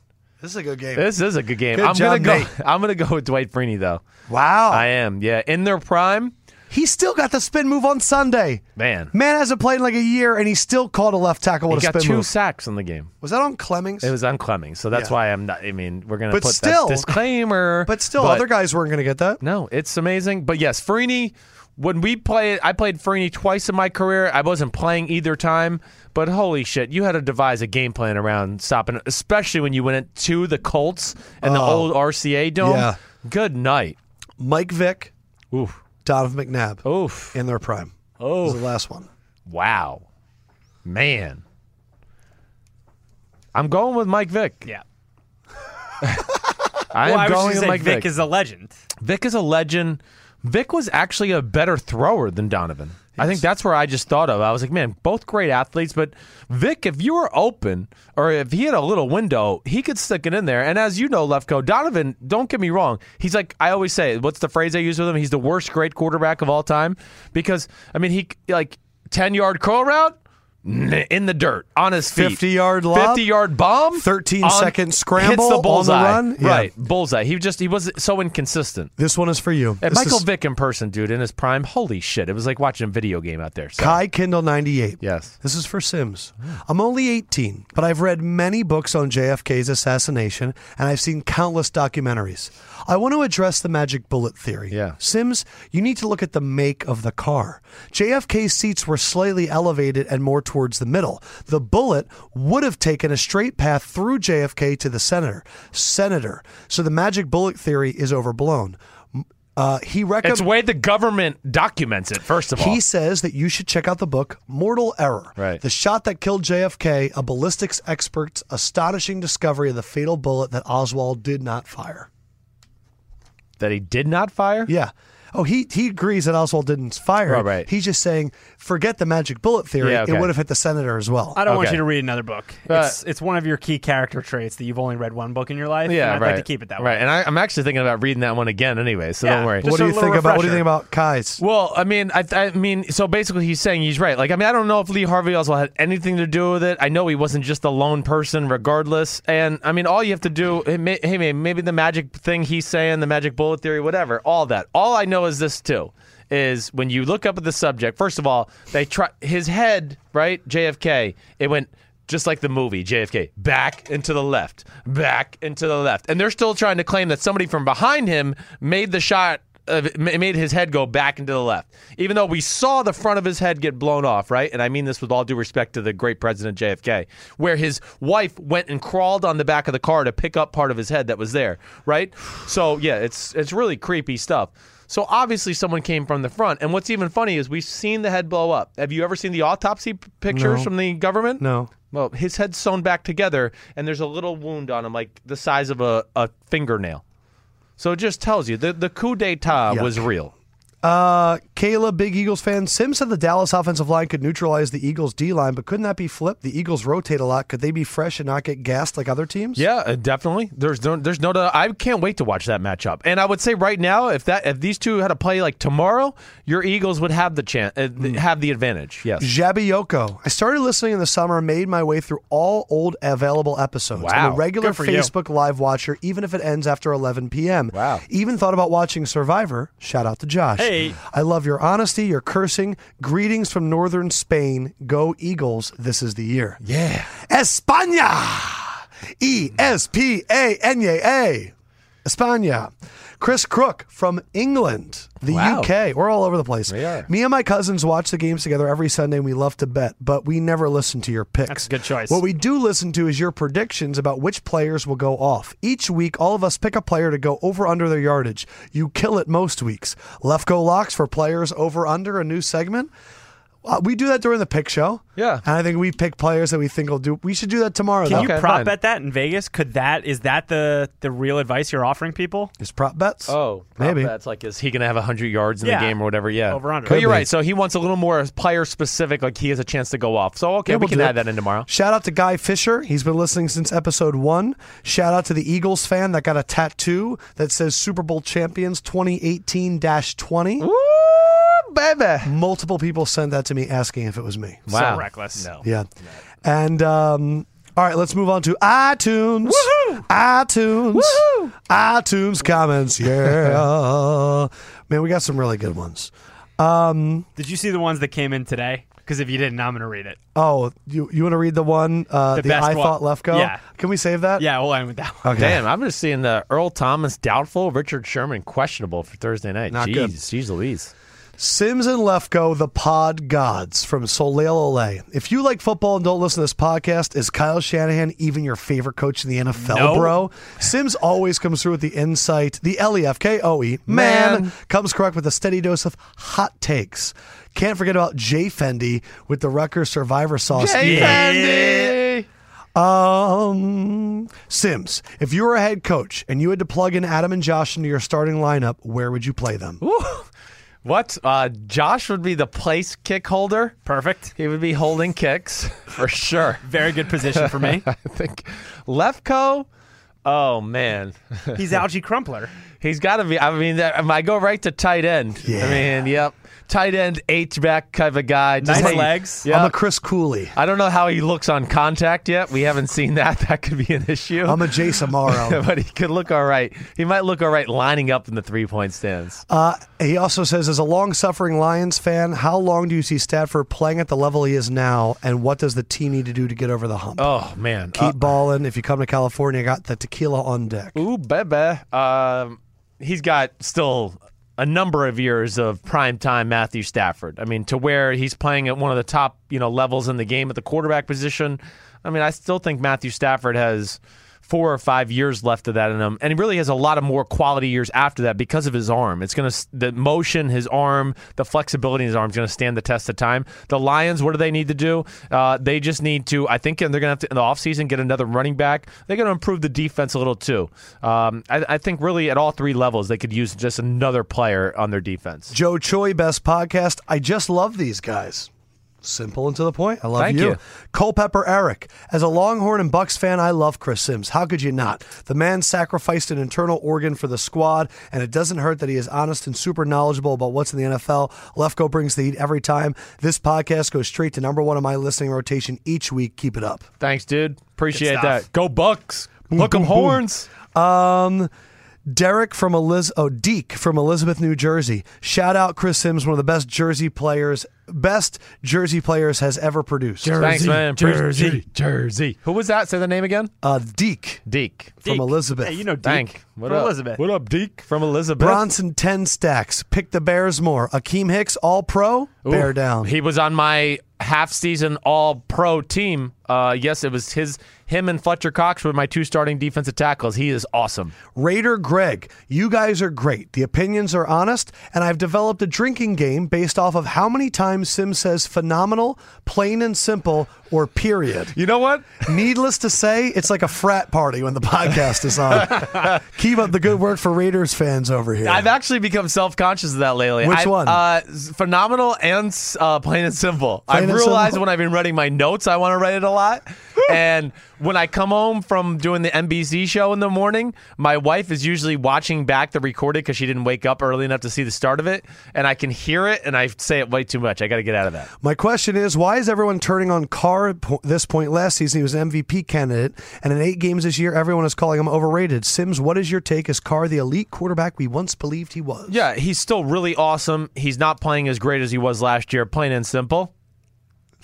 S1: This is a good game.
S3: This is a good game.
S1: Good
S3: I'm
S1: job,
S3: gonna
S1: Nate. Oh.
S3: go. I'm gonna go with Dwight Freeney though.
S1: wow.
S3: I am. Yeah, in their prime,
S1: he still got the spin move on Sunday.
S3: man.
S1: Man hasn't played in like a year, and he still caught a left tackle
S3: He
S1: with a
S3: got
S1: spin
S3: two
S1: move.
S3: sacks in the game.
S1: Was that on Clemmings?
S3: It was on Clemmings, so that's
S1: Yeah.
S3: why I'm not. I mean, we're gonna
S1: But
S3: put
S1: still-
S3: that disclaimer.
S1: but still, other guys weren't going to get that.
S3: No, it's amazing. But yes, Freeney. When we played, I played Freeney twice in my career. I wasn't playing either time, but holy shit, you had to devise a game plan around stopping, especially when you went to the Colts and the old RCA dome.
S1: Oh. Yeah.
S3: Good night.
S1: Mike Vick,
S3: Oof.
S1: Donovan McNabb
S3: Oof.
S1: in their prime. Oh, was the last one.
S3: Wow. Man. I'm going with Mike Vick.
S2: Yeah.
S3: I am
S2: well, I was
S3: going
S2: just
S3: with
S2: saying
S3: Mike
S2: Vic,
S3: Vick.
S2: is a legend.
S3: Vick is a legend. Vick was actually a better thrower than Donovan. I think that's where I just thought of. I was like, man, both great athletes, but Vick, if you were open or if he had a little window, he could stick it in there. And as you know, Lefko, Donovan, don't get me wrong, he's like I always say, what's the phrase I use with him? He's the worst great quarterback of all time because I mean, he like ten yard curl route n- in the dirt on his feet,
S1: 50-yard lob?
S3: fifty yard bomb,
S1: 13
S3: on-
S1: second scramble
S3: hits
S1: on
S3: the
S1: the
S3: bullseye,
S1: run? Yeah.
S3: right? Bullseye. He just he was so inconsistent.
S1: This one is for you.
S3: And
S1: This
S3: Michael
S1: is
S3: Vick in person, dude, in his prime. Holy shit. It was like watching a video game out there. So.
S1: Kai Kindle 98.
S3: Yes.
S1: This is for Sims. I'm only 18, but I've read many books on JFK's assassination and I've seen countless documentaries. I want to address the magic bullet theory.
S3: Yeah.
S1: Sims, you need to look at the make of the car. JFK's seats were slightly elevated and more towards the middle. The bullet would have taken a straight path through JFK to the senator. Senator. So the magic bullet theory is overblown. M- Uh, he recommends.
S3: It's the way the government documents it, first of all.
S1: He says that you should check out the book Mortal Error.
S3: Right.
S1: The shot that killed JFK, a ballistics expert's astonishing discovery of the fatal bullet that Oswald did not fire.
S3: That he did not fire?
S1: Yeah. Oh, he he agrees that Oswald didn't fire. it.
S3: Right, right.
S1: He's just saying, forget the magic bullet theory.
S3: Yeah, okay.
S1: It would have hit the senator as well.
S2: I don't want
S3: Okay.
S2: you to read another book. it's it's one of your key character traits that you've only read one book in your life.
S3: Yeah,
S2: and I'd like
S3: right.
S2: to keep it that way.
S3: Right. And I, I'm actually thinking about reading that one again anyway, so
S2: Yeah,
S3: don't worry.
S2: just
S1: what do
S2: a
S1: you
S2: little
S1: think about? What do you
S2: refresher.
S1: think about Kai's?
S3: Well, I mean, I, I mean, so basically, he's saying he's right. Like, I mean, I don't know if Lee Harvey Oswald had anything to do with it. I know he wasn't just a lone person, regardless. And I mean, all you have to do, hey, may- hey, man, maybe the magic thing he's saying, the magic bullet theory, whatever, all that. All I know is this too: is when you look up at the subject. First of all, they try his head, right? JFK. It went. Just like the movie JFK, back and to the left, back and to the left, and they're still trying to claim that somebody from behind him made the shot of, it uh, ma- made his head go back into the left. Even though we saw the front of his head get blown off, right? And I mean this with all due respect to the great President JFK, where his wife went and crawled on the back of the car to pick up part of his head that was there, right? So yeah, it's it's really creepy stuff. So obviously someone came from the front, and what's even funny is we've seen the head blow up. Have you ever seen the autopsy p- pictures from the government?
S1: No.
S3: Well, his head's sewn back together, and there's a little wound on him, like the size of a, a fingernail. So it just tells you the the coup d'état was real.
S1: Uh, Kayla, big Eagles fan. Sim said the Dallas offensive line could neutralize the Eagles D line, but couldn't that be flipped? The Eagles rotate a lot. Could they be fresh and not get gassed like other teams?
S3: Yeah, uh, definitely. There's no, there's no. doubt- I can't wait to watch that matchup. And I would say right now, if that if these two had to play like tomorrow, your Eagles would have the chance, uh,
S1: Hmm.
S3: th- have the advantage. Yes.
S1: Jabiyoko. I started listening in the summer, made my way through all old available episodes. I'm
S3: Wow.
S1: a regular
S2: Good for you.
S1: Facebook live watcher, even if it ends after 11 p.m.
S3: Wow.
S1: Even thought about watching Survivor. Shout out to Josh.
S2: Hey.
S1: I love your honesty, your cursing. Greetings from northern Spain. Go Eagles. This is the year.
S3: Yeah.
S1: España! E S P A N A A. España. Chris Crook from England, the
S3: Wow.
S1: UK. We're all over the place.
S3: We are.
S1: Me and my cousins watch the games together every Sunday and we love to bet, but we never listen to your picks.
S2: a good choice.
S1: What we do listen to is your predictions about which players will go off. Each week, all of us pick a player to go over under their yardage. You kill it most weeks. Left go locks for players over under, a new segment. Uh, we do that during the pick show.
S3: Yeah.
S1: And I think we pick players that we think will do. We should do that tomorrow,
S2: Can
S1: though.
S2: you
S3: Okay,
S2: prop
S3: fine.
S2: bet that in Vegas? Could that is that the the real advice you're offering people?
S1: Is prop bets?
S3: Oh,
S1: Maybe.
S3: That's like, is he going to have 100 yards in
S2: Yeah.
S3: the game or whatever? Yeah.
S2: Over under.
S3: But you're
S1: Could be.
S3: right. So he wants a little more player specific, like he has a chance to go off. So, okay,
S1: Yeah,
S3: we
S1: we'll
S3: can
S1: do
S3: add
S1: it.
S3: that in tomorrow.
S1: Shout out to Guy Fisher. He's been listening since episode one. Shout out to the Eagles fan that got a tattoo that says Super Bowl champions 2018 20.
S3: Woo, baby.
S1: Multiple people sent that to me asking if it was me.
S3: Wow.
S2: reckless.
S3: No.
S1: Yeah. And um, all right, let's move on to iTunes. iTunes. iTunes comments. Yeah. Man, we got some really good ones.
S2: Did you see the ones that came in today? Because if you didn't, I'm gonna read it.
S1: Oh, you, you want to read the one, uh, the,
S2: The best
S1: I
S2: one.
S1: Thought Left Go?
S2: Yeah.
S1: Can we save that?
S2: Yeah, we'll end with that. One.
S1: Okay.
S3: Damn, I'm just seeing the Earl Thomas doubtful, Richard Sherman questionable for Thursday night.
S1: Not
S3: jeez,
S1: good.
S3: jeez Louise.
S1: Sims and Lefko, the pod gods from Soleil Ole. If you like football and don't listen to this podcast, is Kyle Shanahan even your favorite coach in the NFL,
S2: No.
S1: bro? Sims always comes through with the insight, the L E F K O E, man,
S3: Man.
S1: comes correct with a steady dose of hot takes. Can't forget about Jay Fendi with the Rucker Survivor Sauce. Um, Sims, if you were a head coach and you had to plug in Adam and Josh into your starting lineup, where would you play them?
S3: What? Uh, Josh would be the place kick holder.
S2: Perfect.
S3: He would be holding kicks for sure.
S2: Very good position for me.
S3: I think Lefko. Oh man,
S2: He's Algie Crumpler.
S3: he's got to be. I mean, that- I go right to tight end. I mean, yep, tight end H back kind of a guy. Just
S2: Nice
S3: like-
S2: legs.
S3: Yeah.
S1: I'm a Chris Cooley.
S3: I don't know how he looks on contact yet. We haven't seen that. That could be an issue.
S1: I'm a Jay Samaro.
S3: but he could look all right. He might look all right lining up in the three point stands.
S1: Uh, he also says, as a long-suffering Lions fan, how long do you see Stafford playing at the level he is now, and what does the team need to do to get over the hump?
S3: oh man.
S1: Keep balling. If you come to California, I got the tequila on deck.
S3: Uh, ooh, bebe. Um, he's got still a number of years of prime time Matthew Stafford. I mean, to where he's playing at one of the top you know levels in the game at the quarterback position. I mean, I still think Matthew Stafford has. Four or five years left of that in him, and he really has a lot of more quality years after that because of his arm. It's gonna the motion, his arm, the flexibility in his arm is gonna stand the test of time. The Lions, what do they need to do? Uh, they just need to, I think, and they're gonna have to in the offseason get another running back. They're gonna improve the defense a little too. Um, I, I think really at all three levels they could use just another player on their defense.
S1: Joe Choi, best podcast. I just love these guys. Simple and to the point. I love
S3: Thank
S1: you.
S3: you.
S1: Culpepper Eric. As a Longhorn and Bucks fan, I love Chris Sims. How could you not? The man sacrificed an internal organ for the squad, and it doesn't hurt that he is honest and super knowledgeable about what's in the NFL. Lefko brings the heat every time. This podcast goes straight to number one of my listening rotation each week. Keep it up.
S3: Thanks, dude. Appreciate
S2: Good stuff.
S3: that. Go Bucks. Look 'em
S1: boom, boom.
S3: horns.
S1: Um, Derek from Eliz- oh, Deke from Elizabeth, New Jersey. Shout out Chris Sims, one of the best Jersey players, best Jersey players has ever produced.
S3: Thanks, man. Appreciate-
S2: Jersey,
S3: Jersey. Who was that? Say the name again.
S1: Uh, Deke
S3: Deke.
S1: from
S2: Deke.
S1: Elizabeth.
S2: Hey, you know, Deke
S3: Thank.
S2: from Elizabeth.
S3: What up, Deke from Elizabeth?
S1: Bronson ten stacks. Pick the Bears more. Akeem Hicks, All Pro. Bear down.
S3: He was on my half-season All-Pro team. Uh, yes, it was his, him, and Fletcher Cox were my two starting defensive tackles. He is awesome.
S1: Raider Greg, you guys are great. The opinions are honest, and I've developed a drinking game based off of how many times Sim says phenomenal, plain and simple, or period.
S3: You know what?
S1: Needless to say, it's like a frat party when the podcast is on. Keep up the good work for Raiders fans over here.
S3: I've actually become self-conscious of that lately.
S1: Which
S3: I-
S1: one?
S3: Uh, phenomenal and uh, plain and simple.
S1: Plain
S3: I've
S1: and
S3: realized
S1: simple?
S3: when I've been writing my notes, I want to write it a lot. and when I come home from doing the NBC show in the morning, my wife is usually watching back the recorded because she didn't wake up early enough to see the start of it, and I can hear it, and I say it way too much. I got to get out of that.
S1: My question is, why is everyone turning on Carr at po- this point? Last season, he was an MVP candidate, and in eight games this year, everyone is calling him overrated. Sims, what is your take? Is Carr the elite quarterback we once believed he was?
S3: Yeah, he's still really awesome. He's not playing as great as he was last year, plain and simple.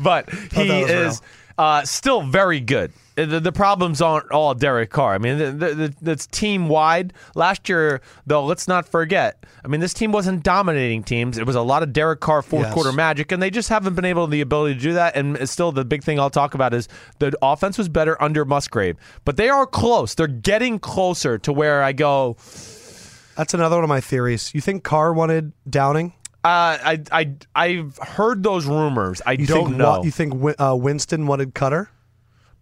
S3: but he
S1: was
S3: is uh, still very good. the, the problems aren't all Derek Carr. I mean, the, the, the, that's team wide. Last year, though, let's not forget. I mean, this team wasn't dominating teams. It was a lot of Derek Carr fourth
S1: Yes.
S3: quarter magic, and they just haven't been able the ability to do that. And still, the big thing I'll talk about is the offense was better under Musgrave, but they are close. They're getting closer to where I go.
S1: That's another one of my theories. You think Carr wanted Downing?
S3: Uh, I I I've heard those rumors. I
S1: You
S3: don't
S1: think
S3: know.
S1: Wa- you think Win- uh, Winston wanted Cutter?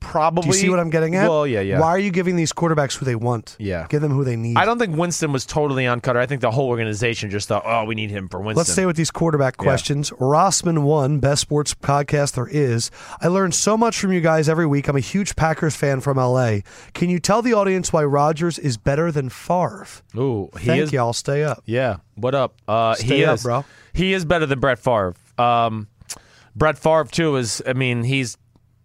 S3: probably.
S1: Do you see what I'm getting at?
S3: Well, yeah, yeah.
S1: Why are you giving these quarterbacks who they want?
S3: Yeah.
S1: Give them who they need.
S3: I don't think Winston was totally on cutter. I think the whole organization just thought, oh, we need him for Winston.
S1: Let's stay with these quarterback questions. Rossman one, best sports podcast there is. I learn so much from you guys every week. I'm a huge Packers fan from LA. Can you tell the audience why Rodgers is better than Favre?
S3: Ooh, he
S1: Thank
S3: is.
S1: y'all. Stay up.
S3: Yeah. What up? Uh,
S1: Stay
S3: he
S1: up,
S3: is,
S1: bro.
S3: He is better than Brett Favre. Um, Brett Favre too is. I mean, he's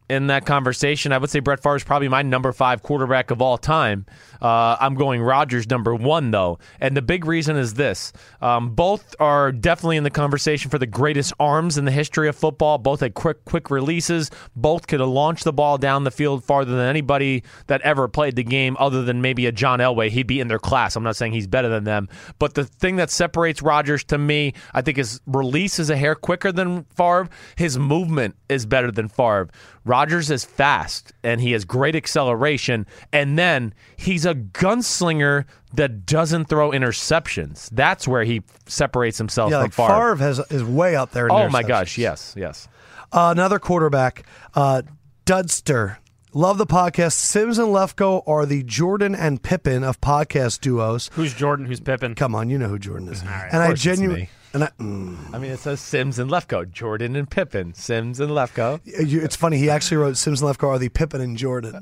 S3: in that conversation. I would say Brett Favre is probably my number five quarterback of all time. Uh, I'm going Rodgers number one though, and the big reason is this: um, both are definitely in the conversation for the greatest arms in the history of football. Both had quick, quick releases. Both could launch the ball down the field farther than anybody that ever played the game, other than maybe a John Elway. He'd be in their class. I'm not saying he's better than them, but the thing that separates Rodgers to me, I think, is release is a hair quicker than Favre. His movement is better than Favre. Rodgers is fast and he has great acceleration, and then he's a gunslinger that doesn't throw interceptions. That's where he separates himself
S1: Yeah,
S3: from
S1: like Favre
S3: Favre.
S1: has is way up there. In
S3: Oh my
S1: interceptions.
S3: gosh! Yes, yes.
S1: Uh, another quarterback, uh, Dudster. Love the podcast. Sims and Lefko are the Jordan and Pippin of podcast duos.
S2: Who's Jordan? Who's Pippen?
S1: Come on, you know who Jordan is.
S3: Of
S1: and I
S3: course it's
S1: genuinely
S3: me.
S1: and I, mm,
S3: I mean, it says Sims and Lefko, Jordan and Pippen, Sims and Lefko.
S1: you, it's funny. He actually wrote Sims and Lefko are the Pippin and Jordan.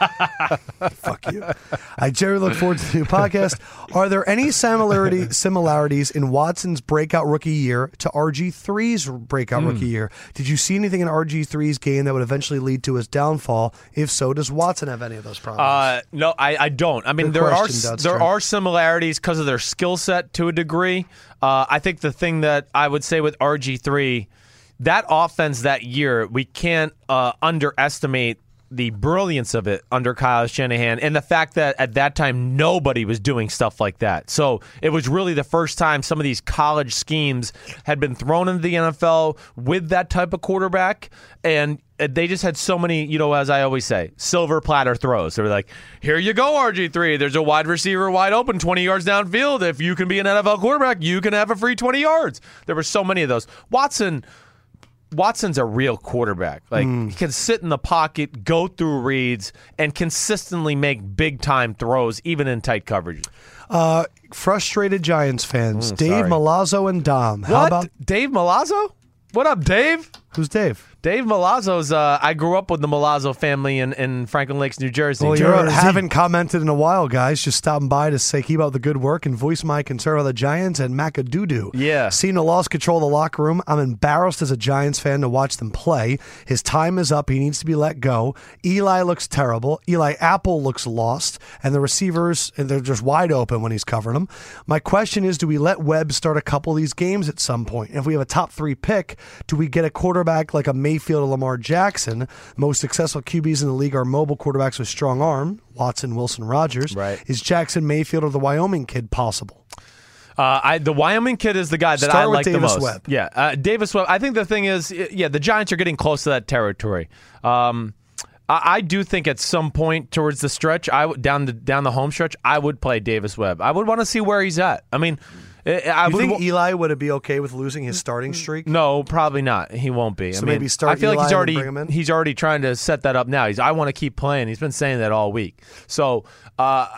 S1: Fuck you. I genuinely look forward to the new podcast. Are there any similarity similarities in Watson's breakout rookie year to RG3's
S3: Hmm.
S1: breakout rookie year? Did you see anything in RG3's game that would eventually lead to his downfall? If so, does Watson have any of those problems?
S3: Uh, no, I, I don't. I mean,
S1: Good
S3: there
S1: question,
S3: are
S1: Dudster.
S3: there are similarities because of their skill set to a degree. Uh, I think the thing that I would say with RG three, that offense that year, we can't uh, underestimate the brilliance of it under Kyle Shanahan and the fact that at that time nobody was doing stuff like that. So it was really the first time some of these college schemes had been thrown into the NFL with that type of quarterback and uh, they just had so many, you know, as I always say, silver platter throws. They were like, here you go, RG3. There's a wide receiver wide open 20 yards downfield. If you can be an NFL quarterback, you can have a free 20 yards. There were so many of those. Watson. Watson's a real quarterback. Like
S1: Hmm.
S3: he can sit in the pocket, go through reads, and consistently make big time throws, even in tight coverage.
S1: Uh, frustrated Giants fans, Dave
S3: Hmm, sorry.
S1: Malazzo and Dom. How
S3: What?
S1: about
S3: Dave Malazzo? What up, Dave?
S1: who's Dave?
S3: Dave Malazzo's. Uh, I grew up with the Malazzo family in, in Franklin Lakes, New Jersey.
S1: Well, you
S3: Jersey.
S1: haven't commented in a while, guys. Just stopping by to say keep up the good work and voice my concern about the Giants and Macadoodoo.
S3: Yeah.
S1: Cena lost control of the locker room. I'm embarrassed as a Giants fan to watch them play. His time is up. He needs to be let go. Eli looks terrible. Eli Apple looks lost, and the receivers and they're just wide open when he's covering them. My question is, do we let Webb start a couple of these games at some point? If we have a top three pick, do we get a quarterback like a Mayfield or Lamar Jackson? Most successful QBs in the league are mobile quarterbacks with strong arm. Watson, Wilson, Rogers.
S3: Right.
S1: Is Jackson Mayfield or the Wyoming kid possible?
S3: Uh, I, the Wyoming kid is the guy that
S1: Start
S3: I
S1: with
S3: like
S1: Davis
S3: the most.
S1: Webb.
S3: Yeah, uh, Davis Webb. I think the thing is, y- yeah, the Giants are getting close to that territory. Um, I, I do think at some point towards the stretch, I would down the down the home stretch, I would play Davis Webb. I would want to see where he's at. I mean, I, I
S1: You Mm,
S3: would.
S1: think
S3: wa-
S1: Eli would it be okay with losing his starting streak?
S3: no, probably not. He won't be.
S1: So
S3: I mean,
S1: maybe start
S3: I feel
S1: Eli
S3: like he's
S1: and
S3: already
S1: bring him in?
S3: he's already trying to set that up now. He's I want to keep playing. He's been saying that all week. So uh,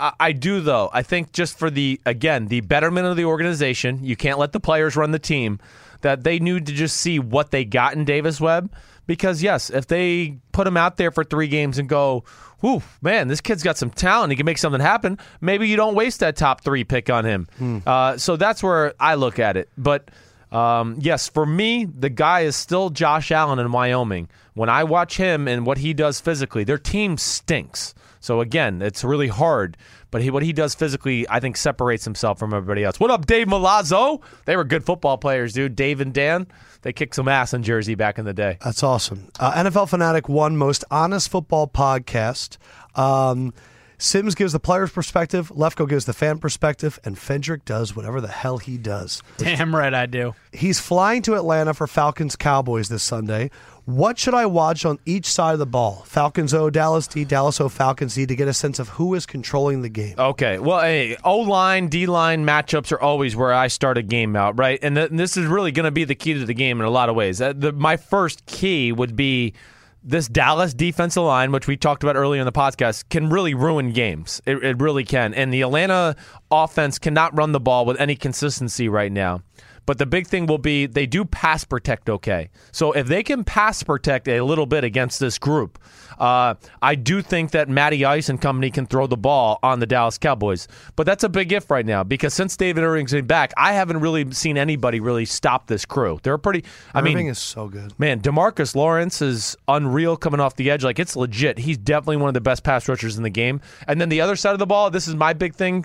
S3: I, I do though. I think just for the again the betterment of the organization, you can't let the players run the team. That they knew to just see what they got in Davis Webb. Because yes, if they put him out there for three games and go, "Whoo, man, this kid's got some talent. He can make something happen."
S1: Hmm.
S3: Maybe you don't waste that top three pick on him. Uh, so that's where I look at it. But uh, Um, yes, for me, the guy is still Josh Allen in Wyoming. When I watch him and what he does physically, their team stinks. So again, it's really hard. But he, what he does physically, I think, separates himself from everybody else. What up, Dave Malazzo? They were good football players, dude. Dave and Dan, they kicked some ass in Jersey back in the day.
S1: That's awesome. Uh, NFL Fanatic One, most honest football podcast. Um, Sims gives the player's perspective, Lefko gives the fan perspective, and Fendrick does whatever the hell he does.
S2: Damn right I do.
S1: He's flying to Atlanta for Falcons Cowboys this Sunday. What should I watch on each side of the ball? Falcons O, Dallas D, Dallas O, Falcons D to get a sense of who is controlling the game.
S3: Okay. Well, hey, O line, D line matchups are always where I start a game out, right? And, th- and this is really going to be the key to the game in a lot of ways. Uh, the, my first key would be this Dallas defensive line, which we talked about earlier in the podcast, can really ruin games. It, it really can. And the Atlanta offense cannot run the ball with any consistency right now. But the big thing will be they do pass protect okay. So if they can pass protect a little bit against this group, uh, I do think that Matty Ice and company can throw the ball on the Dallas Cowboys. But that's a big if right now because since David Irving's been back, I haven't really seen anybody really stop this crew. They're pretty. I
S1: Irving
S3: mean,
S1: is so good.
S3: Man, Demarcus Lawrence is unreal coming off the edge. Like, it's legit. He's definitely one of the best pass rushers in the game. And then the other side of the ball, this is my big thing.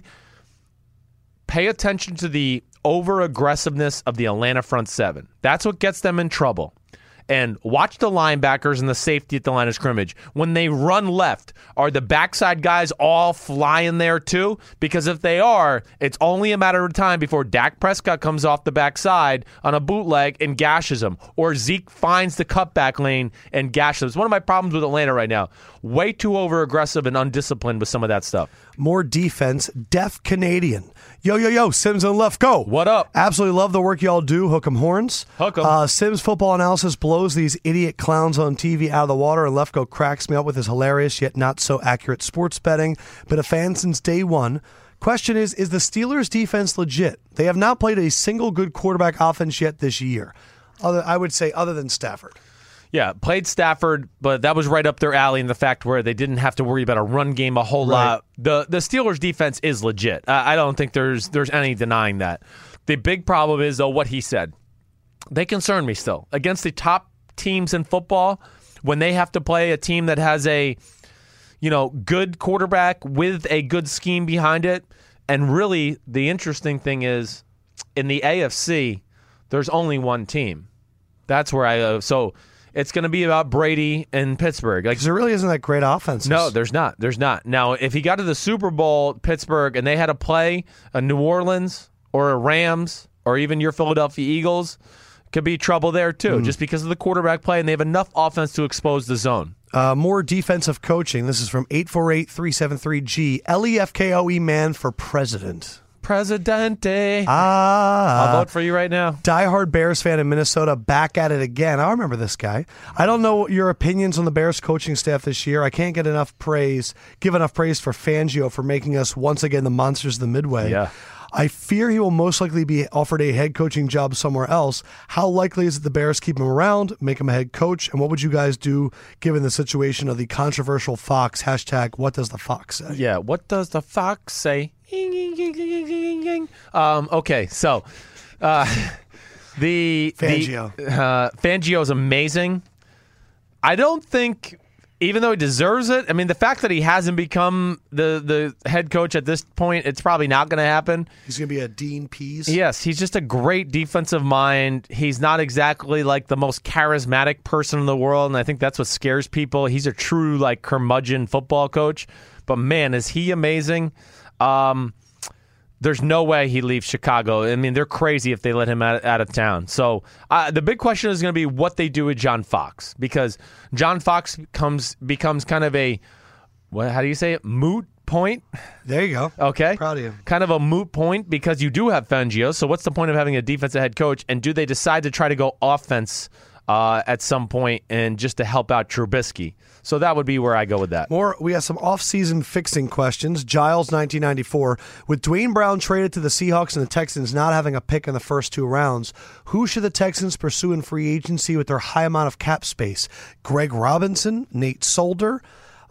S3: Pay attention to the over aggressiveness of the Atlanta front seven. That's what gets them in trouble. And watch the linebackers and the safety at the line of scrimmage. When they run left, are the backside guys all flying there too? Because if they are, it's only a matter of time before Dak Prescott comes off the backside on a bootleg and gashes him, or Zeke finds the cutback lane and gashes him. It's one of my problems with Atlanta right now. Way too over aggressive and undisciplined with some of that stuff.
S1: more defense, deaf Canadian. Yo, yo, yo, Sims and Left Go.
S3: What up?
S1: Absolutely love the work y'all do. Hook 'em horns.
S3: Hook 'em.
S1: Uh, Sims football analysis blows these idiot clowns on TV out of the water, and Left Go cracks me up with his hilarious yet not so accurate sports betting. Been a fan since day one. Question is Is the Steelers' defense legit? They have not played a single good quarterback offense yet this year. Other, I would say, other than Stafford.
S3: Yeah, played Stafford, but that was right up their alley in the fact where they didn't have to worry about a run game a whole lot. The the Steelers defense is legit. I, I don't think there's there's any denying that. The big problem is though what he said. They concern me still against the top teams in football when they have to play a team that has a you know, good quarterback with a good scheme behind it. And really, the interesting thing is in the AFC, there's only one team. That's where I uh, so it's going to be about Brady and Pittsburgh. Like
S1: 'Cause there really isn't that great offense.
S3: no, there's not. There's not. Now, if he got to the Super Bowl, Pittsburgh, and they had to play a New Orleans or a Rams or even your Philadelphia Eagles, could be trouble there too, just because of the quarterback play, and they have enough offense to expose the zone.
S1: Uh, more defensive coaching. This is from 848 373 G. E LEFKOE man for president.
S3: Presidente.
S1: Uh,
S3: I'll
S1: Ah.
S3: vote for you right now.
S1: Diehard Bears fan in Minnesota back at it again. I remember this guy. I don't know your opinions on the Bears coaching staff this year. I can't get enough praise, give enough praise for Fangio for making us once again the monsters of the Midway.
S3: Yeah.
S1: I fear he will most likely be offered a head coaching job somewhere else. How likely is it the Bears keep him around, make him a head coach? And what would you guys do given the situation of the controversial Fox hashtag What does the Fox say?
S3: Yeah. What does the fox say? Um, okay, so uh, the
S1: Fangio.
S3: The, uh, Fangio is amazing. I don't think, even though he deserves it, I mean, the fact that he hasn't become the the head coach at this point, it's probably not going to happen.
S1: He's going to be a Dean Pease.
S3: Yes, he's just a great defensive mind. He's not exactly like the most charismatic person in the world, and I think that's what scares people. He's a true like curmudgeon football coach, but man, is he amazing! Um, there's no way he leaves Chicago. I mean, they're crazy if they let him out, out of town. So uh, the big question is going to be what they do with John Fox because John Fox comes becomes kind of a what? How do you say it? Moot point.
S1: There you go.
S3: Okay.
S1: Proud of you.
S3: Kind of a moot point because you do have Fangio. So what's the point of having a defensive head coach? And do they decide to try to go offense uh, at some point and just to help out Trubisky? So that would be where I go with that.
S1: More, we have some off-season fixing questions. Giles, 1994, with Dwayne Brown traded to the Seahawks and the Texans not having a pick in the first two rounds, who should the Texans pursue in free agency with their high amount of cap space? Greg Robinson, Nate Solder,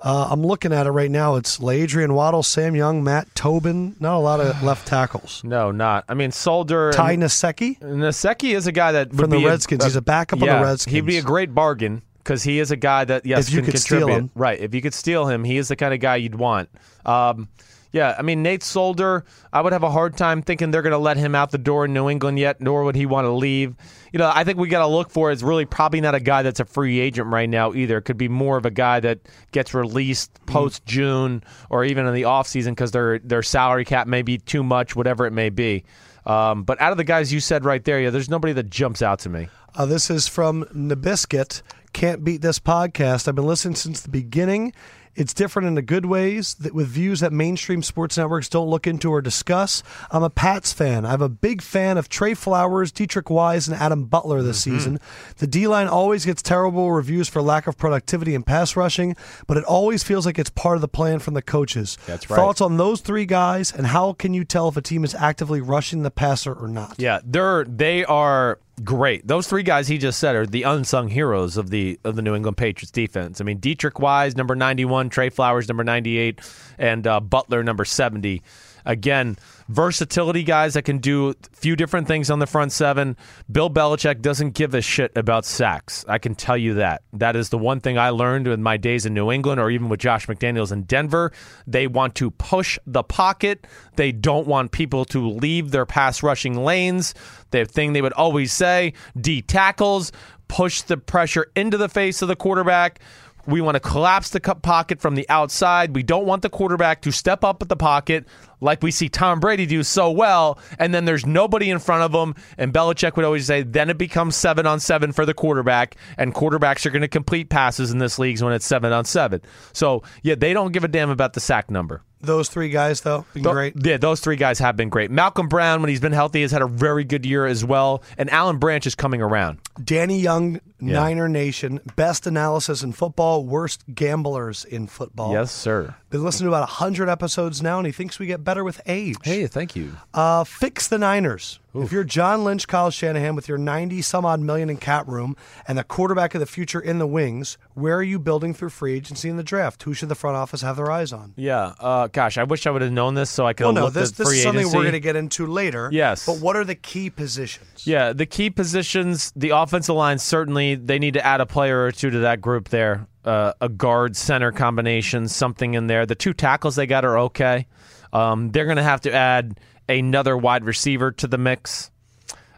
S1: Uh, I'm looking at it right now. It's Adrian Waddle, Sam Young, Matt Tobin. Not a lot of left tackles.
S3: No, not. I mean, Solder.
S1: Ty
S3: and-
S1: Nasecki
S3: Naseki is a guy that would
S1: from the
S3: be
S1: Redskins.
S3: A,
S1: He's a backup
S3: yeah,
S1: on the Redskins.
S3: He'd be a great bargain because he is a guy that yes
S1: If you
S3: can
S1: could steal
S3: contribute.
S1: him.
S3: Right, if you could steal him, he is the kind of guy you'd want. Um, yeah, I mean Nate Solder, I would have a hard time thinking they're going to let him out the door in New England yet, nor would he want to leave. You know, I think we got to look for is really probably not a guy that's a free agent right now either. It could be more of a guy that gets released
S1: Mm.
S3: post June or even in the offseason because their their salary cap may be too much, whatever it may be. Um, but out of the guys you said right there, yeah, there's nobody that jumps out to me.
S1: Uh, this is from Nabiscuit. Can't beat this podcast. I've been listening since the beginning. It's different in the good ways that with views that mainstream sports networks don't look into or discuss. I'm a Pats fan. I'm a big fan of Trey Flowers, Dietrich Wise, and Adam Butler this season. The D line always gets terrible reviews for lack of productivity and pass rushing, but it always feels like it's part of the plan from the coaches. That's right. Thoughts on those three guys, and how can you tell if a team is actively rushing the passer or not?
S3: Yeah, they're they are great. Those three guys he just said are the unsung heroes of the of the New England Patriots defense. I mean, Dietrich Wise, number ninety one, Trey Flowers, number ninety eight, and uh, Butler, number seventy. Again, versatility guys that can do a few different things on the front seven. Bill Belichick doesn't give a shit about sacks. I can tell you that. That is the one thing I learned in my days in New England or even with Josh McDaniels in Denver. They want to push the pocket. They don't want people to leave their pass rushing lanes. The thing they would always say D tackles, push the pressure into the face of the quarterback. We want to collapse the cup pocket from the outside. We don't want the quarterback to step up at the pocket like we see Tom Brady do so well, and then there's nobody in front of him. And Belichick would always say, then it becomes seven on seven for the quarterback, and quarterbacks are going to complete passes in this league when it's seven on seven. So, yeah, they don't give a damn about the sack number.
S1: Those three guys, though, been
S3: Tho-
S1: great.
S3: Yeah, those three guys have been great. Malcolm Brown, when he's been healthy, has had a very good year as well. And Alan Branch is coming around.
S1: Danny Young, Niner Nation, best analysis in football, worst gamblers in
S3: Oh.
S1: football.
S3: sir.
S1: Been listening to about 100 episodes now, and he thinks we get better with age.
S3: thank you.
S1: Uh, fix the Niners. If you're John Lynch, Kyle Shanahan, with your 90 some odd million in cap room and the quarterback of the future in the wings, where are you building through free agency and the draft? Who should the front office have their eyes on?
S3: Yeah. Uh, gosh, I wish I would have known this so I could
S1: Well,
S3: have
S1: no,
S3: looked
S1: this,
S3: at
S1: this
S3: free
S1: is something
S3: agency.
S1: we're going to get into later.
S3: Yes.
S1: But what are the key positions?
S3: Yeah, the key positions, the offensive line certainly they need to add a player or two to that group there. Uh, a guard center combination, something in there. The two tackles they got are okay. Um, they're going to have to add another wide receiver to the mix.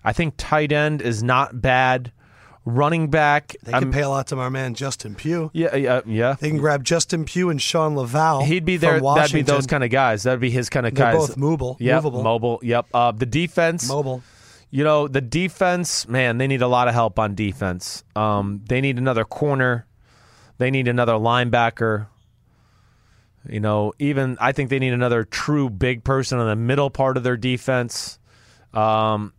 S3: I think tight end is not bad. Running back,
S1: They can
S3: I'm-
S1: pay a lot to our man, Justin Pugh.
S3: yeah, uh, yeah, yeah.
S1: They can grab Justin Pugh and Sean Laval.
S3: He'd be
S1: from
S3: there. That'd be
S1: Washington.
S3: those kind of guys. That'd be his kind of
S1: They're
S3: guys.
S1: both mobile,
S3: Yep,
S1: movable.
S3: mobile. Yep. Uh, the defense.
S1: mobile.
S3: You know, the defense, man, they need a lot of help on defense. Um, they need another corner. They need another linebacker. You know, even I think they need another true big person in the middle part of their defense. Um,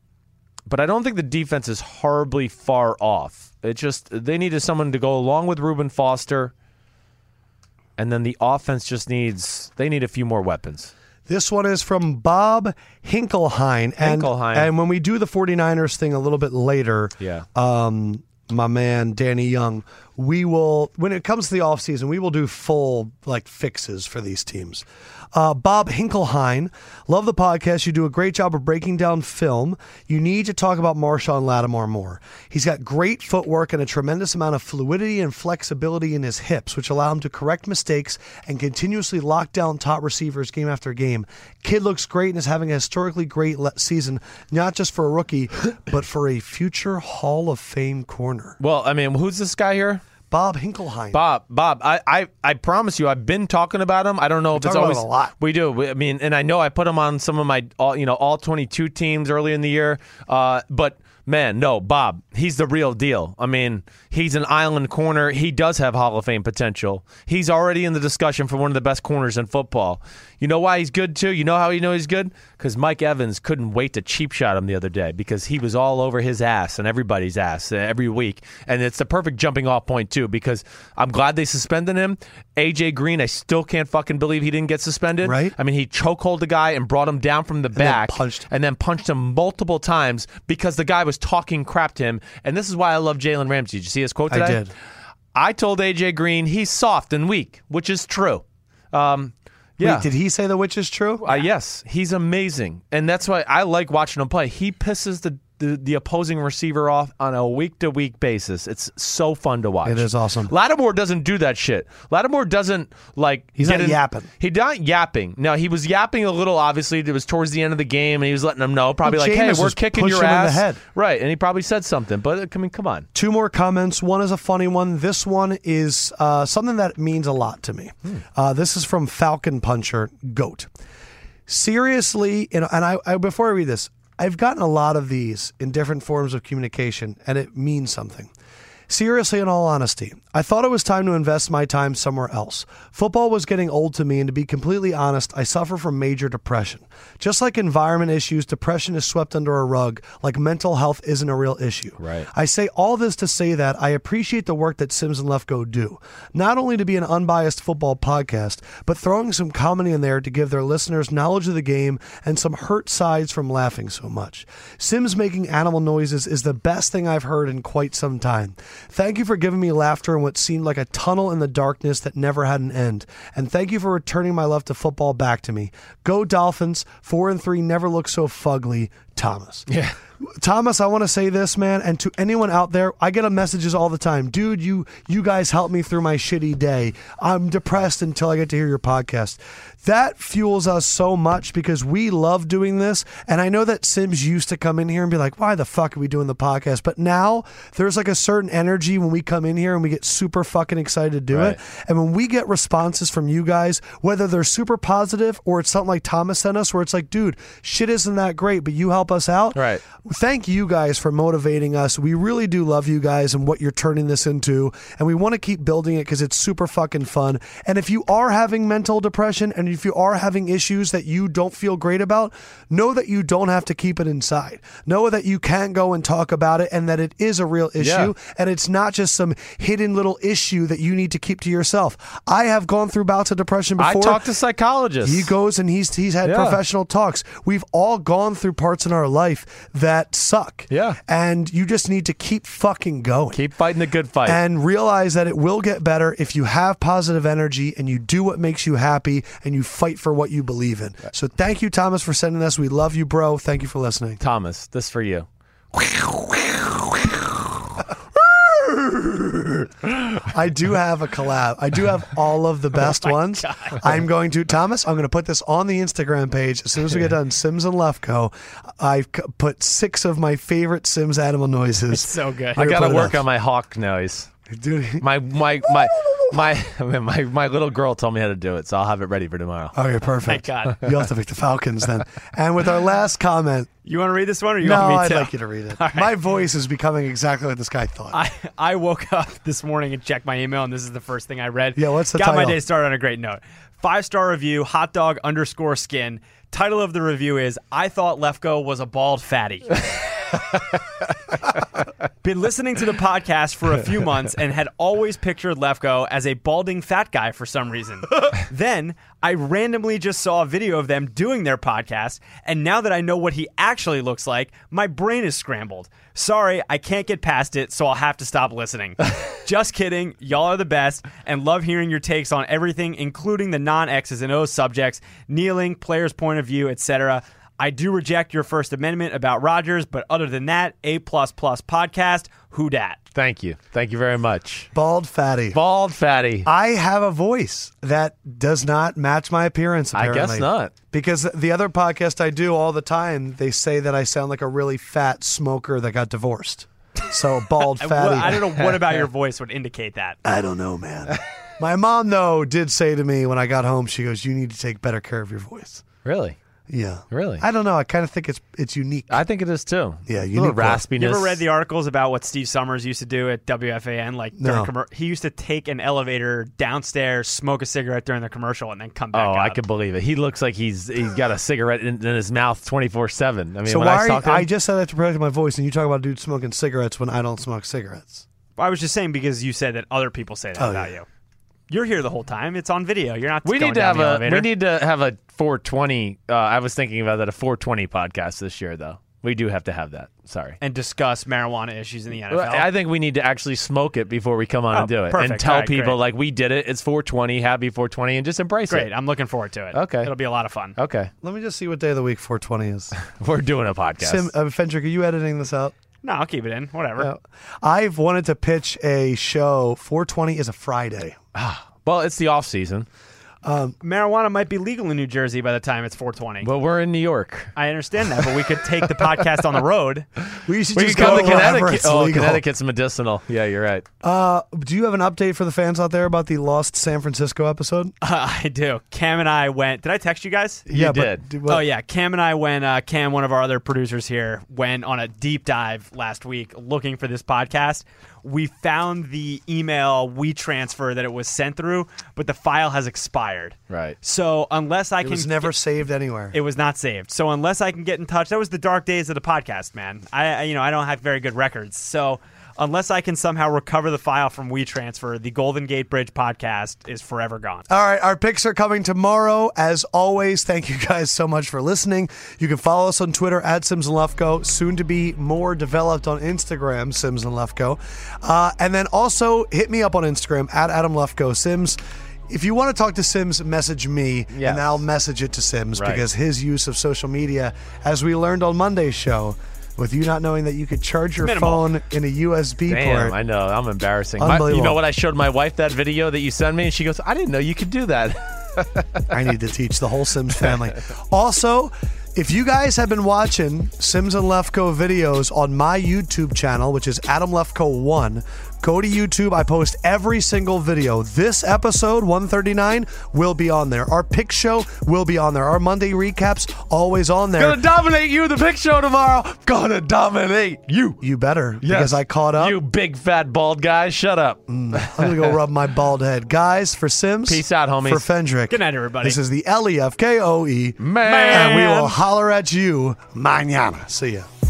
S3: but I don't think the defense is horribly far off. It just they needed someone to go along with Reuben Foster. And then the offense just needs they need a few more weapons.
S1: This one is from Bob Hinkelhein. And,
S3: Hinkelhein.
S1: And when we do the 49ers thing a little bit later,
S3: Yeah.
S1: um, my man Danny Young, we will, when it comes to the offseason, we will do full like fixes for these teams. Uh, Bob Hinkelhein, love the podcast. You do a great job of breaking down film. You need to talk about Marshawn Lattimore more. He's got great footwork and a tremendous amount of fluidity and flexibility in his hips, which allow him to correct mistakes and continuously lock down top receivers game after game. Kid looks great and is having a historically great le- season, not just for a rookie, but for a future Hall of Fame corner.
S3: Well, I mean, who's this guy here?
S1: Bob Hinkelheim.
S3: Bob, Bob, I, I, I promise you, I've been talking about him. I don't know if
S1: talk
S3: it's
S1: about
S3: always
S1: him a lot.
S3: We do. We- I mean, and I know I put him on some of my, all, you know, all twenty-two teams early in the year. Uh, but man, no, Bob, he's the real deal. I mean, he's an island corner. He does have Hall of Fame potential. He's already in the discussion for one of the best corners in football. You know why he's good too? You know how you know he's good? Because Mike Evans couldn't wait to cheap shot him the other day because he was all over his ass and everybody's ass uh, every week. And it's the perfect jumping off point too because I'm glad they suspended him. AJ Green, I still can't fucking believe he didn't get suspended.
S1: Right.
S3: I mean, he chokehold the guy and brought him down from the back
S1: punched him.
S3: and then punched him multiple times because the guy was talking crap to him. And this is why I love Jalen Ramsey. Did you see his quote
S1: I
S3: today?
S1: did.
S3: I told AJ Green he's soft and weak, which is true. Um, yeah.
S1: Wait, did he say the witch is true?
S3: Uh, yes, he's amazing, and that's why I like watching him play. He pisses the, the, the opposing receiver off on a week to week basis. It's so fun to watch.
S1: It is awesome.
S3: Lattimore doesn't do that shit. Lattimore doesn't like.
S1: He's
S3: get
S1: not yapping.
S3: He not yapping. No, he was yapping a little. Obviously, it was towards the end of the game, and he was letting them know, probably
S1: Well,
S3: like,
S1: Jameis
S3: "Hey, we're
S1: was
S3: kicking your
S1: pushing him in the
S3: ass."
S1: head.
S3: Right, and he probably said something. But I mean, come on.
S1: Two more comments. One is a funny one. This one is uh, something that means a lot to me.
S3: Hmm.
S1: Uh, this is from Falcon Puncher Goat. Seriously, you know, and I, I before I read this, I've gotten a lot of these in different forms of communication, and it means something. Seriously, in all honesty, I thought it was time to invest my time somewhere else. Football was getting old to me, and to be completely honest, I suffer from major depression. Just like environment issues, depression is swept under a rug, like mental health isn't a real issue.
S3: Right.
S1: I say all this to say that I appreciate the work that Sims and Left Go do, not only to be an unbiased football podcast, but throwing some comedy in there to give their listeners knowledge of the game and some hurt sides from laughing so much. Sims making animal noises is the best thing I've heard in quite some time. Thank you for giving me laughter in what seemed like a tunnel in the darkness that never had an end, and thank you for returning my love to football back to me. Go Dolphins! Four and three never look so fugly. Thomas. Yeah. Thomas, I want to say this, man, and to anyone out there, I get a messages all the time. Dude, you you guys help me through my shitty day. I'm depressed until I get to hear your podcast. That fuels us so much because we love doing this. And I know that Sims used to come in here and be like, why the fuck are we doing the podcast? But now there's like a certain energy when we come in here and we get super fucking excited to do
S3: Right.
S1: it. And when we get responses from you guys, whether they're super positive or it's something like Thomas sent us, where it's like, dude, shit isn't that great, but you help us out.
S3: Right.
S1: Thank you guys for motivating us. We really do love you guys and what you're turning this into. And we want to keep building it because it's super fucking fun. And if you are having mental depression and if you are having issues that you don't feel great about, know that you don't have to keep it inside. Know that you can go and talk about it and that it is a real issue
S3: Yeah.
S1: and it's not just some hidden little issue that you need to keep to yourself. I have gone through bouts of depression before.
S3: I talked to psychologists.
S1: He goes and he's he's had
S3: Yeah.
S1: professional talks. We've all gone through parts in our life that suck.
S3: Yeah.
S1: And you just need to keep fucking going.
S3: Keep fighting the good fight.
S1: and realize that it will get better if you have positive energy and you do what makes you happy and you fight for what you believe in. So thank you, Thomas, for sending this. We love you, bro. Thank you for listening.
S3: Thomas, this for you.
S1: I do have a collab. I do have all
S2: Oh
S1: of the best ones. I'm going to Thomas. I'm going to put this on the Instagram page as soon as we get done. Sims and Lefko. I've c- put six of my favorite Sims animal noises.
S2: so good.
S1: We're
S3: I
S1: gonna
S3: gotta
S1: put it
S3: work
S1: up.
S3: on my hawk noise.
S1: Dude,
S3: My my my my my my little girl told me how to do it, so I'll have it ready for tomorrow.
S1: okay, perfect.
S2: God.
S1: You'll have to pick the Falcons then. And with our last comment,
S2: You want to read this one, or you
S1: no,
S2: want me
S1: I'd
S2: to?
S1: like you to read it. My voice is becoming exactly what this guy thought.
S2: I, I woke up this morning and checked my email, and this is the first thing I read.
S1: Yeah, what's the
S2: Got my
S1: title?
S2: day started on a great note. Five star review, hot dog underscore skin. Title of the review is I thought Lefko was a bald fatty. Been listening to the podcast for a few months and had always pictured Lefko as a balding fat guy for some reason. then I randomly just saw a video of them doing their podcast, and now that I know what he actually looks like, my brain is scrambled. Sorry, I can't get past it, so I'll have to stop listening. just kidding, y'all are the best, and love hearing your takes on everything, including the non X's and O's subjects, kneeling, players' point of view, etc. I do reject your First Amendment about Rogers, but other than that, A plus plus podcast. Who dat?
S3: Thank you, thank you very much.
S1: Bald fatty.
S3: Bald fatty.
S1: I have a voice that does not match my appearance.
S3: I
S1: Apparently.
S3: guess not.
S1: Because the other podcast I do all the time, they say that I sound like a really fat smoker that got divorced. So bald fatty.
S2: Well, I don't know what about your voice would indicate that.
S1: I don't know, man. my mom though did say to me when I got home, she goes, "You need to take better care of your voice."
S3: Really,
S1: Yeah.
S3: Really?
S1: I don't know. I kind of think it's it's unique.
S3: I think it is too.
S1: Yeah, you
S3: you little
S1: need that.
S3: raspiness.
S2: You ever read the articles about what Steve Summers used to do at WFAN? Like during
S1: No.
S2: commer- he used to take an elevator downstairs, smoke a cigarette during the commercial, and then come
S3: Oh,
S2: back.
S3: I
S2: up.
S3: can believe it. He looks like he's he's got a cigarette in, in his mouth twenty four seven. I mean,
S1: so
S3: when
S1: why
S3: I
S1: are you,
S3: saw him,
S1: I just said that to protect my voice, and you talk about dudes smoking cigarettes when I don't smoke cigarettes.
S2: I was just saying because you said that other people say that
S1: Oh,
S2: about
S1: yeah.
S2: you. You're here the whole time. It's on video. You're not.
S3: we
S2: going
S3: need to
S2: down
S3: have
S2: the
S3: a
S2: elevator.
S3: we need to have a four twenty. Uh, I was thinking about that a four twenty podcast this year though. We do have to have that. Sorry.
S2: and discuss marijuana issues in the NFL.
S3: Well, I think we need to actually smoke it before we come on and do it, and
S2: perfect.
S3: tell
S2: All right,
S3: people
S2: great.
S3: like we did it. It's 420. Happy 420, and just embrace
S2: Great.
S3: it.
S2: I'm looking forward to it.
S3: Okay. Oh.
S2: It'll be a lot of fun.
S3: Okay,
S1: Let me just see what day of the week 420 is.
S3: we're doing a podcast.
S1: Sim, uh, Fendrick, are you editing this out?
S2: No, I'll keep it in. Whatever.
S1: No. I've wanted to pitch a show. 420 is a Friday.
S3: well, it's the off season,
S2: Marijuana might be legal in New Jersey by the time it's 420.
S3: but we're in New York.
S2: I understand that, but we could take the podcast on the road.
S1: We should
S3: We
S1: just
S3: could
S1: go
S3: come
S1: to Connecticut.
S3: Connecticut. Oh, Connecticut's medicinal. Yeah, you're right.
S1: Uh, do you have an update for the fans out there about the lost San Francisco episode?
S2: Uh, I do. Cam and I went. Did I text you guys?
S1: yeah,
S3: did.
S1: But, do- what-
S2: oh yeah, Cam and I went. Uh, Cam, one of our other producers here, went on a deep dive last week looking for this podcast. We found the email we transfer that it was sent through, but the file has expired.
S3: Right.
S2: So unless I
S1: It
S2: can,
S1: was never saved anywhere.
S2: it was not saved. So unless I can get in touch, that was the dark days of the podcast, man. I, I you know I don't have very good records. So unless I can somehow recover the file from WeTransfer, the Golden Gate Bridge podcast is forever gone.
S1: All right, our picks are coming tomorrow. As always, thank you guys so much for listening. You can follow us on Twitter at Sims and Lefko, soon to be more developed on Instagram, Sims and Lefko. Uh, and then also hit me up on Instagram at Adam Lefko Sims. If you want to talk to Sims, message me,
S3: Yes.
S1: and I'll message it to Sims
S3: Right.
S1: because his use of social media, as we learned on Monday's show, with you not knowing that you could charge your
S2: Minimal.
S1: phone in a USB
S3: Damn,
S1: port.
S3: I know. I'm embarrassing. My- you
S1: Unbelievable.
S3: know what? I showed my wife that video that you sent me, and she goes, "I didn't know you could do that."
S1: I need to teach the whole Sims family. Also, if you guys have been watching Sims and Lefko videos on my YouTube channel, which is Adam Lefko One, go to YouTube. I post every single video. This episode 139 will be on there. Our pick show will be on there. Our Monday recaps always on there.
S3: Gonna dominate you the big show tomorrow. Gonna dominate you.
S1: You better
S3: Yes.
S1: because I caught up.
S3: You big fat bald guy. Shut up.
S1: I'm gonna go rub my bald head, guys. For Sims,
S3: Peace out, homies.
S1: For Fendrick,
S2: Good night, everybody.
S1: This is the L E F K O E
S3: Man.
S1: and we will holler at you mañana. See ya.